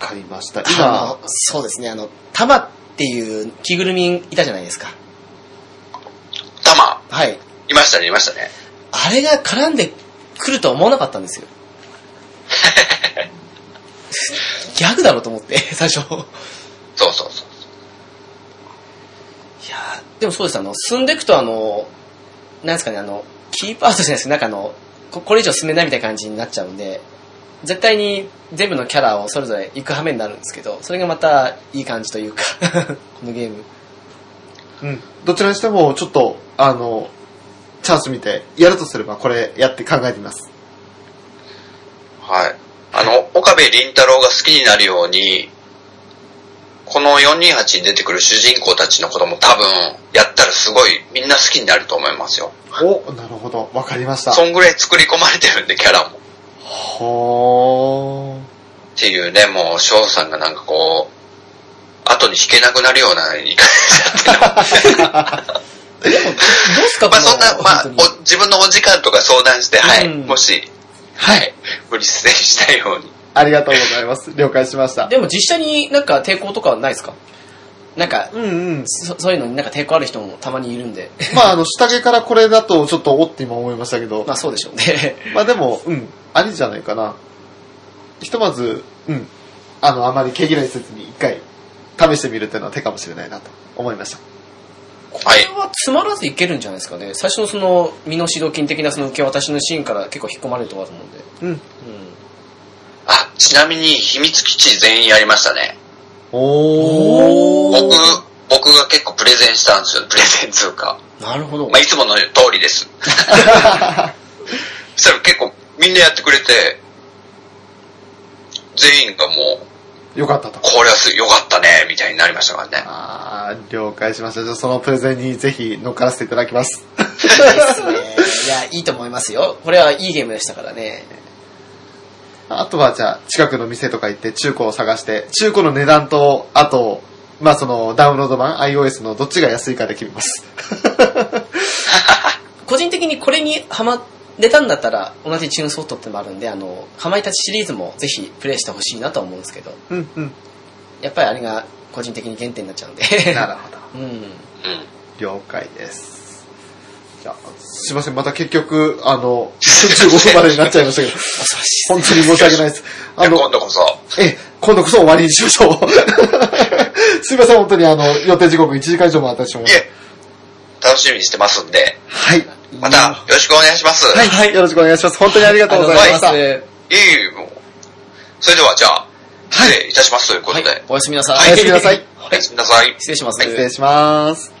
Speaker 3: かりました。
Speaker 1: あ
Speaker 3: 今、
Speaker 1: のそうですね、あの、タマっていう着ぐるみいたじゃないですか。
Speaker 2: たま、
Speaker 1: はい。
Speaker 2: いましたね、いましたね。
Speaker 1: あれが絡んでくるとは思わなかったん <laughs> ですよ。ギャグだろうと思って、 <laughs> 最初。い
Speaker 2: そうそうそう。
Speaker 1: やーでもそうです、あの、進んでいくとあの、なんですかね、あの、キープアウトじゃないですか、なんかあの、ここれ以上進めないみたいな感じになっちゃうんで、絶対に全部のキャラをそれぞれ行く羽目になるんですけど、それがまたいい感じというか、 <laughs> このゲーム。
Speaker 3: うん。どちらにしても、ちょっと、あの、チャンス見て、やるとすれば、これやって考えてみます。
Speaker 2: はい。あの、岡部倫太郎が好きになるように、ここの428に出てくる主人公たちのことも多分、やったらすごいみんな好きになると思いますよ。
Speaker 3: お、なるほど。わかりました。
Speaker 2: そんぐらい作り込まれてるんで、キャラも。っ
Speaker 3: ほ
Speaker 2: ていうね、もう、翔さんがなんかこう、後に弾けなくなるような言い方しちゃってる。
Speaker 1: どう <laughs> すか、
Speaker 2: まあ
Speaker 1: この
Speaker 2: そんな、まあ
Speaker 1: 本当に、
Speaker 2: お自分のお時間とか相談して、はい、
Speaker 1: うん
Speaker 2: もし、はい、無理せんしたいように。
Speaker 3: ー。ありがとうございます。了解しました。
Speaker 1: でも実際になんか抵抗とかはないですかなんか、
Speaker 3: うんうん。
Speaker 1: そそういうのになんか抵抗ある人もたまにいるんで。 <laughs>
Speaker 3: まあ、あの、下着からこれだとちょっとおって今思いましたけど
Speaker 1: ま、あそうでしょうね。
Speaker 3: まあでも、うん、ありじゃないかな。ひとまず、うん、あの、あまり毛嫌いせずに一回試してみるっていうのは手かもしれないなと思いました。
Speaker 2: は
Speaker 1: これはつまらずいけるんじゃないですかね。最初のその、身の指導金的なその受け渡しのシーンから結構引っ込まれるとこだと思うんで。
Speaker 3: うん。
Speaker 2: あ、ちなみに、秘密基地全員やりましたね。
Speaker 3: お
Speaker 1: おー
Speaker 2: 僕、僕が結構プレゼンしたんですよ。プレゼン通過。
Speaker 1: うん。なるほど。
Speaker 2: まあ、いつもの通
Speaker 1: <laughs>
Speaker 2: りです。そしたら結構、みんなやってくれて、全員がもう、
Speaker 3: よかったと。
Speaker 2: これはす良かったね、みたいになりましたからね。
Speaker 3: あー、了解しました。じゃあそのプレゼンにぜひ乗っからせていただきます。
Speaker 1: ですね。いや、いいと思いますよ。これはいいゲームでしたからね。
Speaker 3: あとはじゃあ、近くの店とか行って中古を探して、中古の値段と、あと、まあそのダウンロード版 iOS のどっちが安いかで決めます。
Speaker 1: 個人的にこれにハマれたんだったら、同じチューンソフトってのもあるんで、あの、ハマイタチシリーズもぜひプレイしてほしいなとは思うんですけど、
Speaker 3: うんうん。
Speaker 1: やっぱりあれが個人的に原点になっちゃうんで。
Speaker 3: なるほど。
Speaker 1: うん。
Speaker 2: うん。
Speaker 3: 了解です。じゃあ、すいません、また結局、あの、15分までになっちゃいましたけ
Speaker 1: 恐ろ
Speaker 3: ど、
Speaker 1: しい。
Speaker 3: 本当に申し訳ないです。あ
Speaker 2: 今
Speaker 3: の、
Speaker 2: 度こそ、
Speaker 3: え、今度こそ終わりにしましょう。 <laughs> すいません、本当にあの、予定時刻1時間以上もあったしも
Speaker 2: い。え、楽しみにしてますんで、
Speaker 3: はい。
Speaker 2: またよろしくお願いします。
Speaker 3: はい、よろしくお願いします。本当にありがとうございました。
Speaker 1: ありがとう
Speaker 2: いえいえ、もう。それでは、じゃあ、失礼いたしますというこ
Speaker 1: ござ
Speaker 2: と
Speaker 1: い
Speaker 2: で、
Speaker 1: ましたはい。おやすみなさい。
Speaker 3: おやすみなさい。
Speaker 2: おやすみなさい。
Speaker 1: 失礼します。
Speaker 3: 失礼します。